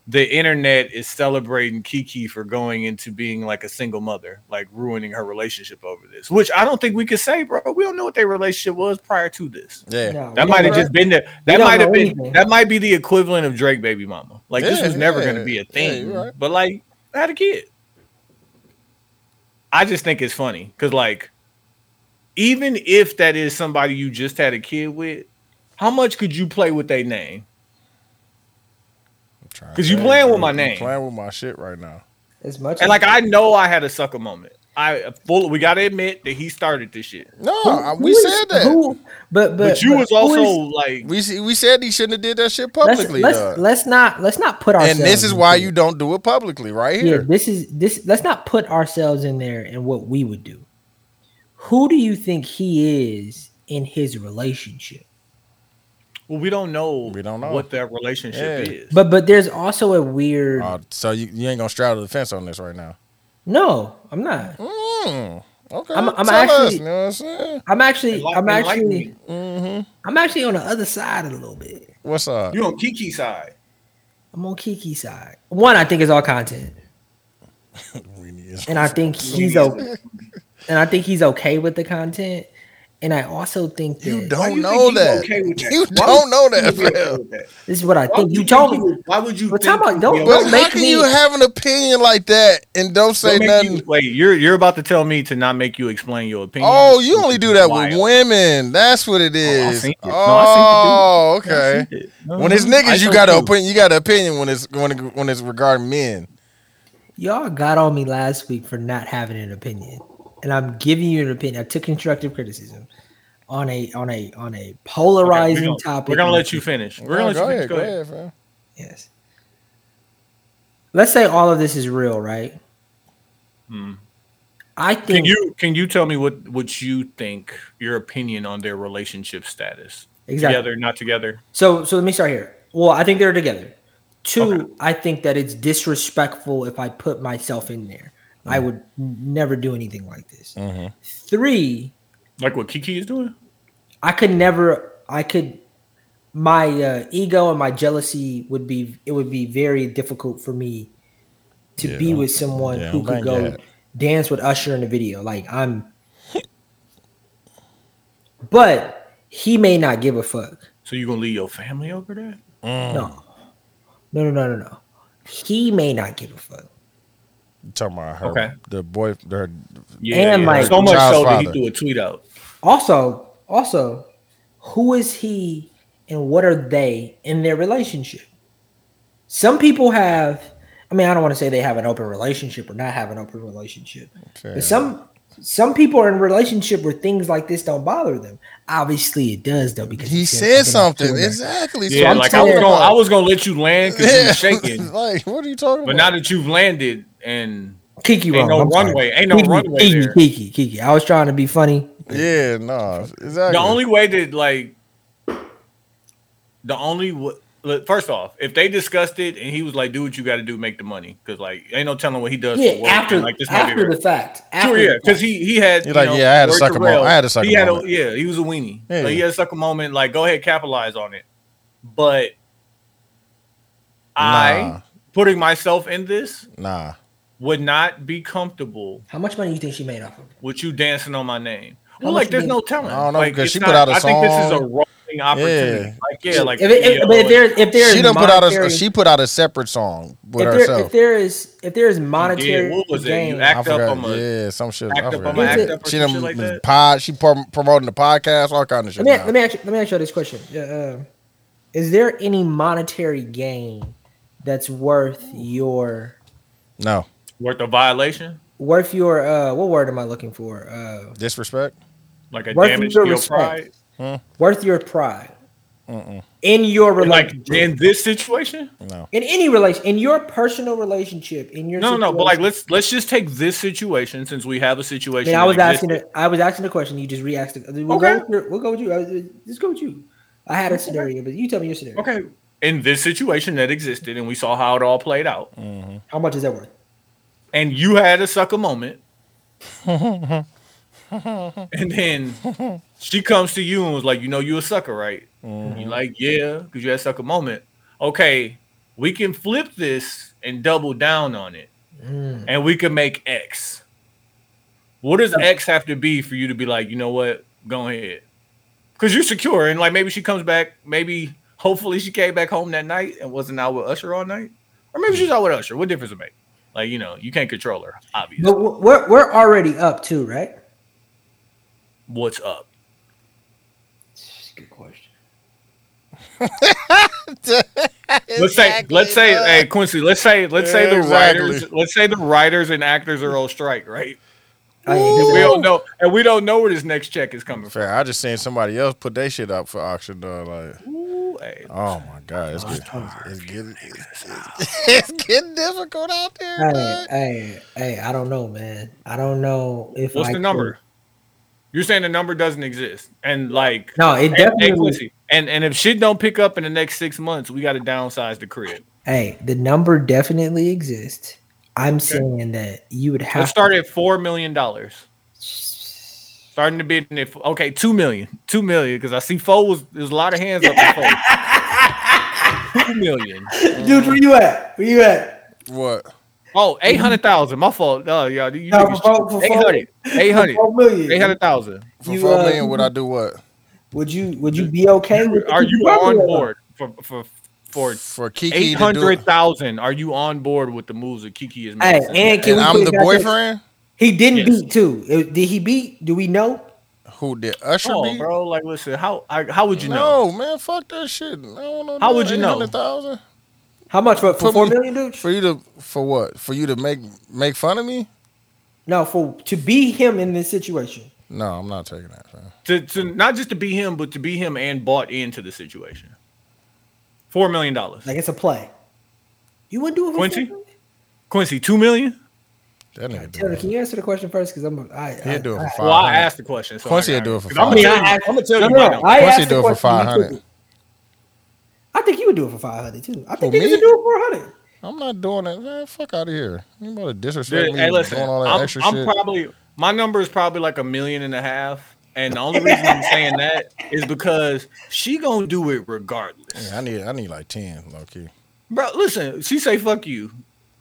the internet is celebrating Kiki for going into being like a single mother, like ruining her relationship over this, which I don't think we could say, bro. We don't know what their relationship was prior to this. yeah. No, That we might have don't- just been the we that don't might have know been anything. that might be the equivalent of Drake baby mama. Like this Yeah, was never yeah, going to be a yeah, thing, you're right. but like I had a kid. I just think it's funny because like even if that is somebody you just had a kid with, how much could you play with their name? Trying 'Cause to you tell playing with bro, my you name. Playing with my shit right now. as much. And as- like I know I had a sucker moment. I full we gotta admit that he started this shit. No, Who- I, we who is- said that. who- but but But, you but was who also like we s- we said he shouldn't have did that shit let's, publicly. let's, uh, dog. let's not let's not put ourselves. and this is why in- you don't do it publicly, right Yeah, here. this is this. Let's not put ourselves in there and what we would do. Who do you think he is in his relationship? well, we don't know We don't know. what that relationship Yeah. is. But but there's also a weird. Uh, so you, you ain't gonna straddle the fence on this right now. no, I'm not. Mm, okay. I'm- I'm Tell us, actually- you know what I'm saying? Mm-hmm. I'm actually. Enlight- I'm enlighten actually. me. I'm actually on the other side a little bit. What's up? you on Kiki side. I'm on Kiki's side. One, I think is all content, and I think he's okay. And I think he's okay with the content, and I also think that You Why don't you know think he's that. okay with that? You Why don't know would that, you be okay fam. with that? this is what I Why think. would You told think me. he would- Why would you? But think time out, he'd don't- be But okay? how make can me- you have an opinion like that and don't say Don't make nothing? you- wait, you're you're about to tell me to not make you explain your opinion. oh, you only do that Wild. with women. That's what it is. seen it. Oh, No, I seen okay. Shit. When it's No, I niggas, you know got an too. opinion. You got an opinion when it's when it, when it's regarding men. Y'all got on me last week for not having an opinion, and I'm giving you an opinion. I took constructive criticism on a on a on a Okay, we're polarizing gonna- topic. We're gonna let you finish. We're gonna Oh, let you go, finish. ahead, Go go ahead. ahead, fam. Yes. Let's say all of this is real, right? I think Hmm. Can you can you tell me what what you think your opinion on their relationship status? Exactly. Together, not together. So so let me start here. Well, I think they're together. Two, I think that it's disrespectful if I put myself in there. I Mm-hmm. would n- never do anything like this. Three, Like what Kiki is doing? I could never. I could. My uh, ego and my jealousy would be. It would be very difficult for me to be with someone yeah, who I'm could like go that. dance with Usher in a video. Like I'm. but he may not give a fuck. So you gonna leave your family over there? Oh. No. No. No. No. No. No. He may not give a fuck. You talking about her, Okay. the boy, her, And, like, so much Child's so that he father. threw a tweet out. Also, also, who is he and what are they in their relationship? Some people have, I mean, I don't want to say they have an open relationship or not have an open relationship. Okay. But some some people are in a relationship where things like this don't bother them. Obviously it does though, because he it's said just fucking something absurd. exactly. Yeah, I'm like I was saying- gonna I was gonna let you land because you were shaking. like what are you talking But now about? that you've landed and Kiki Ain't wrong. no I'm sorry. runway. Ain't no Kiki, runway Kiki, there. Kiki, Kiki. I was trying to be funny. yeah, no, exactly. the only way that like the only w- look, first off, if they discussed it and he was like, "Do what you got to do, make the money," because like ain't no telling what he does. for Yeah, work, after and, like this might be after real. the fact. Sure, After yeah, the because fact. he he had You're you like, know, "Yeah, I had a worked sucker the moment. rail. I had a sucker he had moment." a, yeah, he was a weenie. Yeah. Like, he had a sucker moment. Like go ahead, capitalize on it. But Nah. I putting myself in this nah, would not be comfortable How much money do you think she made off of it? with you dancing on my name. How Well, much like there's you no make? telling. I don't know, Like, because it's she put out a I think this is a song. raw marketing opportunity. Yeah. Like yeah, like if, if, video but if there, if there is She done put out a monetary- she put out a separate song with if there, herself. if there is if there is and- you did. monetary What was it? gain, You I act up forgot. on a yeah, some shit. act I up, forgot. I'ma act up or she some done shit like that? pod. She prom- promoting the podcast, all kind of shit. Let me, now. let me ask you, let me ask you this question. Yeah, Uh, is there any monetary gain that's worth your no worth a violation, worth your uh what word am I looking for? Uh disrespect. like a Worth damage to your your respect. pride. worth your pride in your But like relationship. in this situation, in any relation in your personal relationship in your no, no. But like, situation- let's let's just take this situation since we have a I situation. mean, I was that asking existed. the, I was asking the question you just re-asked it. We'll, Okay. go with your, we'll go with you. I was, just go with you. I had a scenario, but you tell me your scenario. Okay, in this situation that existed, and we saw how it all played out, How much is that worth? and you had a sucker moment, and then she comes to you and was like, "You know, you a sucker, right?" And You're like, "Yeah," because you had a sucker moment. Okay, we can flip this and double down on it, and we can make X. What does X have to be for you to be like, you know what, go ahead? Because you're secure, and like maybe she comes back, maybe hopefully she came back home that night and wasn't out with Usher all night, or maybe she's out with Usher. What difference it make? Like you know, you can't control her. Obviously, But we're- we're we're already up too, right? what's up? Good question. let's say let's say hey Quincy, let's say let's say the Exactly. writers let's say the writers and actors are on strike, right? I ain't We don't know and we don't know where this next check is coming from. Fair. I just seen somebody else put their shit up for auction. Dog. Like, Ooh, hey. oh my god, it's getting it's getting it's, getting difficult out there. Hey, dog. hey, hey, I don't know, man. I don't know if What's I the could- number? You're saying the number doesn't exist. And like No, it hey, hey, definitely. Quincy, and, and if shit don't pick up in the next six months, we gotta downsize the crib. Hey, the number definitely exists. I'm saying that you would have Let's start at four million dollars. Starting to bid in it. Okay, two million. Two million, because I see four was there's a lot of hands up for four. two million. to, dude. Where you at? Where you at? What? Oh, 800,000. My fault. No, y'all. You No, niggas for- for- cheap. 800. 800. Four million. 800,000. For You, four uh, million, would I do what? Would you would you be okay? With Are what you brought me on up? board for for for For Kiki to do it? 800,000? Are you on board with the moves that Kiki is Hey, making? and can And we I'm the put it out there? boyfriend. He didn't Yes. beat too. Uh, Did he beat? Do we know? Who did Usher Come on, beat? bro. Like, listen, how I, how would you know? No, man, fuck that shit. I don't know. How would you know? 800,000? How much for, for Put four me- million, dude? For you to for what? For you to make make fun of me? No, for to be him in this situation. No, I'm not taking that, man. To, to not just to be him, but to be him and bought into the situation. Four million dollars. Like it's a play. You wouldn't do it for Quincy? four million? Quincy, two million. That nigga do Taylor, it. can you answer the question first? Because I'm. I, I, He'd do it for Well, I 500. asked the question. So Quincy I would got do it. it for Because I'm gonna tell you- 500. I'm gonna tell you. No, no, right now. I Quincy asked do it the for question, you 500. took it. I think you would do it for five hundred too. I think Who, you me? would do it for hundred. I'm not doing it, man. Fuck out of here. You about to disrespect Dude, me hey, listen, doing all that I'm, extra I'm shit. probably my number is probably like a million and a half, and the only reason I'm saying that is because she gonna do it regardless, Yeah, I need I need like 10, low key. bro. Listen, she say fuck you,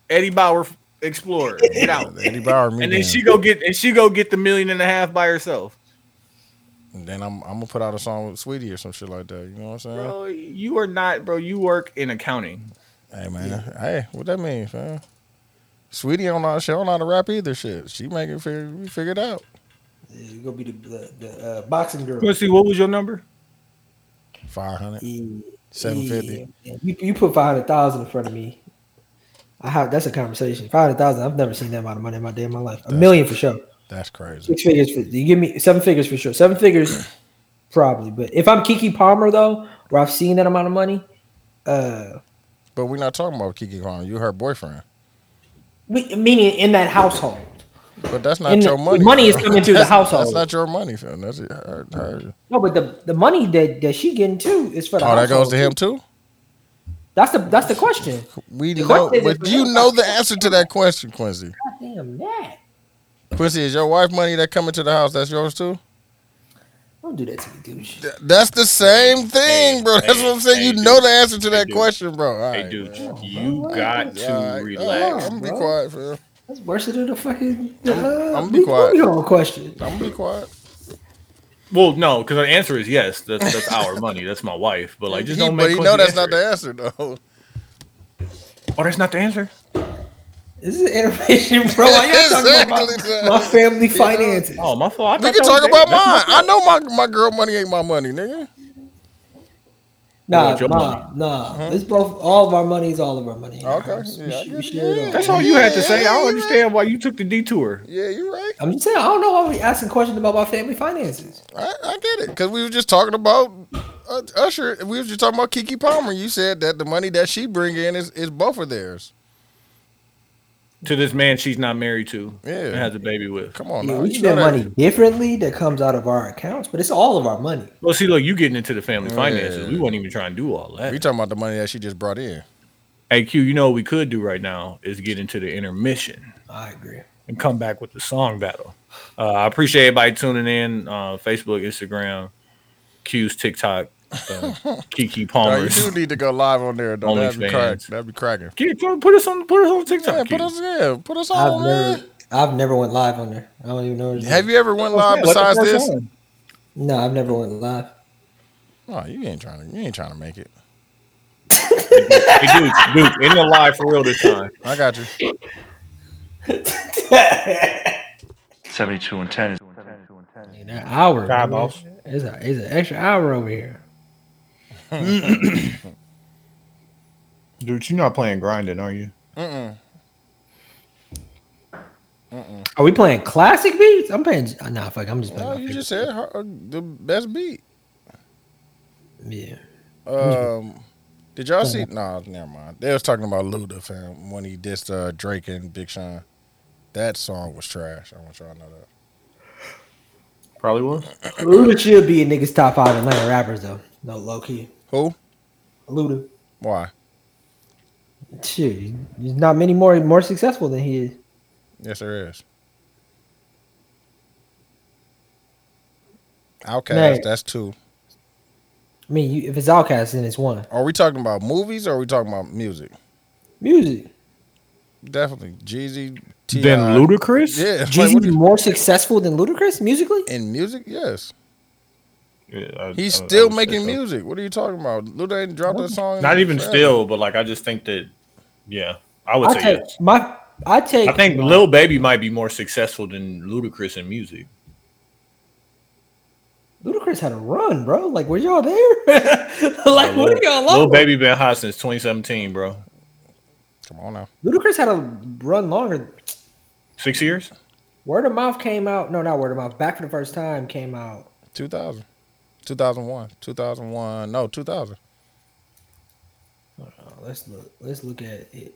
Eddie Bauer Explorer, get out, Eddie Bauer me. and then down. she go get and she go get the million and a half by herself. And then I'm I'm gonna put out a song with Sweetie or some shit like that. You know what I'm saying? Bro, you are not, bro. You work in accounting. Hey man, hey, what that mean, man? Sweetie don't know she don't know how to rap either. Shit, she make it figure we figure it out. You're gonna be the the, the uh, boxing girl. Quincy, what was your number? 500, Yeah, 750. yeah. You, you put five hundred thousand in front of me. I have that's a conversation. Five hundred thousand. I've never seen that amount of money in my day in my life. A million for sure. That's crazy. Six figures. For, you give me seven figures for sure. Seven figures, probably. But if I'm Kiki Palmer though, where I've seen that amount of money, uh, But we're not talking about Kiki Palmer. You her boyfriend, we, meaning in that household. but that's not And your the money. money is fam. coming through the That's- household. Mm-hmm. That's not your money, fam. That's her. her. No, but the, the money that, that she getting too is for the Oh, that goes household. to him too. That's the that's the question. We The know, question is but for you him. know the answer to that question, Quincy. God damn that. Quincy, is your wife money that coming to the house? That's yours too. Don't do that to me, dude. Th- That's the same thing, Hey, bro. That's hey, what I'm saying. hey, you dude. know the answer to Hey, that dude. question, bro. All right, Hey, dude, you got All right. to All right, relax. I'm gonna be bro. quiet, fam. That's worse than the fucking uh, I'ma be quiet. Big Booty Hole question. I'm gonna be quiet. Well, no, because the answer is yes. That's that's our money. That's my wife. But like, just He- don't but make. you Quincy know that's answer not the answer Oh, though. it. Oh, that's not the answer. This is information, bro. Why y'all talking about Exactly. my, my family finances? Oh, my fault. I We thought that can talk was- about that's mine. I know my my girl money ain't my money, nigga. want Nah, your nah, nah. It's both. All of our money is all of our money. in our Uh-huh. Okay, house. We yeah, I sh- get we it, share it all. That's all you had to say. I don't understand why you took the detour. Yeah, you right. I'm just saying. I don't know why we asking questions about my family finances. I, I get it because we were just talking about uh, Usher. We were just talking about Kiki Palmer. You said that the money that she bring in is, is both of theirs. To this man she's not married to. Yeah. And has a baby with. Come on, Yeah, now. we You spend know that- money differently that comes out of our accounts, but it's all of our money. Well, see, look, you getting into the family finances. Yeah. We wasn't even trying to do all that. We talking about the money that she just brought in. Hey Q, you know what we could do right now is get into the intermission I agree. and come back with the song battle. Uh, I appreciate everybody tuning in. Uh, Facebook, Instagram, Q's TikTok, uh, Kiki Now, you Palmer's. do need to go live on there though. That'd be, crack. OnlyFans. That'd be cracking. Q, put put us on put us on TikTok. Yeah, Q. put us yeah, put us I've on, never, man. I've never went live on there. I don't even know. What Have you ever went Yeah, live let us besides know this? something. No, I've never went live. No, you ain't trying to. You ain't trying to make it. Hey, Duke, Duke, in the live for real this time. I got you. 72 and 10 is An hour. God, man. boss. It's, a, it's an extra hour over here. Dude, you're not playing grinding, are you? Are we playing classic beats? I'm playing. Nah, fuck. I'm just playing. No, my you favorite- just said her, uh, the best beat. yeah. Um, did y'all see? Nah, never mind. They was talking about Luda fam when he dissed uh, Drake and Big Sean. That song was trash. I want y'all to know that. Probably was. Luda should be a nigga's top five Atlanta rappers though. No low key. Who? Luda. Why? Shoot, there's not many more more successful than he is. Yes, there is. Outcast. Man. That's two. I mean, you, if it's Outkast, then it's one. Are we talking about movies or are we talking about music? Music. Definitely. Jeezy. T.I.. Then Ludacris? Yeah. like, Jeezy what be do you- more successful than Ludacris musically? in music, yes. Yeah, I- He's I- I still would say making so. music. What are you talking about? Luda ain't dropped a song. in Not even forever. still, but like I just think that, yeah, I would I say take yes. my. I take. I think Lil Baby might be more successful than Ludacris in music. Ludacris had a run, bro. Like, were y'all there? like, what are y'all Lil on? Baby been hot since 2017, bro. Come on now. Ludacris had a run longer. Six years. Word of mouth came out. No, not word of mouth. Back for the first time came out. 2000. 2001. 2001. No, 2000. Oh, let's look. Let's look at it.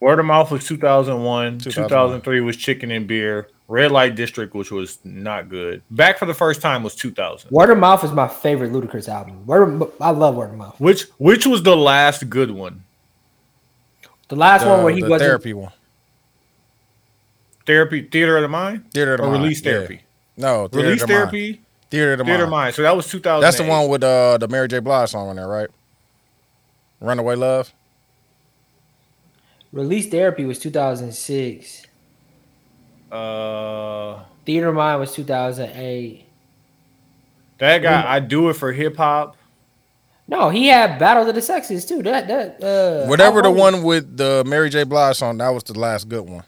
Word of mouth was 2001. 2001. 2003 was Chicken and Beer. Red Light District, which was not good. Back for the first time was 2000, Word of mouth is my favorite Ludacris album. Word. Of, I love word of mouth. which which was the last good one. The last one where The- he the wasn't. therapy one. Therapy, Theater of the Mind, Theater of the or Mind, Oh, Release yeah. Therapy. No, Theater Release of the Mind. Therapy, Theater of the Theater of Mind. Mind. So that was 2000. That's the one with uh, the Mary J. Blige song on there, right? Runaway Love. Release therapy was 2006. Uh, Theater of Mind was 2008. that guy. I do it for hip hop. No, he had Battle of the Sexes too. That that uh, Whatever the album- one with the Mary J. Blige song, that was the last good one.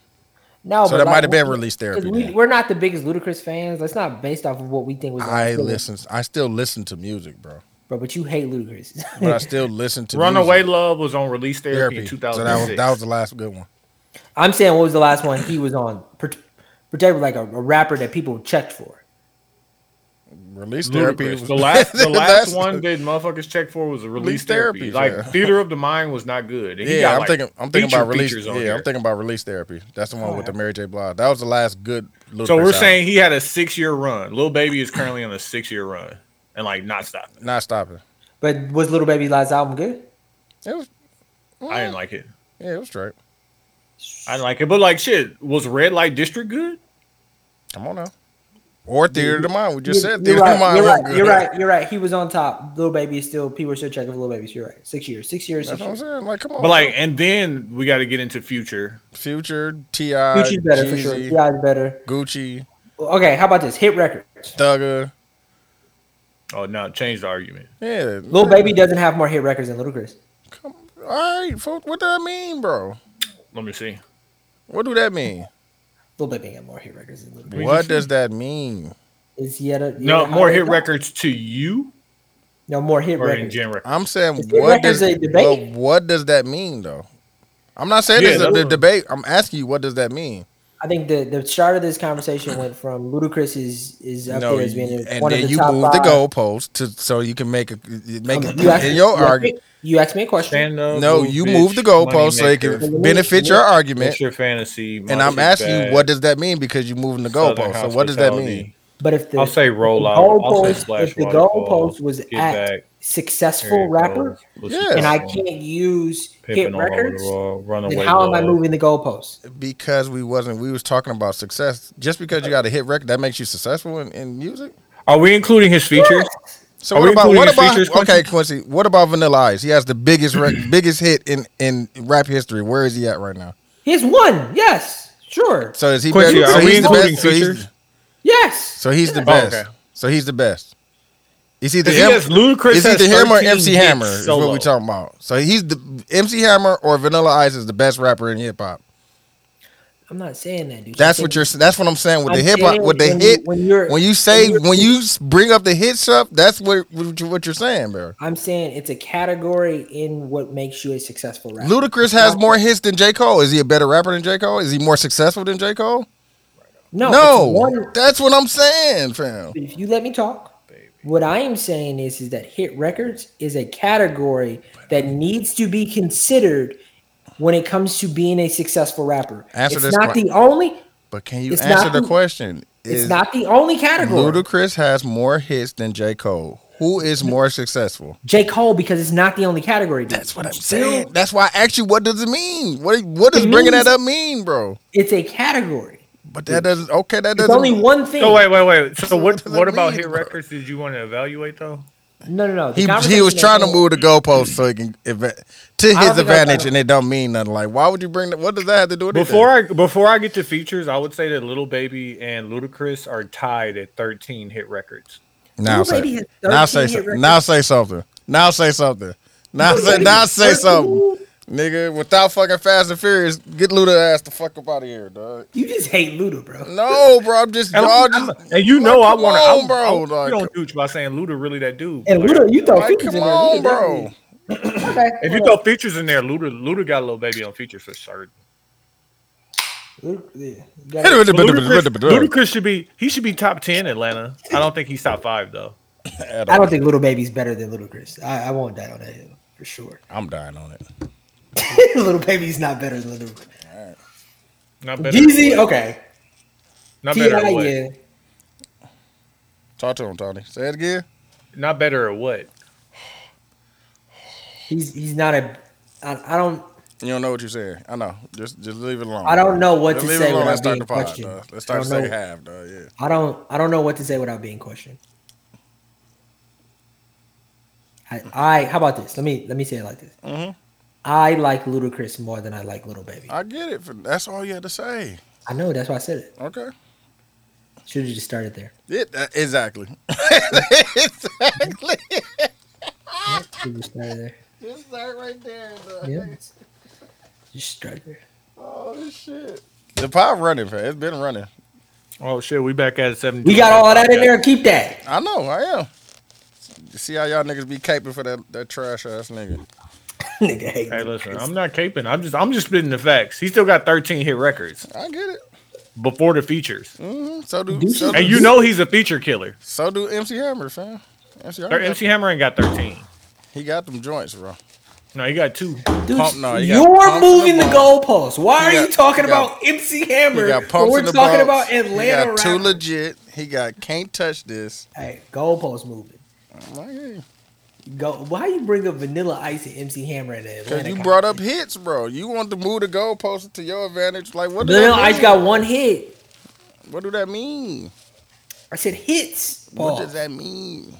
No, so but that like, might have been we- Release Therapy. We, then. we're not the biggest Ludacris fans. That's not based off of what we think was. I Ludacris. listen. I still listen to music, bro. bro. But you hate Ludacris. But I still listen to Runaway music. Love was on Release Therapy, in Therapy. So that 2006. was that was the last good one. I'm saying, what was the last one he was on? Part- Particularly like a, a rapper that people checked for. Release Therapy. Ludacris. was- The last, the that's- last one that motherfuckers checked for was a release Release therapy. Therapy, Like yeah. Theater of the Mind was not good. And he Yeah, got, I'm like, thinking. I'm thinking feature about release. features Yeah, on here. Oh, I'm thinking about release therapy. That's the one with the Mary J. Blige. That was the last good. Ludacris So we're album. saying he had a six year run. Lil Baby is currently on a six year run and like not stopping. not stopping. But was Little Baby last album good? It was. I didn't like it. Yeah, it was straight. I didn't like it. But like shit, was Red Light District good? Come on now. Or theater of the mind. We just You're- said theater you're of right, the mind. You're wasn't right. You're good. right. You're right. He was on top. Little Baby is still people are still checking for Little Babies. You're right. Six years. Six years. That's what Six I'm years. saying. Like, come on. But like, and then we got to get into Future. Future, Ti, Gucci's better for sure. Jeezy, Yeah, better. Gucci. Okay, how about this hit record? Thugger. Oh, now change the argument. Yeah. Lil Baby doesn't have more hit records than Little Chris. All right, fuck. What does that mean, bro? Let me see. What do that mean? Lil Baby got more hit records than Little Chris. What does that mean? Is he at a, No, more hit records. records to you No more hit or in records. general. I'm saying Is it what records does a debate? but what does that mean though? I'm not saying Yeah, it's a that's- the debate. I'm asking you what does that mean? I think the, the start of this conversation went from Ludacris is is up No, there as you- being and one of then the you top move five. the goalpost to so you can make a make it You asked in me- your you asked argument. me- You asked me a question. Stand up, No, move, you bitch, move the goalpost so it moneymaker, can benefit your argument. What's your fantasy? And I'm asking you what does that mean because you're moving the goalpost. So what does that mean? But if the, I'll say roll out. I'll say goalpost, splash if the waterfall, goalpost was get at back, successful rapper Yeah. and I can't use hit Pimping all over records, the world, run away. then how am I love. moving the goalpost? Because we wasn't we was talking about success. Just because you got a hit record that makes you successful in, in music. Are we including his features? So Are what we about what including about features, Quincy? okay Quincy? What about Vanilla Ice? He has the biggest rec- biggest hit in in rap history. Where is he at right now? He has one. Yes. Sure. So is he Quincy, better- are so we he's the including best? So he's, features? Yes. so he's the Oh, best. okay. So he's the best. Is either Because he him, has Ludacris is either has him or 13 MC hits Hammer? Is what solo. we talking about. So he's the MC Hammer or Vanilla Ice is the best rapper in hip hop. I'm not saying that, dude. That's I'm what saying- you're. That's what I'm saying with the I'm hip hop. saying With the when you- hit, when when, you're- you say when when, you're- you s- bring up the hit stuff, that's what what you- what you're saying, bro. I'm saying it's a category in what makes you a successful rapper. Ludacris has more hits than J Cole. Is he a better rapper than J Cole? Is he more successful than J Cole? no, No, it's one- that's what I'm saying, fam. if you let me talk, what I am saying is is that hit records is a category that needs to be considered when it comes to being a successful rapper. Answer it's this not que- the only. But can you It's answer not- the question? It's Is not the only category. Ludacris has more hits than J Cole. Who is more successful? J Cole because it's not the only category. Dude. That's what I'm saying. That's why I asked you, what does it mean? What what does bringing means- that up mean, bro? It's a category. But that doesn't. Okay, that It's doesn't. only one thing. So wait, wait, wait. So what? does that What about mean, hit bro? records? Did you want to evaluate though? no, no, no. The he, he conversation was that trying to goes- move the goalpost so he can eva- to I don't his think I- advantage, and it don't mean nothing. Like, why would you bring that? What does that have to do with anything? Before I before I get to features, I would say that Little Baby and Ludacris are tied at 13 hit records. Now Lil say, Baby has now 13 say, hit so- records. now say something. Now say something. Now Lil say, Baby now is say 13. something, nigga. Without fucking Fast and Furious, get Luda ass the fuck up out of here, dog. You just hate Luda, bro. No, bro, I'm just, And, y'all I'm- just, and you know I like, want come to. on, bro, like- you don't do it by saying Luda really that dude. And Like, Luda, you throw like, features come in there. on, Luda bro. definitely- Okay. If you throw features in there, Luda Luda got a little baby on features for certain. Luda, yeah, you got it. Ludacris, Ludacris- Ludacris should be he should be top ten Atlanta. I don't think he's top five though. I don't think Little Baby's better than Little Chris. I, I won't die on that hill for sure. I'm dying on it. Little Baby's not better than Little Chris. Not better. Jeezy, okay. Not Ti, better. At what? yeah. Talk to him, Tony. Say it again. Not better at what? He's he's not a. I, I don't You don't know what you're saying. I know. Just, just leave it alone. I don't know what Just to leave say it alone. without Let's start being the pod. questioned. dog. Let's I start the second don't know. half, dog. Yeah. I don't I don't know what to say without being questioned. I, I how about this? Let me let me say it like this. Mm-hmm. I like Ludacris more than I like Little Baby. I, I get it. For, that's all you had to say. know that's why I said it. Okay. Should have just started there. It, uh, exactly. exactly. Should have started there. Just that right there. Dog. Yeah. Just started there. Oh shit. The pod running, fam. It's been running. Oh shit, we back at seventy. We got all of that in there. Keep that. I know. I am. You see how y'all niggas be caping for that, that trash ass nigga. Nigga, hate Hey, Ludacris. listen, I'm not caping. I'm just I'm just spitting the facts. He still got 13 hit records I get it. before the features. Mhm. So do so And do, Mm-hmm. you know he's a feature killer. so do MC Hammer, fam. MC Hammer, Mm-hmm. Thir- MC Hammer ain't got 13. he got them joints, bro. No, he got two. Dude, Pump- no, you got you're pumps in moving the the goalposts. Why are You you, got- talking you got- about MC He Hammer? got when pumps we're in the talking Bronx. about Atlanta He got too rappers? legit. He got can't touch this. Hey, goalposts moving. I'm like, hey. Go. Why you bring up Vanilla Ice and MC Hammer in the Cause Atlanta? you con- brought up hits, bro. You want to move the goalpost to your advantage. Like what? Do Vanilla that Ice mean? got one hit. What do that mean? I said hits. What Pause. does that mean?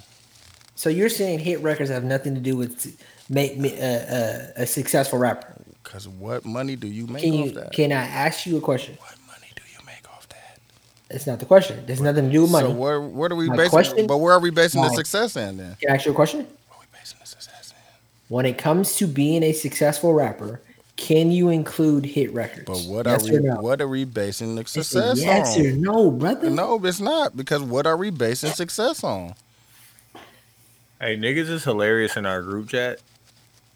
So you're saying hit records have nothing to do with make me uh, uh, a successful rapper? Cause what money do you make Can off you? that? Can I ask you a question? what money do you make off that? That's not the question. There's nothing to do with money. So where where do we My basing? question- but where are we basing the My- success in then? Can I ask you a question? When it comes to being a successful rapper, can you include hit records? But what yes are we Or no? what are we basing the It's a success yes on? or no, brother? No, it's not because what are we basing success on? Hey, niggas is hilarious in our group chat.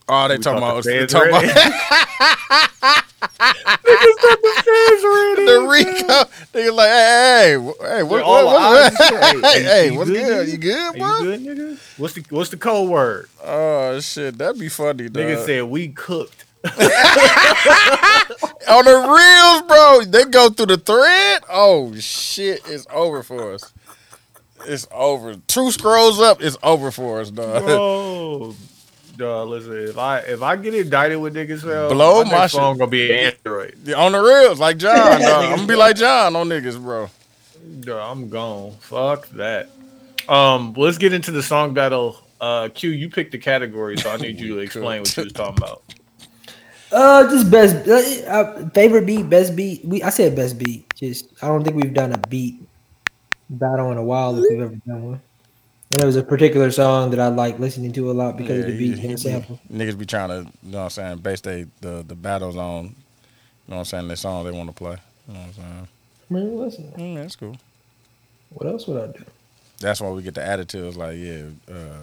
Oh, they We talking thought about, the they feds talking about ready. the Rico. They like, hey, hey, hey, hey, what, all what, what, eyes and shit. Hey, hey, hey, you- you what's good, good? nigga? You good, Are boy? you good, nigga? What's the what's the code word? Oh shit, that'd be funny, dog. Nigga said we cooked. On the reels, bro, they go through the thread. Oh shit, it's over for us. It's over. Two scrolls up, it's over for us, dog. Bro. Dog, listen, if I if I get indicted with niggas, well, Blow my, my next shit. phone gonna be an Android. Yeah, On the reels, like John, dog. I'm gonna be like John on niggas, bro. Dog, I'm gone. Fuck that. Um, let's get into the song battle. Uh, Q, you picked the category, so I need you to explain what you was talking about. Uh, just best uh, uh, favorite beat, best beat. We I said best beat. Just I don't think we've done a beat battle in a while if we've ever done one. And there was a particular song that I like listening to a lot because of the he- beat and he the be- sample. Niggas be trying to, you know what I'm saying, base they the, the battles on, you know what I'm saying, the song they want to play. You know what I'm saying? Man, listen, Mm, that's cool. what else would I do? That's why we get the attitudes like, yeah, uh,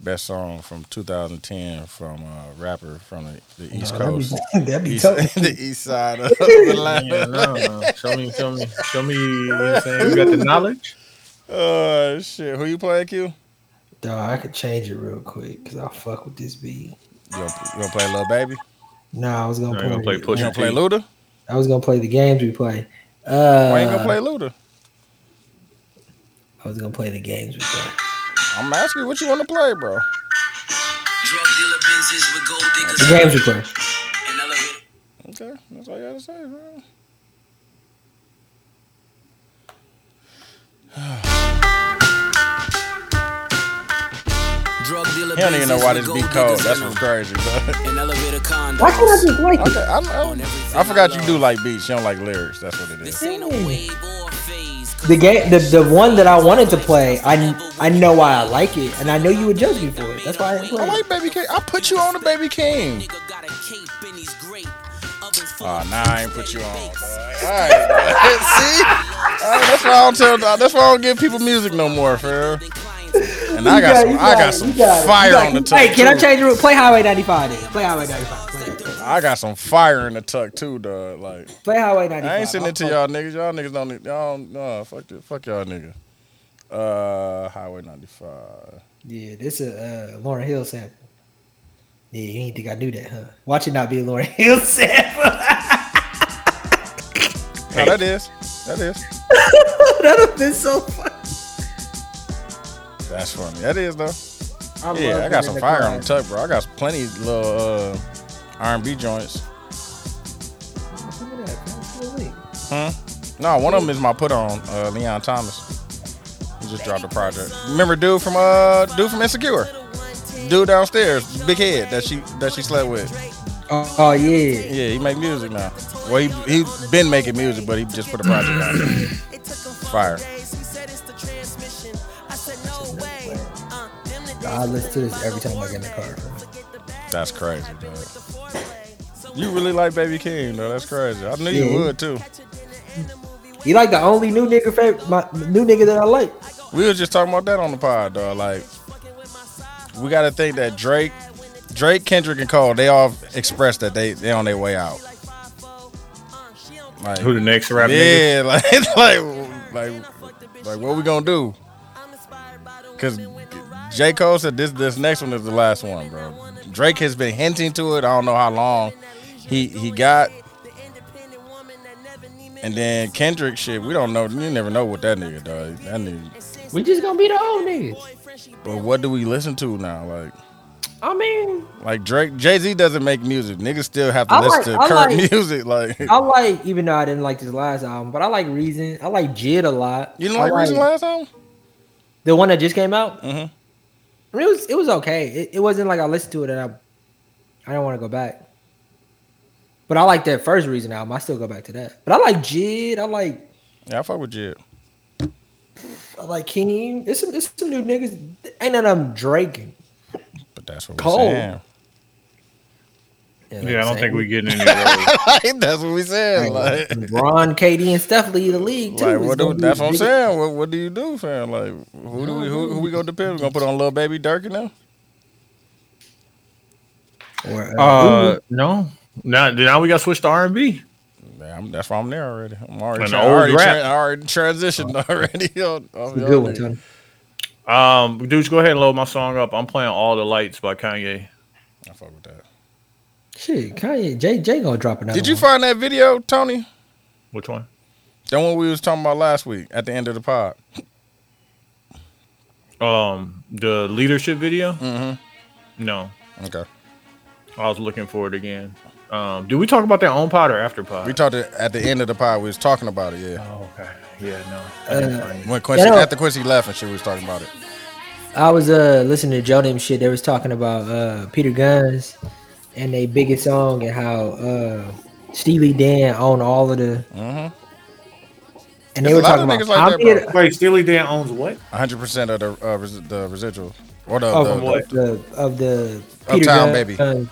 best song from 2010 from a rapper from the, the East That'd Coast. be, that'd be East, tough. the east side of the land. Yeah, no, no. Show me, show me, show me. You know what I'm saying? You got the knowledge. Oh, shit. Who you playing, Q? You Dog, I could change it real quick because I fuck with this beat. gonna, you gonna play Lil Baby? Nah, I was gonna No, you gonna play. play You Pusha gonna play T. Luda? I was gonna play the games we play. Why you gonna Uh, play Luda? I was gonna play the games we play. I'm asking you what you wanna play, bro. Drug dealer business with gold diggers The games we play. and elevator. Okay, that's all you gotta say, bro. Drug dealer He don't even know why this beat called. That's what's crazy. But an elevator condo. Why can't I just like it? okay, I'm, I'm, I forgot you do like beats. You don't like lyrics. That's what it is. This ain't a wave or a phase. The game, the, the one that I wanted to play, I I know why I like it, and I know you would judge me for it. That's why I didn't I play. it. like Baby King. I put you on the Baby King. Nigga got a cape and he's great. Ovens full Oh, of nah, I ain't put you steady on. bakes. dog. All right, dog. see? All right, that's why I don't tell. That's why I don't give people music no more, fam. Then And clients I got You some. you I it, got some you got it, you fire got on the it. tuck. Hey, can I too. change the rule? Play Highway 95 then. Play Highway 95. Play, that. I got some fire in the tuck too, dog. Like Play Highway 95. I ain't sending it to y'all niggas. Y'all niggas don't. need- Y'all no. Fuck it. Fuck y'all nigga. Uh, Highway 95. Yeah, this a uh, Lauren Hill sample. Yeah, you ain't think I knew that, huh? Watch it not be a Lauren Hill sample. No, that is. That is. That'd have been so fun. That's funny. That is though. I love Yeah, I being got in some the fire car. on the tuck, bro. I got plenty little uh, R&B joints. Look at that. Absolutely. No, one of them is my put on, uh, Leon Thomas. He just dropped a project. Remember dude from uh dude from Insecure? Dude downstairs, big head that she that she slept with. Oh, oh, yeah. Yeah, he make music now. Well, he he been making music, but he just put a project out. Fire. I listen to this every time I get in the car. bro. That's crazy, dog. You really like Baby King, though. That's crazy. I knew you Yeah. would too. You like the only new nigga favorite, my new nigga that I like. We was just talking about that on the pod, dog. Like, we got to think that Drake, Drake, Kendrick, and Cole, they all expressed that they they on their way out. Like, Who the next rap nigga? yeah, like, like, like, like, what we gonna do? Cause J Cole said this this next one is the last one, bro. Drake has been hinting to it. I don't know how long he he got. And then Kendrick shit, we don't know. You never know what that nigga does. That nigga We just gonna be the old niggas. But what do we listen to now? Like, I mean, like Drake, Jay Z doesn't make music. Niggas still have to I listen like- to I current like- music. Like, I like even though I didn't like this last album, but I like Reason. I like Jid a lot. you didn't I like Reason last album? the one that just came out. Mhm. I mean, it was it was okay. It, it wasn't like I listened to it and I I don't want to go back. But I like that first Reason album. I still go back to that. But I like Jid. I like Yeah, I fuck with Jid. I like Keem. It's some, it's some new niggas. Ain't none of them Drake. But that's what Cold. we're saying. Yeah, I don't think we're getting any of those. like, that's what we said. Like, Ron, KD, and Steph lead the league too. like, It's what gonna do, be that's what I'm big- saying. What, what do you do, fam? Like, who do we who, who we gonna depend? We gonna put on little baby Dirk now? Or, Uh, no. Now, now we got switched to R and B. Yeah, I'm, that's why I'm there already. I'm already, An tra- I old already, rap. tra- I already transitioned already. on- on the Oh. good one, other- Tony. Um, dudes, go ahead and load my song up. I'm playing "All the Lights" by Kanye. I fuck with that. Shit, Kanye, Jay, Jay gonna drop another. Did you one. find that video, Tony? Which one? The one we was talking about last week at the end of the pod. Um, the leadership video. Mm-hmm. No, Okay. I was looking for it again. Um, did we talk about that on pod or after pod? We talked it at the end of the pod. We was talking about it. Yeah. Oh, okay. Yeah, no. Uh, When Quincy Yeah. after Quincy left and shit, we was talking about it. I was uh listening to Joe them shit. They was talking about uh Peter Guns and they biggest song and how uh Steely Dan owned all of the. Mm-hmm. There's And they a were lot talking of about. niggas like I'm that, bro. here- Wait, Steely Dan owns what? hundred percent of the uh, res- the residual or the, of the, what? the of the Uptown Gunn- Baby. Guns,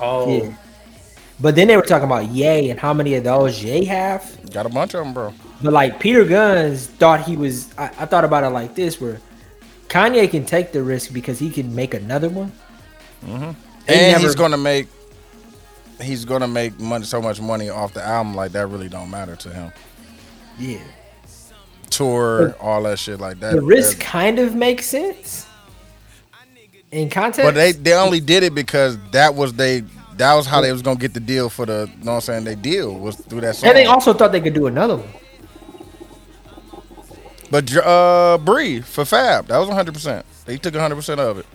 Oh, yeah. But then they were talking about Yay and how many of those Yay have. the- got a bunch of them, bro. But like Peter Guns thought he was. I, I thought about it like this, where Kanye can take the risk because he can make another one. And They he's never- gonna make he's gonna make money so much money off the album like that really don't matter to him. Yeah, Tour, all that shit like that. the risk kind of makes sense in context. but they they only did it because that was they that was how they was gonna get the deal for the. You know what I'm saying? They deal was through that song. and they also thought they could do another one. but Dr- uh, Bree for Fab that was 100. percent They took 100 percent of it.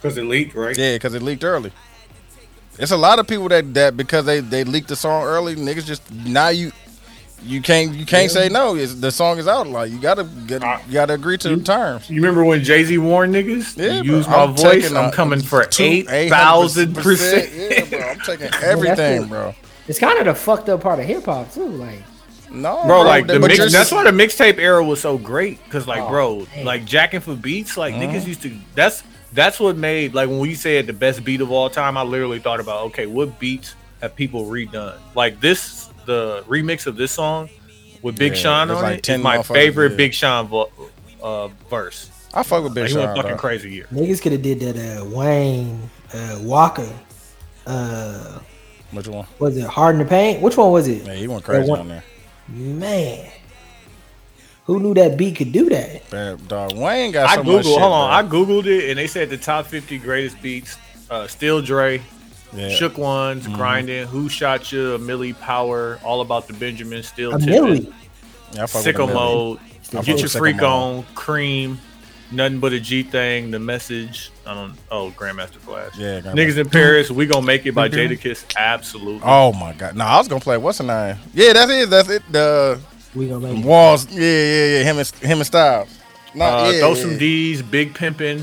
because it leaked, right? Yeah, because it leaked early. It's a lot of people that that because they they leaked the song early, niggas just now you you can't you can't say no. It's, the song is out. Like you gotta get, you gotta agree to the terms. You remember when Jay Z warned niggas? Yeah, You use bro. my I'm voice. taking I'm a- coming for two- eight thousand 800%. percent. Yeah, bro. I'm taking everything, bro. It's kind of the fucked up part of hip hop too. Like No, Bro, like the but you're Oh, mix, that's just- why the mixtape era was so great. Cause like, bro, like jacking for beats, like Uh-huh. niggas used to. That's that's what made like when we said the best beat of all time. I literally thought about okay, what beats have people redone? Like this, the remix of this song with Big Yeah, Sean it's on like it is 10 my motherfuckers, favorite yeah. Big Sean vo- uh, verse. I fuck with Big Like, he went Sean. fucking dog. crazy year. niggas could have did that. Uh, Wayne uh, Walker, uh, Which one? was it Hard in the Paint? Which one was it? Yeah, he went crazy one- on there. Man, who knew that beat could do that? Bad dog. Wayne got I so googled. much shit, hold on, bro. I googled it, and they said the top fifty greatest beats. Uh, Still Dre, yeah. Mm-hmm. Shook ones, grinding. Who shot you? Millie Power. All about the Benjamin. Still A tipping. million. Yeah, I fuck with Sicko him, mode. I fuck Get your with Sicko freak Mode. on. Cream. Nothing but a G thing. The message. I don't. Oh, Grandmaster Flash. Yeah, Grandmaster- Niggas in Paris. We gonna make it by Jadakiss. Absolutely. Oh my god. No, I was gonna play what's the name? Yeah, that's it. That's it. The We gonna make it. Walls, yeah, yeah, yeah. Him and him and Styles. No, Uh, yeah, throw yeah. some D's. Big pimpin'.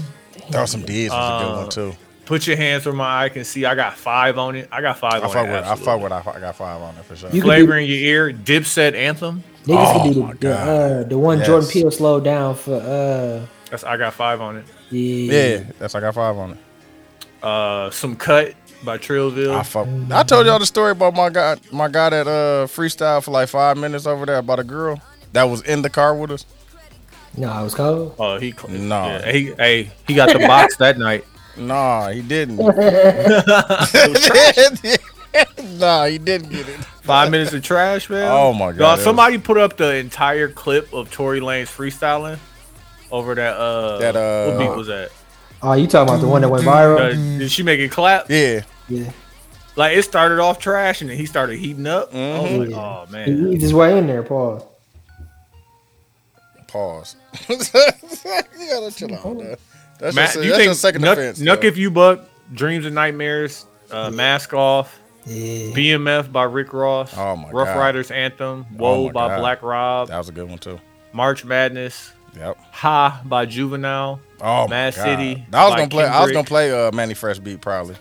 Throw some D's was a good Uh, one too. Put your hands where my eye can see. I got five on it. I got five I on fuck it. with. I absolutely. fuck with. I, fu- I got five on it for sure. You- Flavor in your ear. Dipset anthem. Niggas Oh could do my the, the, God. uh, the one Jordan Yes. Peele slowed down for uh That's I got five on it. yeah. yeah, that's I got five on it. Uh, some cut by Trillville. I fuck. I told y'all the story about my guy, my guy that uh freestyle for like five minutes over there about a girl that was in the car with us. No, I was cold. Oh, he cl- No. Yeah, he hey, he got the box that night. Nah, he didn't. nah, he didn't get it. Five minutes of trash, man. Oh my God, Dawg, it was- somebody put up the entire clip of Tory Lane's freestyling over that uh That, uh, what beat was that? Oh, you talking about the one that went viral? Uh, did she make it clap? Yeah, Yeah. Like it started off trash and then he started heating up. I was Mm-hmm. like, Mhm. oh He man. eased his way in there, Paul. pause. you gotta chill out. dog. That's Matt, just, do you that's think just second Nuck, offense. Nuck dog. if you buck, Dreams and Nightmares, uh, Mask Off, Yeah. BMF by Rick Ross, Oh my Rough God. Riders Anthem, Oh Whoa my by God. Black Rob, that was a good one too. March Madness, Yep. Ha by Juvenile. Oh, Mad my God. City I was by gonna play. I was Kendrick. gonna play uh, Manny Fresh beat probably.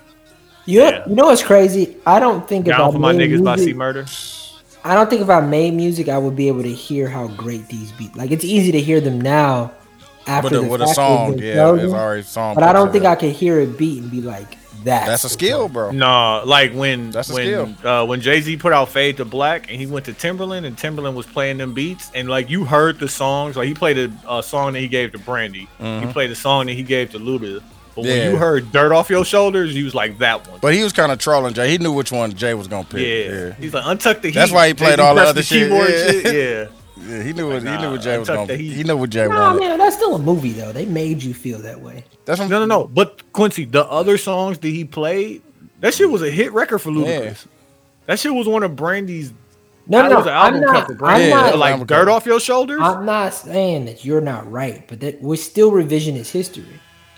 You know, Yeah. you know what's crazy? I don't think Down about for my main niggas by C music- Murder. I don't think if I made music, I would be able to hear how great these beats. Like it's easy to hear them now, after With a, the with a fact that song, they yeah, know it's them, already song. But I don't picture think that. I could hear a beat and be like that. That's a skill, bro. No, like when That's a when uh, when Jay Z put out Fade to Black and he went to Timberland and Timberland was playing them beats and like you heard the songs like he played a, a song that he gave to Brandy, he played a song that he gave to Luda, but Mm-hmm. Yeah. when you heard Dirt Off Your Shoulders, you was like that one. But he was kind of trolling Jay. He knew which one Jay was gonna pick. yeah. Yeah, he's like untuck the heat. That's why he played Jay-Z all the pressed other shit, keyboard yeah. yeah. yeah. he knew what he knew nah, what Jay was tuck gonna. the He, heat. he knew what Jay No, wanted. man, that's still a movie though. They made you feel that way. That's what I'm- No, no, no. But Quincy, the other songs that he played, that shit was a hit record for Ludacris. Yeah. That shit was one of Brandy's. No, that no, was an album I'm cut not. for I'm Brandy. Yeah, not. that was like album dirt cover. off your shoulders. I'm not saying that you're not right, but that we're still revisionist history.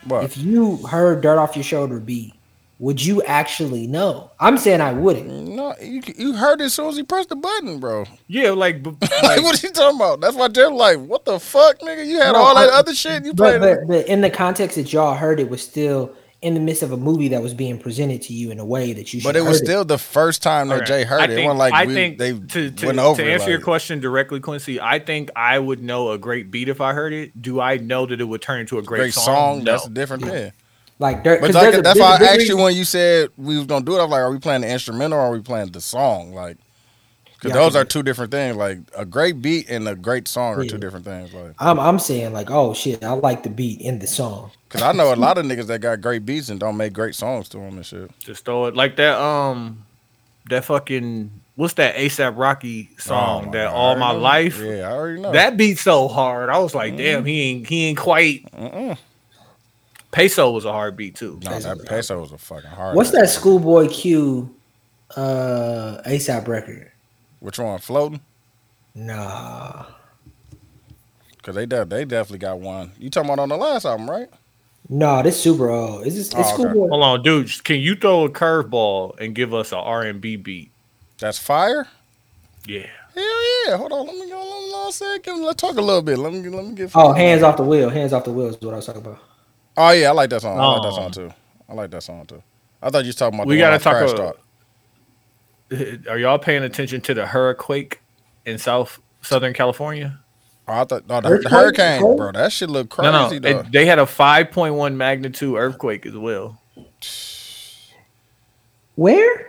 What? If you heard "Dirt Off Your Shoulder" beat, would you actually know? I'm saying I wouldn't. No, you, you heard it as soon as he pressed the button, bro. yeah, like, b- Like, like what are you talking about? That's why Jay was like, what the fuck, nigga? You had No, all that I- other shit you But, played. but but in the context that y'all heard, it was still in the midst of a movie that was being presented to you in a way that you. But should it was heard still the first time that Alright. Jay heard I it. it think, wasn't like I we, think they to, to, went over to it, answer your like- question directly, Quincy. I think I would know a great beat if I heard it. Do I know that it would turn into a great, Great song? song, No. that's a different thing. like dirt. But 'cause like, there's a- that's there's why a big I asked reason- you when you said we was gonna do it. I was like, are we playing the instrumental or are we playing the song? Like, because Yeah, I those think are two different things. Like a great beat and a great song are two Yeah. different things. Like, I'm I'm saying like, oh shit, I like the beat in the song. because I know a lot of niggas that got great beats and don't make great songs to them and shit. Just throw it like that. Um, that fucking what's that ASAP Rocky Oh song? my that God, I all already my know. life. Yeah, I already know. That beat so hard. I was like, damn, he ain't he ain't quite. Peso was a hard beat too. no, that peso was a fucking hard. What's ass that beat. Schoolboy Q, uh, ASAP record? Which one? Floating? Nah, Because they de- they definitely got one. You talking about on the last album, right? nah, this super old. Is this it's Oh, okay. Schoolboy? Hold on, dude. Can you throw a curveball and give us an R and B beat? That's fire. Yeah. Hell yeah! Hold on, let me go. Let me, let me, let me, let's talk a little bit. Let me let me get. Oh, hands off the wheel. Hands off the wheel is what I was talking about. Oh yeah, I like that song. I like that Oh. song too. I like that song too. I thought you was talking about We the gotta one talk on Crash a- Talk. Are y'all paying attention to the hurricane in South Southern California? Oh, I thought no, the, the Earthquake? hurricane, Earthquake? bro. That shit look crazy. No, no. though. It, they had a 5.1 magnitude earthquake as well. Where?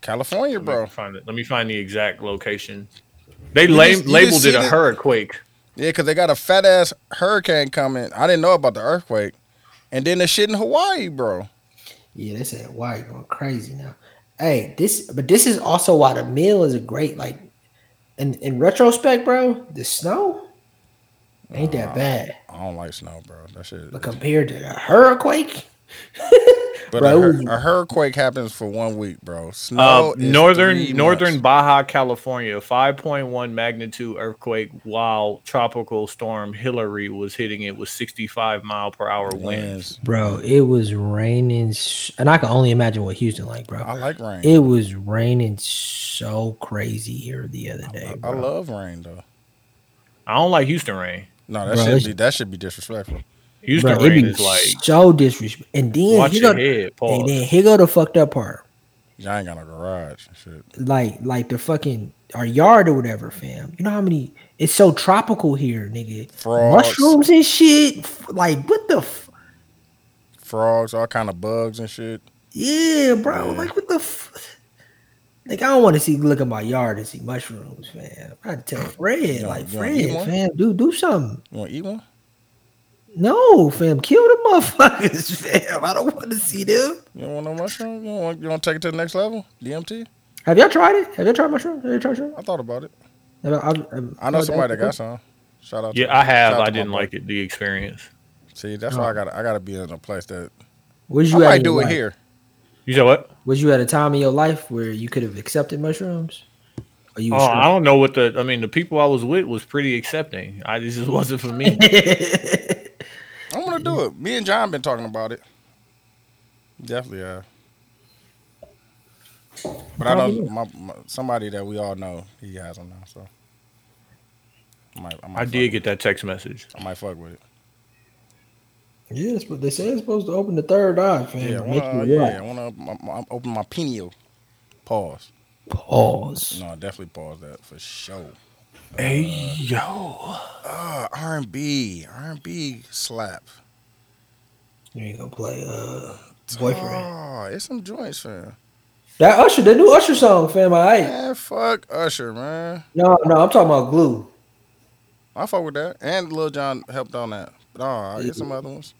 California, Let me bro. find it. Let me find the exact location. They You la- just- you just labeled see it a the- hurricane. Yeah, because they got a fat ass hurricane coming. I didn't know about the earthquake, and then the shit in Hawaii, bro. Yeah, they said why going crazy now. Hey, this but this is also why the meal is a great like. In in retrospect, bro, the snow ain't that bad, I don't like snow, bro. That shit. but compared to the hurricane, But bro, a, it was- hur- a hurricane happens for one week, bro. Snow. Uh, is Oh, three northern Northern months. Baja California, 5.1 magnitude earthquake while tropical storm Hillary was hitting it with 65 mile per hour winds. Winds. bro, it was raining, sh- and I can only imagine what Houston like, bro. I like rain. It was raining so crazy here the other day. I bro. love rain though. I don't like Houston rain. No, that Bro, should it's- be that should be disrespectful. Houston Bro, it rain be is like so disrespectful. And then watch he your go, head. Pause. and then here go the fucked up part. Y'all ain't got no garage. and Shit. Like like the fucking our yard or whatever, fam. You know how many? It's so tropical here, nigga. Frogs. Mushrooms and shit. F- Like what the? F- frogs, all kind of bugs and shit. yeah, bro. Like what the? F- like I don't want to see look at my yard and see mushrooms, fam. I tell Fred, don't- like you don't eat Fred, one? fam, do do something. You want to eat one? No, fam, kill the motherfuckers, fam. I don't want to see them. You don't want no mushroom? You don't want, you want to take it to the next level? DMT? Have y'all tried it? Have y'all tried mushroom? Have you tried mushroom? I thought about it. Have y'all- I've- I've- I know I've- somebody that I've- got some. Shout out. yeah, I have. shout out I to my didn't boy. like it. The experience. See, that's why I got. to I got to be in a place that Was I you at might in do your it life- here. You said what? Was you at a time in your life where you could have accepted mushrooms? Or you Oh, I don't know what the. I mean, the people I was with was pretty accepting. I this just wasn't for me. I'm gonna do it. Me and John been talking about it. Definitely, yeah. But I know Probably. my, my, somebody that we all know. He has them now, so I might. I, might I fuck did with get that text message. it. I might fuck with it. Yes, but they say it's supposed to open the third eye, fam. Yeah, I Make wanna, you yeah, what? I wanna I'm- I'm- I'm open my pineal. Pause. Pause. No, definitely pause that for sure. Hey yo, Uh, R and B, R and B slap. You ain't gonna play uh boyfriend. Oh, it's some joints, fam. That Usher, the new Usher song, fam. I ain't- Man, fuck Usher, man. no, no, I'm talking about glue. I fuck with that. And Lil Jon helped on that. But oh, I get some other ones.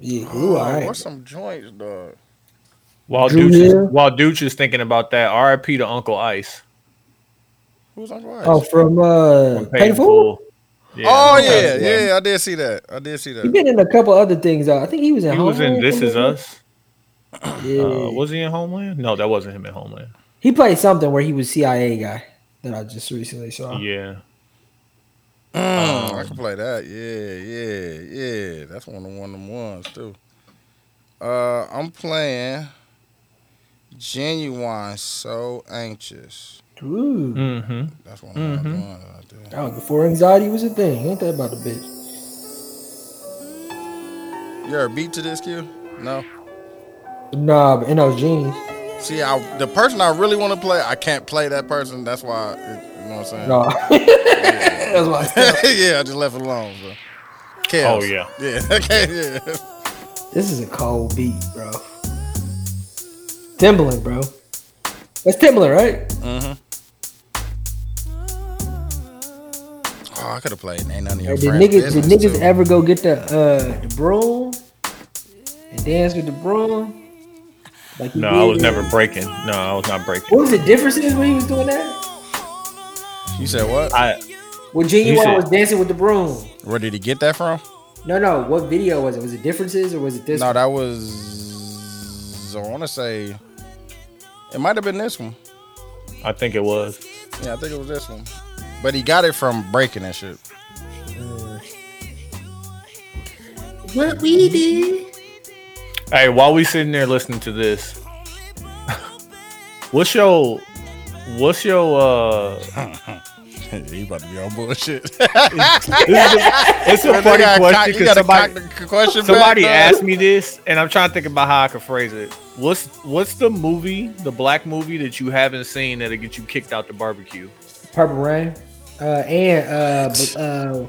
Yeah, glue. oh, all right. What's some joints, dog? while Drew Dooch is, Hill? while Dooch is thinking about that, R.I.P. to Uncle Ice. Who's on Ice? Oh, from uh, from Paid in painful. Full. oh Uncle yeah, Ice, yeah, I did see that. I did see He that. been in a couple other things. Though. I think he was in. He was in Homeland This or Is something. Us. Yeah. Uh, was he in Homeland? No, that wasn't him in Homeland. he played something where he was CIA guy that I just recently saw. Yeah. Mm, I can play that. Yeah, yeah, yeah. That's one of one of them ones too. Uh, I'm playing genuine. So anxious. Ooh, Mm-hmm. That's one of Mhm. my ones right there. that was before anxiety was a thing. Ain't that about the bitch? You're a beat to this, Q? No. Nah, but NL Genius. See, I, the person I really want to play, I can't play that person. That's why, it, you know what I'm saying? No, that's why. I said- yeah, I just left it alone. Bro. Chaos. Oh, yeah. Yeah. Okay, yeah. This is a cold beat, bro. Timbaland, bro. That's Timbaland, right? Oh, I could have played. Ain't none of your Like, did friends. niggas, did business, niggas too. ever go get the uh the broom and dance with the broom? Like you No, I did was in- never breaking. No, I was not breaking. What was the differences when he was doing that? You said what? I When Genuine said- was dancing with the broom. Where did he get that from? No, no. What video was it? Was it differences or was it this? No, one? that was. I want to say. It might have been this one. I think it was. Yeah, I think it was this one. But he got it from breaking and shit. Hey, while we sitting there listening to this, what's your what's your uh he about to be on bullshit. this is a- it's a They funny got cock- question you because gotta somebody, cock the question somebody back, dog. asked me this and I'm trying to think about how I could phrase it. What's what's the movie, the black movie that you haven't seen that'll get you kicked out the barbecue? Purple Rain. Uh, and uh, b- uh,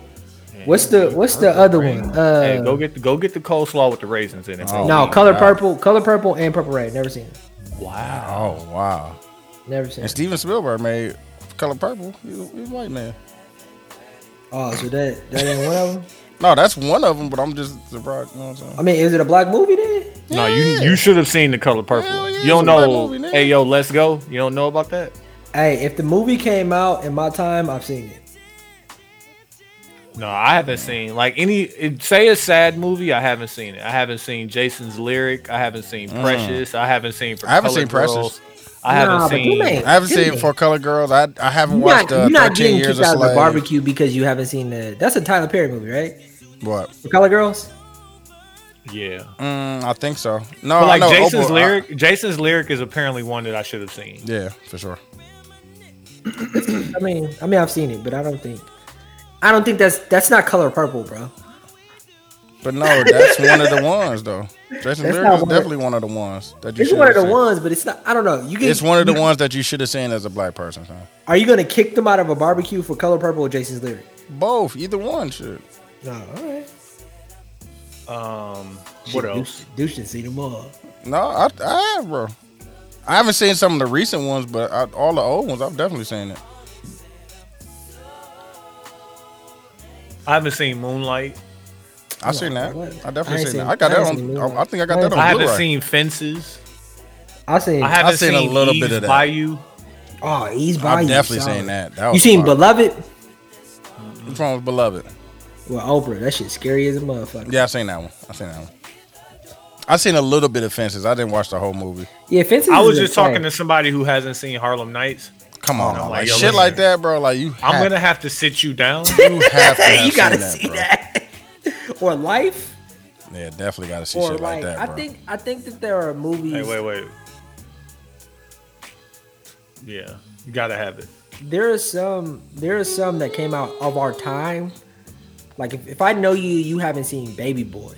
what's the what's the other one? Uh, hey, go get the go get the coleslaw with the raisins in it. bro. Oh. no, color God. purple, color purple, and purple rain. Never seen it. Wow. Oh wow! Never seen And it. Steven Spielberg made Color Purple. He, was- he was white man. Oh, so that that ain't one of them. No, that's one of them. But I'm just surprised. You know what I'm saying? I mean, is it a black movie then? No, Yeah, you yeah. you should have seen the color purple. Hell yeah, you don't it's a black know. movie, nigga. hey, yo, let's go. You don't know about that? Hey, if the movie came out in my time, I've seen it. No, I haven't seen like any. It, say a sad movie, I haven't seen it. I haven't seen Jason's lyric. I haven't seen Precious. I haven't seen. For Mm. I haven't Colored seen Precious. Girls. I haven't Nah, but seen. them ain't- I haven't seen them Four Color Girls. I I haven't You're watched not, uh, you're not 13 getting Years kicked a out of the Slave. barbecue because you haven't seen the. That's a Tyler Perry movie, right? What? The Color Girls. Yeah, Mm, I think so. No, but like I know Jason's Oprah- I- lyric. Jason's lyric is apparently one that I should have seen. yeah, for sure. I mean, I mean, I've seen it, but I don't think, I don't think that's that's not color purple, bro. But no, that's one of the ones though. Jason's That's lyric not is one of- definitely one of the ones that you. It's should one of have the seen. ones, but it's not. I don't know. You get, It's one of the ones that you should have seen as a black person. Huh? Are you gonna kick them out of a barbecue for color purple or Jason's lyric? Both, either one, shit. No, all right. Um, what else? Douche didn't see them all. No, I, I have, bro. I haven't seen some of the recent ones, but I, all the old ones, I've definitely seen it. I haven't seen Moonlight. I seen that. what? I I definitely ain't seen, seen- that. I got I ain't that seen on. Moonlight. I, I think I I got ain't that on. I haven't Oh, Blu-ray. Mm, seen Fences. I seen. I haven't seen a little bit Eve's of that. Bayou. oh, he's by I've you. definitely solid. seen that. that You was seen fire. Beloved? Which one was Beloved? Well, Oprah. That shit scary as a motherfucker. Yeah, I seen that one. I seen that one. I seen a little bit of Fences. I didn't watch the whole movie. Yeah, fences. I is was a just thing. talking to somebody who hasn't seen Harlem Nights. Come on, I'm like, like, yo, shit listen. like that, bro. Like you, I'm have, gonna have to sit you down. you have to have you gotta seen see bro. that. or life. Yeah, definitely gotta see Or shit like, like, that, I bro. think I think that there are movies Hey, wait, wait. Yeah, you gotta have it. there are some there are some that came out of our time like if, if i know you you haven't seen baby boy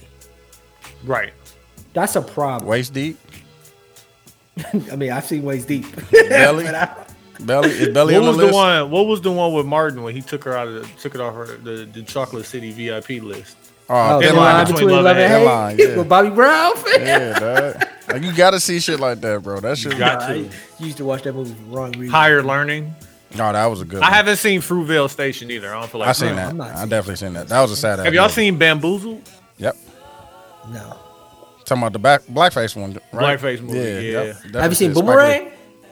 Right. that's a problem Waist deep. I mean, I've seen waist deep. Belly, But I- belly is belly What on the was the list. one? What was the one with Martin when he took her out of the, took it off her the, the Chocolate City VIP list? Oh, Oh, Thin thin Line Between Love and Hate. Hate Thin Line, yeah. with Bobby Brown. Yeah, dog. Like you gotta see shit like that, bro. That shit. Got I to. used to watch that movie for the wrong reason. Higher Learning. No, Oh, that was a good. I one. haven't seen Fruitvale Station either. I don't feel like I seen playing. that. I'm not I seeing definitely seen that. That was a sad. ass Have y'all movie. seen Bamboozled? Yep. No. Talking about the back blackface one, right? Blackface movie, yeah. that- that Have you was seen it. Spike Boomerang?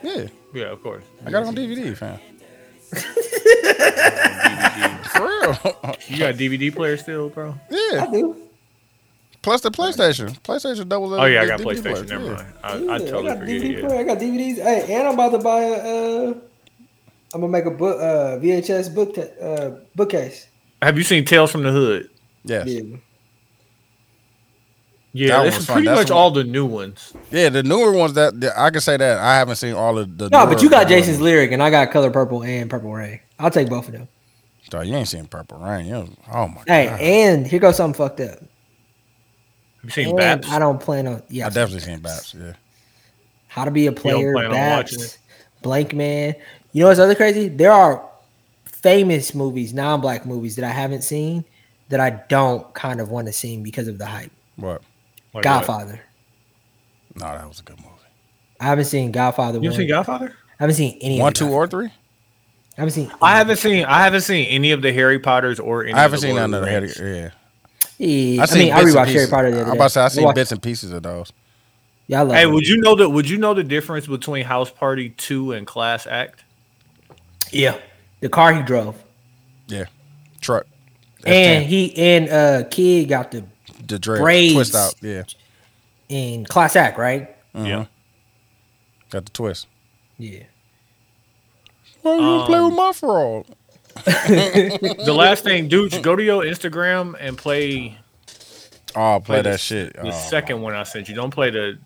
Lee- Yeah, Yeah, of course. I got it on DVD, fam. For real. You got a DVD player still, bro? yeah. I do. Plus the PlayStation. PlayStation double. Oh yeah, I got DVD PlayStation. player, Never yeah. mind. I, I Yeah, totally got forget. DVD Yeah. player, I got DVDs. Hey, and I'm about to buy a. Uh, I'm gonna make a book, uh, VHS book, ta- uh, bookcase. Have you seen Tales from the Hood? Yes. Yeah. Yeah. That Yeah, one this was is fun. pretty That's much the all the new ones. the newer ones that, that- I can say that I haven't seen all of the. No, but newer- you got Jason's lyric, and I got Color Purple and Purple Rain. I'll take both of them. Dog, you ain't seen Purple Rain. You don't- oh my Hey, god. and here goes something fucked Have up. you seen And Baps? I don't plan on. Yeah, I I've definitely seen Baps. Yeah. How to be a player, plan on watching Babs, Blank Man. You know what's other crazy? There are famous movies, non-black movies that I haven't seen that I don't kind of want to see because of the hype. What? Like uh, what? Godfather. No, that was a good movie. I haven't seen Godfather. You one. ever seen Godfather? I haven't seen any. One, of the two, Godfather. or three? I haven't seen. I haven't seen. I haven't seen any of the Harry Potters or any. I haven't of the seen Lord none of the the Harry. Rings. Yeah. Yeah, I I, seen mean, I bits and rewatched Harry pieces. Potter the other I'm day. about to say I seen watched- bits and pieces of those. Yeah, I love Hey, it. would you know that? Would you know the difference between House Party Two and Class Act? Yeah, the car he drove, Yeah. Truck. and he and uh kid got the the dread braids. twist out. Yeah. in class act, right? Uh-huh. Yeah. Got the twist. Yeah. Why you play with my frog? The last thing, dude, go to your Instagram and play Oh, play, the- that shit. the Oh, second one I sent you. Don't play the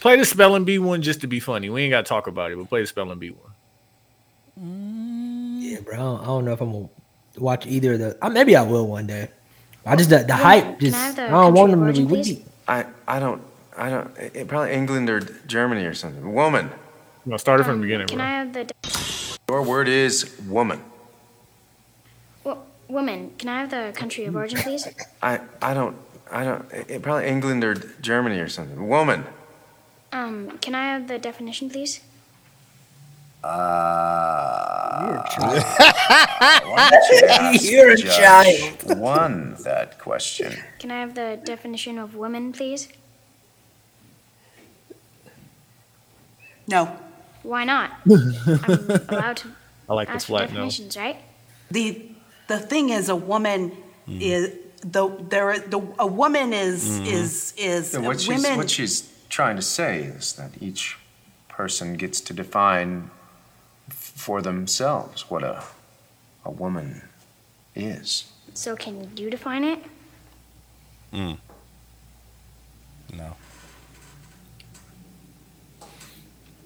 play the spelling bee one just to be funny. We ain't got to talk about it, but play the spelling bee one. Yeah, bro. I don't, I don't know if I'm gonna watch either of those. Uh, maybe I will one day. I just the, the hype. Just I have the I don't want country them to be version, please? weak. I, I don't, I don't, it, it- probably England or Germany or something. Woman. You know, start it from Um, the beginning, Can bro. I have the Your word is woman. wo- woman? Can I have the country of origin, please? I, I don't, I don't, it, it- probably England or Germany or something. Woman. Um, can I have the definition, please? You're a child. Won that question. Can I have the definition of woman, please? No. Why not? I'm allowed to I like the ask for flat note. definitions, right? The the thing is, a woman is the there the a woman is is is Yeah, what, she's, women. what she's trying to say is that each person gets to define f- for themselves what a, a woman is. So can you define it?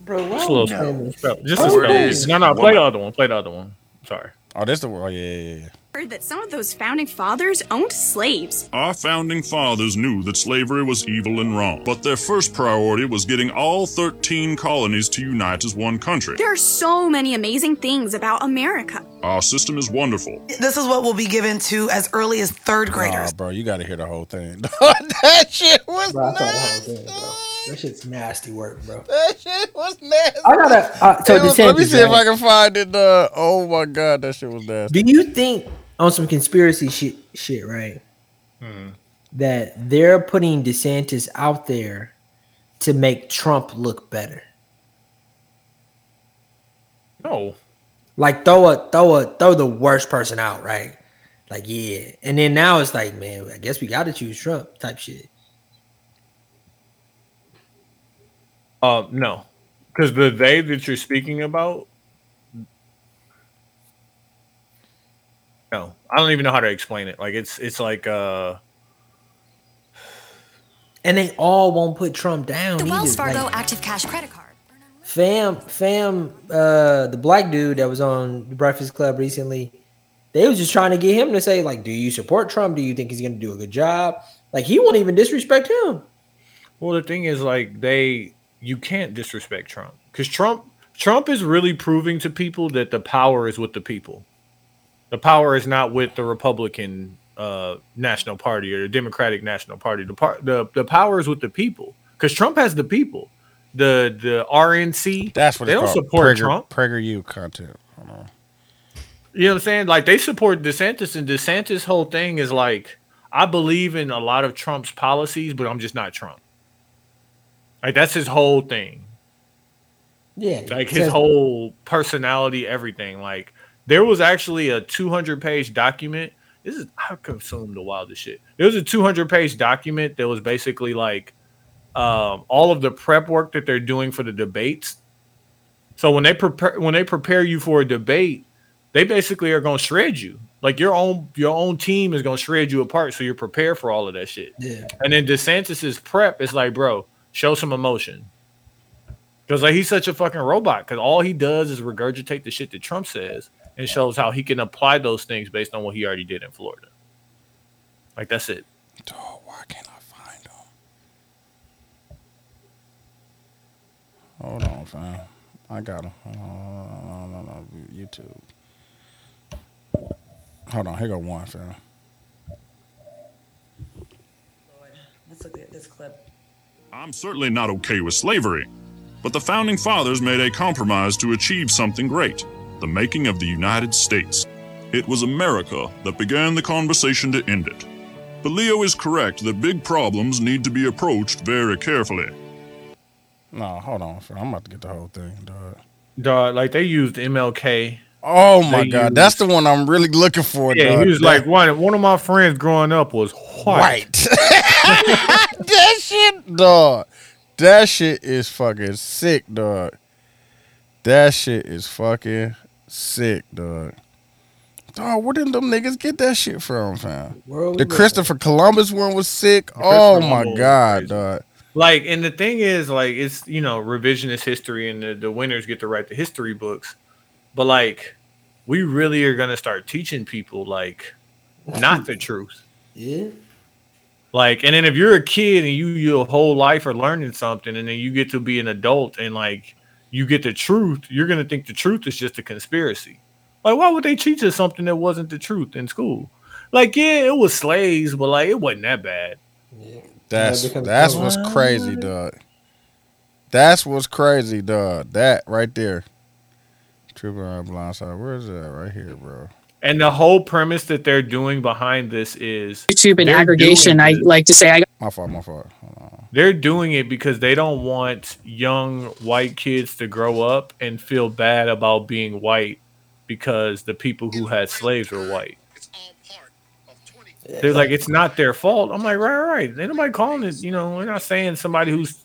Bro, why Just a are we little playing this? spell. Just a Word is spell. No, no, play woman. the other one. Play the other one. Sorry. Oh, this the one. Oh, yeah, yeah, yeah. Heard that some of those founding fathers owned slaves. Our founding fathers knew that slavery was evil and wrong, but their first priority was getting all 13 colonies to unite as one country. There are so many amazing things about America. Our system is wonderful. This is what will be given to as early as third Nah, bro, you got to hear the whole thing. that shit was Bro, I saw the whole nasty. thing, bro. That shit's nasty work, bro. That shit was nasty. I gotta. Uh, so It was- DeSantis, let me see if right? I can find it. Uh, oh my god, that shit was nasty. Do you think on some conspiracy shit, shit right? Hmm. That they're putting DeSantis out there to make Trump look better. No. Like throw a throw a throw the worst person out, right? Like yeah, and then now it's like, man, I guess we got to choose Trump type shit. Uh, no. Because the they that you're speaking about, no, I don't even know how to explain it. Like it's it's like uh, And they all won't put Trump down. The Wells either. Fargo Like, Active Cash Credit Card. fam, fam, uh, the black dude that was on the Breakfast Club recently, they was just trying to get him to say like, do you support Trump? Do you think he's going to do a good job? Like he won't even disrespect him. well, the thing is like they you can't disrespect Trump because Trump Trump is really proving to people that the power is with the people. The power is not with the Republican uh, National Party or the Democratic National Party. The par- the the power is with the people because Trump has the people. The the RNC That's what they it's don't called. support Prager, Trump. PragerU content. Hold on. You know what I'm saying? Like they support DeSantis, and DeSantis' whole thing is like, I believe in a lot of Trump's policies, but I'm just not Trump. Like that's his whole thing. Yeah. Like says- his whole personality, everything. Like there was actually a 200 page document. This is I consumed the wildest shit. There was a 200 page document that was basically like um, all of the prep work that they're doing for the debates. So when they prepare when they prepare you for a debate, they basically are going to shred you. Like your own your own team is going to shred you apart. So you're prepared for all of that shit. Yeah. And then DeSantis's prep is like, bro, show some emotion. Because like he's such a fucking robot. Because all he does is regurgitate the shit that Trump says and shows how he can apply those things based on what he already did in Florida. Like that's it. Hold on, fam. I got him. Hold on, hold on, hold on. YouTube. Hold on. Here go one, fam. Let's look at this clip. I'm certainly not okay with slavery, but the founding fathers made a compromise to achieve something great the making of the United States. It was America that began the conversation to end it. But Leo is correct that big problems need to be approached very carefully. No, hold on, fam. I'm about to get the whole thing, dog. Dog, like they used MLK. Oh my They god, used- that's the one I'm really looking for. yeah. dog. He was That- like one. One of my friends growing up was white. White. that shit, dog. That shit is fucking sick, dog. That shit is fucking sick, dog. Dog, where did them niggas get that shit from, fam? World The we live Christopher Columbus one was sick. Oh my Columbus was god, dog. Like, and the thing is, like, it's you know revisionist history, and the, the winners get to write the history books. But like, we really are gonna start teaching people like not the truth. Yeah. Like, and then if you're a kid and you your whole life are learning something, and then you get to be an adult and like you get the truth, you're gonna think the truth is just a conspiracy. Like, why would they teach us something that wasn't the truth in school? Like, yeah, it was slaves, but like it wasn't that bad. That's Yeah, because- that's what's crazy, dog. That's what's crazy, dog. That right there. Triple R blindside. Where is that? Right here, bro. And the whole premise that they're doing behind this is YouTube and they're aggregation. doing I this- like to say I My fault, my fault. they're doing it because they don't want young white kids to grow up and feel bad about being white because the people who had slaves were white. They're like, it's not their fault. I'm like, right, right, right. Ain't nobody calling it. You know, we're not saying somebody who's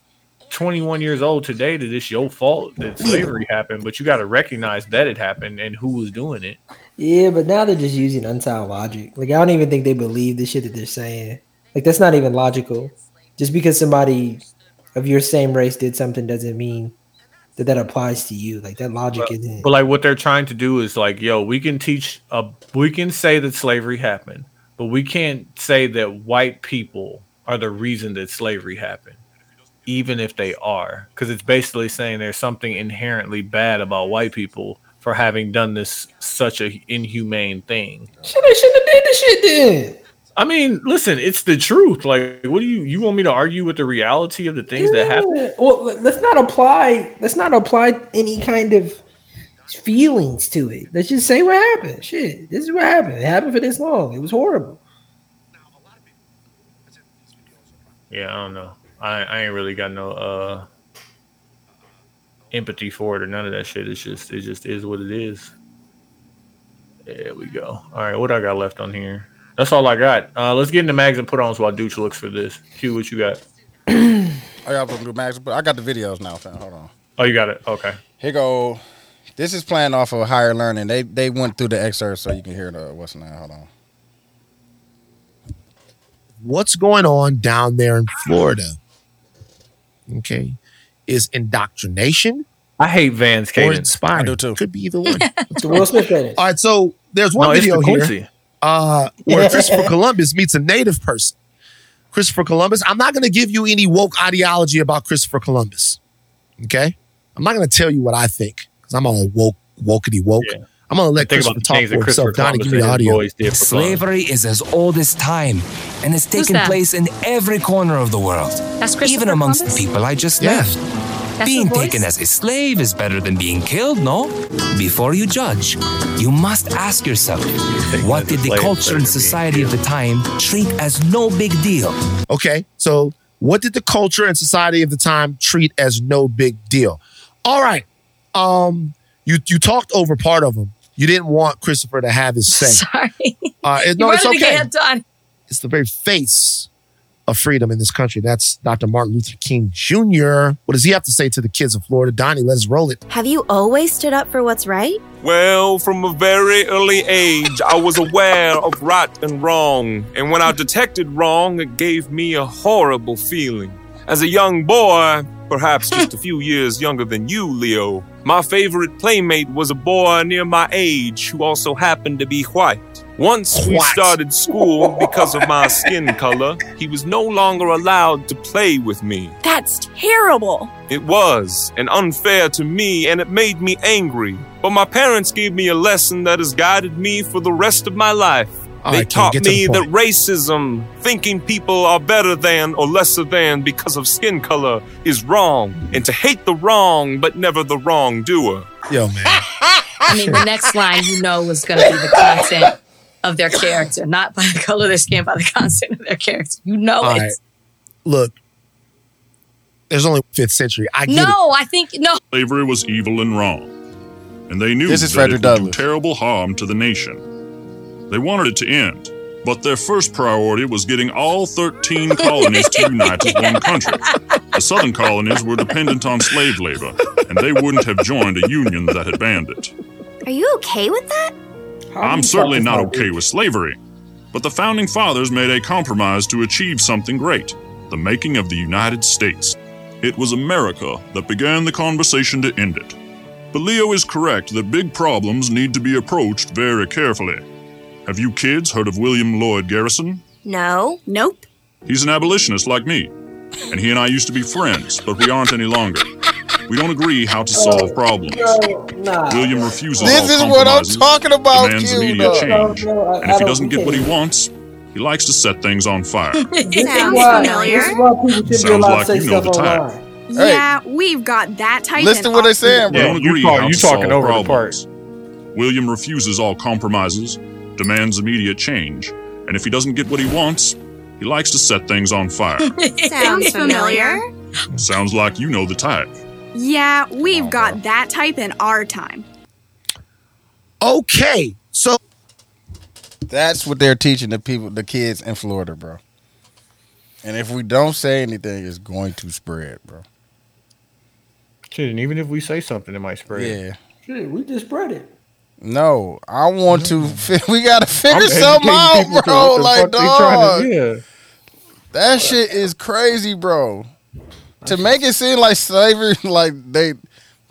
21 years old today that it's your fault that slavery happened, but you got to recognize that it happened and who was doing it. Yeah, but now they're just using unsound logic. Like I don't even think they believe the shit that they're saying. Like that's not even logical. Just because somebody of your same race did something doesn't mean that that applies to you. Like that logic isn't. But like what they're trying to do is like, yo, we can teach a we can say that slavery happened, but we can't say that white people are the reason that slavery happened, even if they are, because it's basically saying there's something inherently bad about white people for having done this such a inhumane thing. Shit, they shouldn't have did this shit then. I mean, listen, it's the truth. Like, what do you you want me to argue with the reality of the things that happened? Yeah. Well, let- let's not apply. Let's not apply any kind of feelings to it. Let's just say what happened. Shit, this is what happened. It happened for this long. It was horrible. Yeah, I don't know. I, I ain't really got no uh empathy for it or none of that shit. It's just it just is what it is. There we go. All right, what I got left on here? That's all I got. Uh let's get in the mags and put ons while Dooch looks for this. Q, what you got? I got some good max, but I got the videos now, fam. Hold on. Oh, you got it. Okay. Here go. This is playing off of higher learning. They they went through the excerpt so you can hear the what's now. Hold on. what's going on down there in Florida, okay, is indoctrination. I hate Van's cadence. Or inspiring. I do too. Could be either one. The Will Smith edit. All right, so there's one No, it's video the here Quincy. uh, where Christopher Columbus meets a native person. Christopher Columbus. I'm not going to give you any woke ideology about Christopher Columbus. Okay, I'm not going to tell you what I think because I'm all woke, wokety woke. I'm going to let Think about Christopher the talk things for that Christopher himself. Donnie, Columbus give me the and his audio. boys did for fun. Slavery is as old as time and has taken that? place in every corner of the world. That's Christopher Even amongst Columbus? the people I just Yeah. left. the being voice? taken as a slave is better than being killed, no? Before you judge, you must ask yourself what did the culture and society of the time treat as no big deal? Okay, so what did the culture and society of the time treat as no big deal? All right, um, you you talked over part of them. You didn't want Christopher to have his say. Sorry. Uh, it- no, you it's wanted to okay. get it done. It's the very face of freedom in this country. That's Dr. Martin Luther King Jr. What does he have to say to the kids of Florida? Donnie, let's roll it. Have you always stood up for what's right? Well, from a very early age, I was aware of right and wrong, and when I detected wrong, it gave me a horrible feeling. As a young boy, perhaps just a few years younger than you, Leo, my favorite playmate was a boy near my age who also happened to be white. Once we White. started school because of my skin color, he was no longer allowed to play with me. That's terrible. It was, and unfair to me, and it made me angry. But my parents gave me a lesson that has guided me for the rest of my life. All they right, Ken, taught get to me the that point. racism, thinking people are better than or lesser than because of skin color, is wrong, and to hate the wrong but never the wrongdoer. Yo, man. I mean, the next line you know was going to be the content of their character, not by the color of their skin, by the content of their character. You know All it. right. Look, there's only fifth century. I get No, I think no. Slavery was evil and wrong, and they knew This is that Frederick it would do Douglass. terrible harm to the nation. They wanted it to end, but their first priority was getting all 13 colonies to unite as one country. The southern colonies were dependent on slave labor, and they wouldn't have joined a union that had banned it. Are you okay with that? I'm certainly not okay with slavery, but the founding fathers made a compromise to achieve something great the making of the United States. It was America that began the conversation to end it. But Leo is correct that big problems need to be approached very carefully. Have you kids heard of William Lloyd Garrison? No. Nope. He's an abolitionist like me, and he and I used to be friends, but we aren't any longer. We don't agree how to solve problems. William refuses This all is what I'm compromises, talking about, demands Q, immediate though. change, No, no, I- and if I he don't doesn't get what he care. wants, he likes to set things on fire. Sounds familiar. This is why people should be Sounds allowed like to say you know stuff the type. online. Yeah, we've got that type. and all- We don't agree how to solve the problems. William refuses all compromises, demands immediate change, and if he doesn't get what he wants, he likes to set things on fire. Sounds familiar. Sounds like you know the type. Yeah, Oh, we've got that type in our time. Okay, so That's what they're teaching the people, the kids in Florida, bro. And if we don't say anything, it's going to spread, bro. Shit, and even if we say something, it might spread. Yeah. Shit, we just spread it. No, I want to. Fi- we gotta figure Mm-hmm. I'm something out, educating people to bro. what the Like, fuck they trying dog, to- yeah. that shit is crazy, bro. To make it seem like slavery, like they,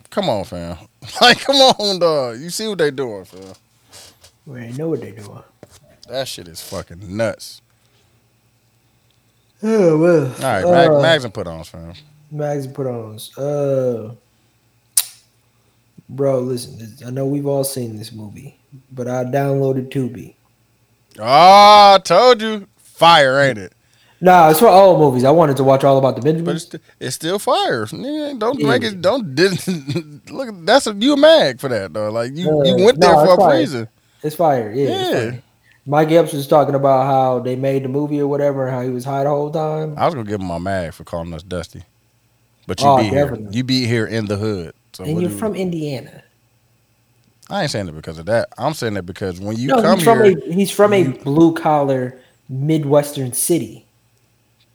come on, fam. Like, come on, dog. You see what they doing, fam? We ain't know what they doing. That shit is fucking nuts. Oh well. All right, Mag, Uh, Mags and put on, fam. Mags and put on. Uh, bro, listen. this- I know we've all seen this movie, but I downloaded Tubi. Ah, told you, fire, ain't it? Nah, it's for old movies. I wanted to watch all about the But Benjamins. it's, it's still fire. Nigga, Don't Mm-hmm. Yeah. make it. Don't dis- look. That's a you a mag for that though. Like you, Yeah, you went there nah, for it's a fire. reason. It's fire. Yeah. it's Yeah. fire. Mike Epps was talking about how they made the movie or whatever, and how he was high the whole time. I was gonna give him my mag for calling us Dusty, but you Oh, be here. definitely. You be here in the hood. So and what you're do- from Indiana. I ain't saying it because of that. I'm saying that because when you No, come he's from here, a he's from a blue collar Midwestern city.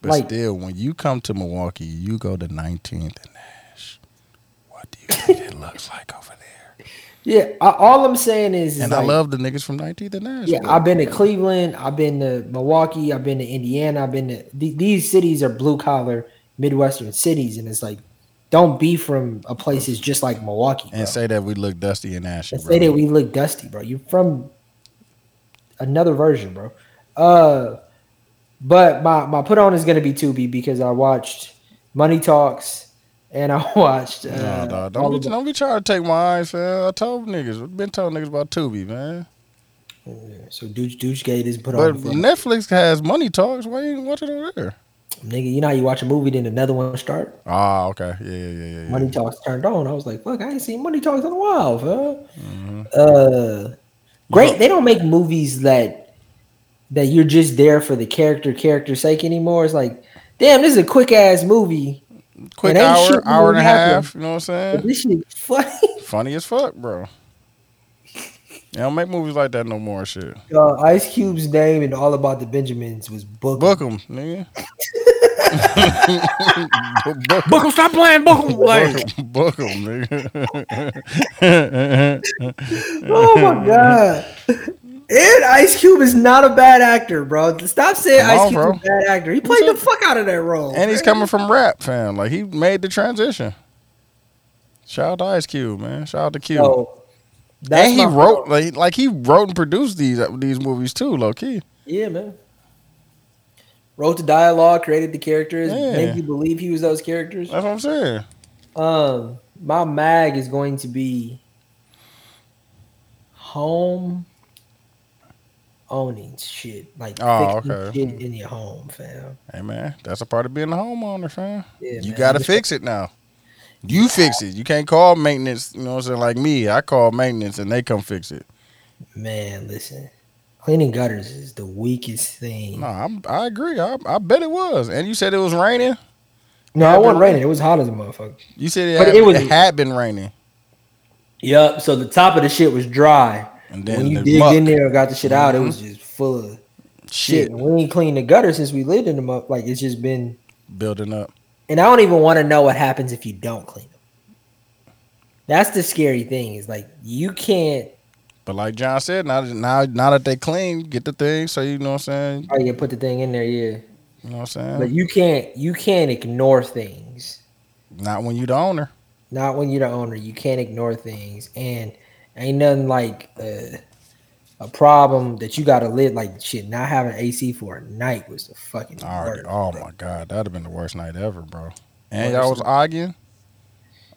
but like- still, when you come to Milwaukee, you go to 19th and Nash. What do you think it looks like over there? Yeah, I, all I'm saying is, is And I like- love the niggas from 19th and Nash. Yeah, but- I've been to Cleveland, I've been to Milwaukee, I've been to Indiana, I've been to the- these cities are blue collar Midwestern cities, and it's like, don't be from a place that's just like Milwaukee. and say that we look dusty and ashy. And bro. say that we look dusty, bro. You're from another version, bro. Uh, but my my put on is gonna be Tubi because I watched Money Talks, and I watched. Uh, Nah, dog. Don't, be, don't be trying to take my eyes, man. I told niggas. I've been telling niggas about Tubi, man. So Dooch Dooch Gate is put But on. for- Netflix has money talks. Why you ain't watch it over there? Nigga, you know how you watch a movie, then another one start. Ah, okay. Yeah, yeah, yeah, yeah. yeah. Money Talks turned on. I was like, fuck, I ain't seen Money Talks in a while, huh? Mm-hmm. Uh, great. They don't make movies that that you're just there for the character character's sake anymore. It's like, damn, this is a quick ass movie. Quick And ain't hour, shit hour and a really happening. half. You know what I'm saying? But This shit funny. Funny as fuck, bro. They don't make movies like that no more. and Shit. Uh, Ice Cube's name and all about the Benjamins was Book Book 'em, nigga. book, Book 'em, stop playing, book 'em, like- book 'em, nigga. oh my god. And Ice Cube is not a bad actor, bro. Stop saying Come Ice on, Cube bro. is a bad actor. He played the fuck out of that role. And he's man. coming from rap, fam. Like he made the transition. Shout out to Ice Cube, man. Shout out to Cube. Yo, that's and he my wrote like, like he wrote and produced these uh, these movies too, low key. Yeah, man. Wrote the dialogue, created the characters, Yeah. made you believe he was those characters. That's what I'm saying. Um, my mag is going to be home owning shit, like Oh, fixing okay. shit in your home, fam. Hey man, that's a part of being a homeowner, fam. Yeah, you man. gotta fix it now. You fix it. You can't call maintenance, you know what I'm saying? Like me, I call maintenance and they come fix it. Man, listen, cleaning gutters is the weakest thing. No, I'm, I agree. I, I bet it was. And you said it was raining. No, I wasn't raining. It was hot as a motherfucker. You said it, But had, it was- it had been raining. Yep. So the top of the shit was dry. And then when you the digged muck. in there and got the shit out, it was Mm-hmm. just full of shit. Shit. And we ain't cleaned the gutter since we lived in them up. Like it's just been. Building up. And I don't even want to know what happens if you don't clean them. That's the scary thing. Is like you can't. But like John said, now now now that they clean, get the thing. So you know what I'm saying? Oh, you put the thing in there, yeah. You know what I'm But saying? you can't. You can't ignore things. Not when you the owner. not when you're the owner you can't ignore things and ain't nothing like uh, a problem that you gotta live like shit not having ac for a night was the fucking All right. worst. Oh my God. That'd have been the worst night ever, bro. And Worst y'all was night. arguing?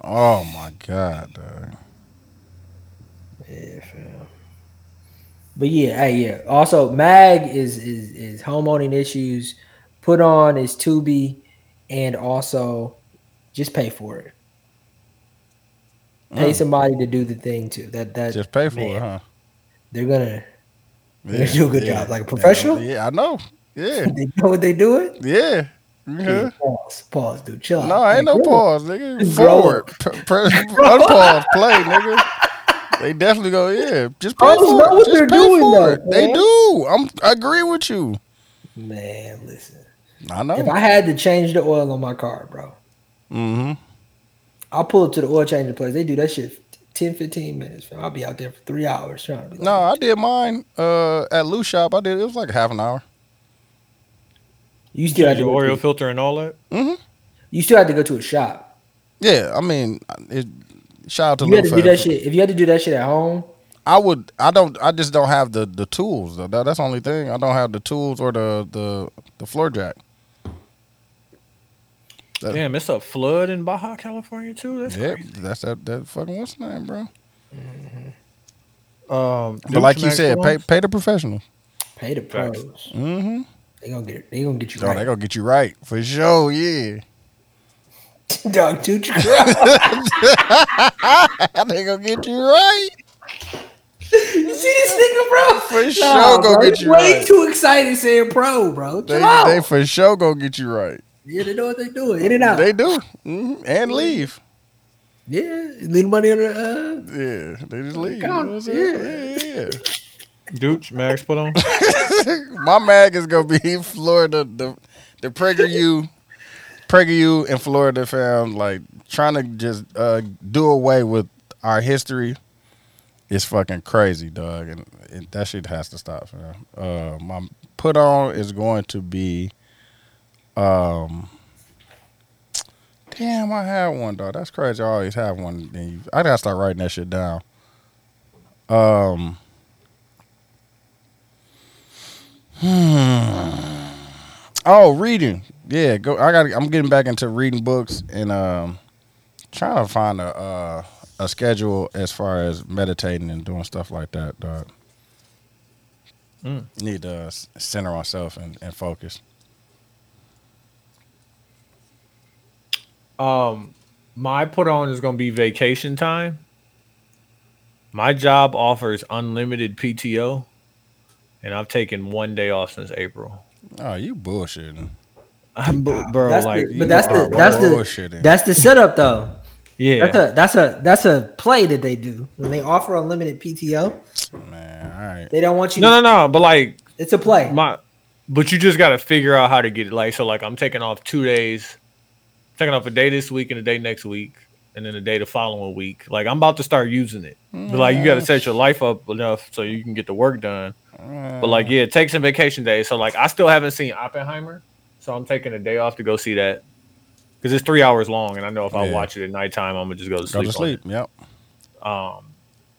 Oh my God, dog. Yeah, fam. but yeah hey yeah also mag is is is homeowning issues put on is tubi and also just pay for it pay Mm. somebody to do the thing too that that Just pay for it, man, huh? they're gonna They do a good job, like a professional? Yeah, I know. Yeah. they know what they doing Yeah. Yeah. pause pause dude chill out. No, ain't no Like, pause, nigga. Grow Forward. P- press unpause, play, nigga. They definitely go, yeah. Just pay I just for know it. what Just they're pay doing, for though, it. They man. do. I'm I agree with you. Man, listen. I know. If I had to change the oil on my car, bro, mm-hmm. I'll pull up to the oil changing place. They do that shit 10, 15 minutes. fam. I'll be out there for three hours trying to be like, No, I did mine uh at Lou Shop. I did it was like half an hour. you still Yeah, had to your go Oreo to, filter and all that. Mm-hmm. you still had to go to a shop. Yeah, I mean it, shout out to You Lou had to for do that shit. If you had to do that shit at home, I would. I don't. I just don't have the the tools. Though. That, that's the only thing. I don't have the tools or the the the floor jack. That- Damn, it's a flood in Baja California too. That's Yeah, crazy. that's that that fucking what's the name, bro. Mm-hmm. Um, But like you said, pay pay the professional. pay the Facts. pros. Mm-hmm. They gonna get they gonna get you So they right. gonna get you right for sure. Yeah, Dog, dude, you- they gonna get you right. you see this nigga, bro? For Nah, sure gonna bro, get it's you Way right. too excited saying pro, bro. Chill They, out. they for sure gonna get you right. yeah, they know what they doing. In and out. They do, hmm and leave. yeah, leave money on the. Uh, Yeah, they just leave. You know God, what I'm saying? yeah, yeah. yeah. Dooch, Max, put on. My mag is gonna be Florida, the the PragerU, PragerU in Florida found like trying to just uh, do away with our history. It's fucking crazy, dog, and, and that shit has to stop. Man. Uh, my put on is going to be, um, damn, I had one, dog. That's crazy. I always have one. Then you, I gotta start writing that shit down. Um. Hmm. Oh, reading. Yeah, go. I got. I'm getting back into reading books and um, Trying to find a uh, a schedule as far as meditating and doing stuff like that, dog. Mm. Need to uh, s- center on self and, and focus. Um, my put on is going to be vacation time. My job offers unlimited PTO, and I've taken one day off since April. Oh, you bullshitting. I'm bu- bro, That's like, the, you but that's are the that's the bullshitting. that's the setup though. Yeah. that's a that's a that's a play that they do when they offer unlimited PTO. Man, all right. They don't want you. No, no, no. But like, it's a play. My, but you just got to figure out how to get it. Like, so, like, I'm taking off two days, taking off a day this week and a day next week, and then a day the following week. Like, I'm about to start using it. But like, you got to set your life up enough so you can get the work done. But like, yeah, take some vacation days. So like, I still haven't seen Oppenheimer, so I'm taking a day off to go see that because it's three hours long, and I know if I Yeah. watch it at nighttime, I'm gonna just go to Go sleep. to on it. sleep. Yep. Um,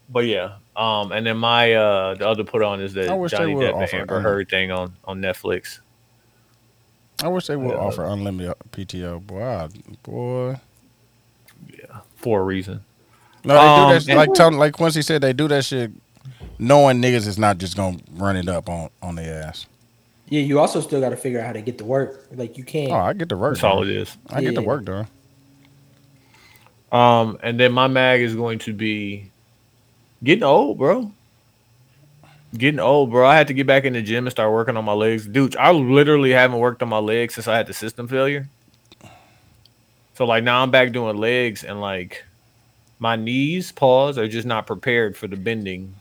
but yeah. Um, and then my uh the other put on is the I wish they Johnny would Depp and offer Amber that. Heard thing on on Netflix. I wish they would Yeah. offer unlimited PTO. Boy, I- boy. for a reason. No, they Um, do that. Shit, and- like Tony, like Quincy said, they do that shit knowing niggas is not just gonna run it up on on their ass. Yeah, you also still got to figure out how to get to work. Like you can't. Oh, I get the work. That's all done. it is. I get the Yeah. work done. Um, and then my mag is going to be getting old, bro. Getting old, bro. I had to get back in the gym and start working on my legs, dude. I literally haven't worked on my legs since I had the system failure. So like now I'm back doing legs and like my knees pause are just not prepared for the bending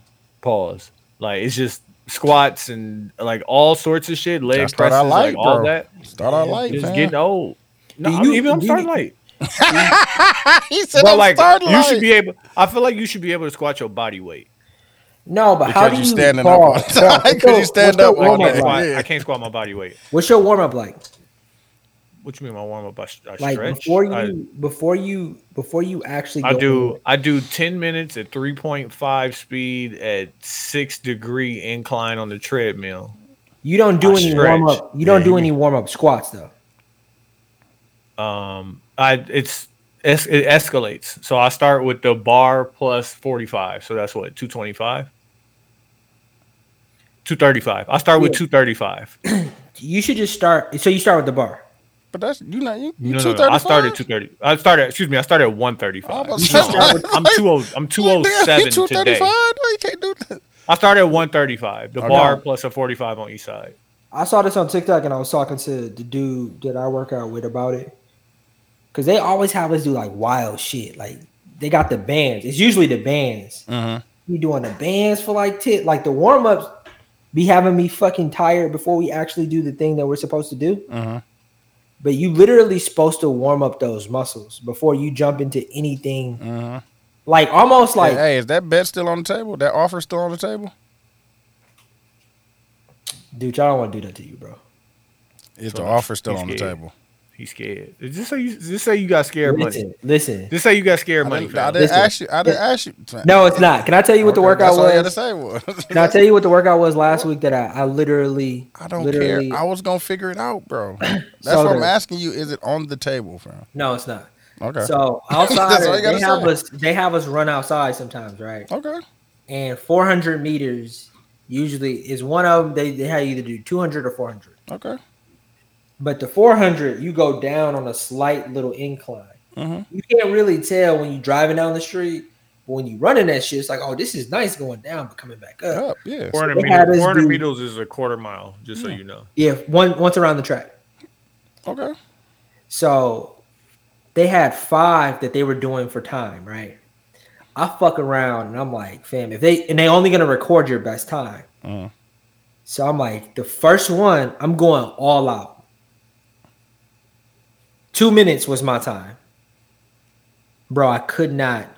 pause. Like it's just squats and like all sorts of shit, leg That's what presses, I like, like, all bro. that. Start our life, Just man. getting old. No, Do I'm, you- even I'm do you- starting late. he said, But "I'm like starting you light." should be able. I feel like you should be able to squat your body weight. No, but Because how do you you standing up pause? all the time. What's your- 'Cause you what's stand your up all I warm-up can't, day. like? squat, yeah. I can't squat my body weight. What's your warm up like? What you mean my warm up? I, sh- I Like stretch. before you, I, before you, before you actually. I go- do. I do ten minutes at three point five speed at six degree incline on the treadmill. You don't do I any stretch. warm up. You don't Yeah, do you- any warm up squats though. Um, I it's es- it escalates. So I start with the bar plus forty five. So that's what two twenty five. 235. I start with Yeah. 235. You should just start. So you start with the bar. But that's you not you. No, no, no. I started 230. I started, excuse me, I started at 135. Oh, about to say, I'm 20 I'm 207 today. you can't do that. I started at 135. The Okay. bar plus a 45 on each side. I saw this on TikTok and I was talking to the dude that I work out with about it. Cause they always have us do like wild shit. Like they got the bands. It's usually the bands. Mm-hmm, We doing the bands for like tit. Like the warm ups be having me fucking tired before we actually do the thing that we're supposed to do. mm-hmm, But you literally supposed to warm up those muscles before you jump into anything. mm-hmm. Like almost like Hey, hey, is that bet still on the table? That offer still on the table? dude, y'all don't want to do that to you, bro. Is So the I'm- offer still he's on the scared. table? He's scared. Just say you, just say you got scared money. Listen, listen. Just say you got scared I money. didn't, I fam. didn't ask you. I didn't ask you. No, it's not. Can I tell you what the Okay, workout that's all you had was? to say was- Can I tell you what the workout was last week that I, I literally I don't literally, care. I was gonna figure it out, bro. That's So what I'm the- asking you. Is it on the table, fam? No, it's not. Okay. So That's outside all you gotta they have say. us they have us run outside sometimes, right? Okay. And 400 meters usually is one of them they, they have you either do 200 or 400. Okay. But the 400 you go down on a slight little incline. Mhm. You can't really tell when you're driving down the street, but when you running that shit it's like, "Oh, this is nice going down but coming back up." Up, yeah. 400, They had meters, us 400 do- meters is a quarter mile, just so you know. Yeah, one once around the track. Okay. So they had five that they were doing for time, right? I fuck around and I'm like, fam, if they and they only gonna record your best time. Uh, So I'm like, the first one, I'm going all out. Two minutes was my time. Bro, I could not.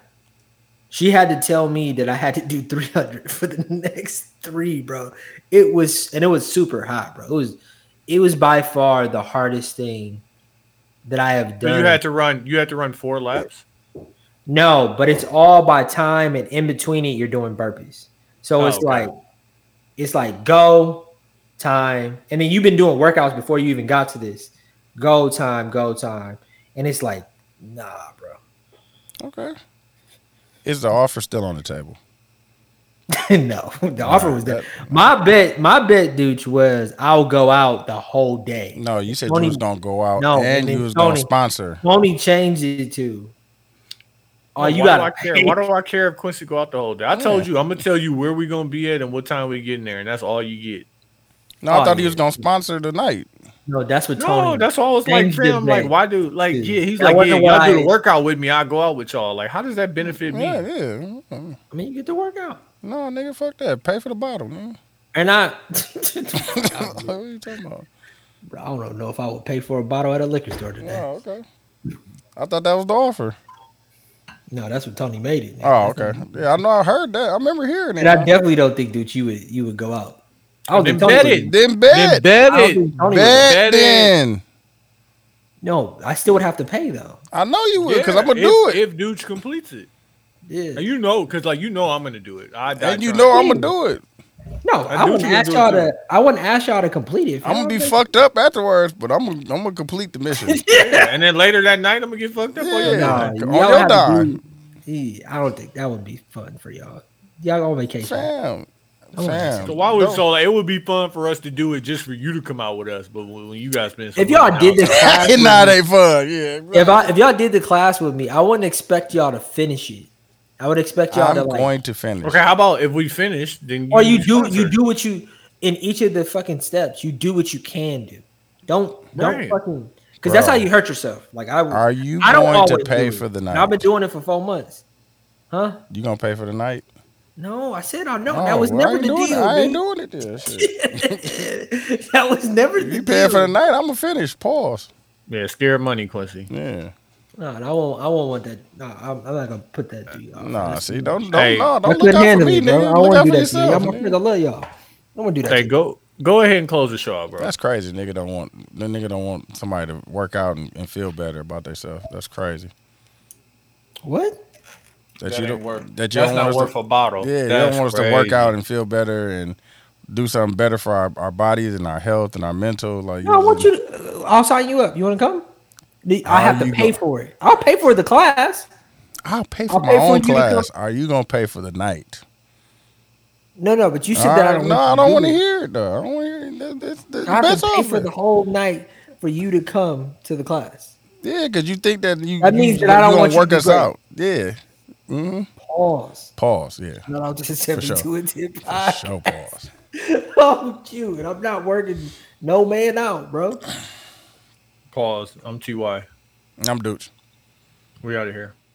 She had to tell me that I had to do 300 for the next three, bro. It was, and it was super hot, bro. It was, it was by far the hardest thing that I have So done. you had to run, you had to run four laps. No, but it's all by time, and in between it, you're doing burpees. So Oh, it's okay. like, it's like go, time, and then you've been doing workouts before you even got to this. Go time, go time, and it's like, nah, bro. Okay. Is the offer still on the table? no, the offer was there. My bet, my bet, Dooch, was I'll go out the whole day. No, you said you was gonna go out and you was gonna sponsor. Tony changed it to. Oh, why you do got I care? Why do I care if Quincy go out the whole day? I told you, I'm gonna tell you where we gonna be at and what time we getting there, and that's all you get. No, I thought he was gonna sponsor tonight. No, that's what No, that's why I was like, Jim, like, why do like yeah? He's That like, yeah, wasn't y'all why do the I- workout with me, I will go out with y'all. Like, how does that benefit me? Yeah, yeah. I mean, you get to work out. No, nigga, fuck that. Pay for the bottle, man. And I, Oh, what are you talking about? I don't know if I would pay for a bottle at a liquor store today. Oh, okay. I thought that was the offer. No, that's what Tony made it. Oh, okay. Yeah, I know. I heard that. I remember hearing it. And I definitely don't think, Dooch, you would you would go out. I don't think Tony would. Then bet. bet I don't it. think Tony would. Bet Bet it. then. No, I still would have to pay though. I know you Yeah, would because I'm gonna do if- it. if Dooch completes it. Yeah, you know, because like you know, I'm gonna do it. I, I And you try. know I'm gonna do it. No, I, knew wouldn't you was ask gonna y'all do to. it. I wouldn't ask y'all to complete it. I'm gonna be fucked up afterwards, but I'm gonna, I'm gonna complete the mission. Yeah, and then later that night, I'm gonna get fucked up. on your Yeah. dime. on your dime. I don't think that would be fun for y'all. Y'all on vacation. Fam, I wouldn't ask So y'all. why would Don't- so like, it would be fun for us to do it just for you to come out with us, but when when you guys spend so If much y'all did time- this, class with Nah, it me- ain't fun. Yeah. If I if y'all did the class with me, I wouldn't expect y'all to finish it. I would expect y'all I'm to like. going to finish. okay, how about if we finish, then or you do you sponsor. do what you in each of the fucking steps. You do what you can do. Don't Right. don't fucking because that's Bro. how you hurt yourself. Like I Are you I don't going to always pay do it. for the And night? I've been doing it for four months. Huh? You gonna pay for the night? No, I said I know. Oh, that was I never ain't the doing deal. It. I ain't doing dude. it. There. Shit. that was never the You paying for the deal. night? I'm gonna finish. Pause. Yeah, scare money, Quincy. Yeah. No, I won't. I won't want that. No, I'm, I'm not gonna put that through y'all. Nah, That's- see, don't, don't, Hey. no, I don't look couldn't out for handle me, it, bro. I nigga. Look won't out for do that. To you. yourself. I'm nigga. afraid I love y'all. I won't do that. Hey, to go go ahead and close the show, bro. That's crazy. Nigga don't want the nigga don't want somebody to work out and, and feel better about themselves. That's crazy. you. What? That, That you don't ain't worth- that you that's don't not want us to- worth a bottle. Yeah, you That's don't want us to work crazy. out and feel better and do something better for our, our bodies and our health and our mental. Like No, I want you. To, uh, I'll sign you up. You want to come? The- I Are have to you pay go- for it. I'll pay for the class. I'll pay for I'll pay my for own you to come. class. Are you gonna pay for the night? No, no, but you said All that. right, I don't no, want I don't to do want to it. hear it though. I don't want to hear it. That- That's, that's the I have best to pay for offer. the whole night for you to come to the class. yeah, because you think that you That means you, that I don't you want gonna you work to us do out. Yeah. hmm Pause. Pause. Yeah. No, I'm just For seventy-two sure. and ten. For sure. Pause. I'm you, and I'm not working no man out, bro. Pause. I'm Ty. I'm Dooch. We out of here.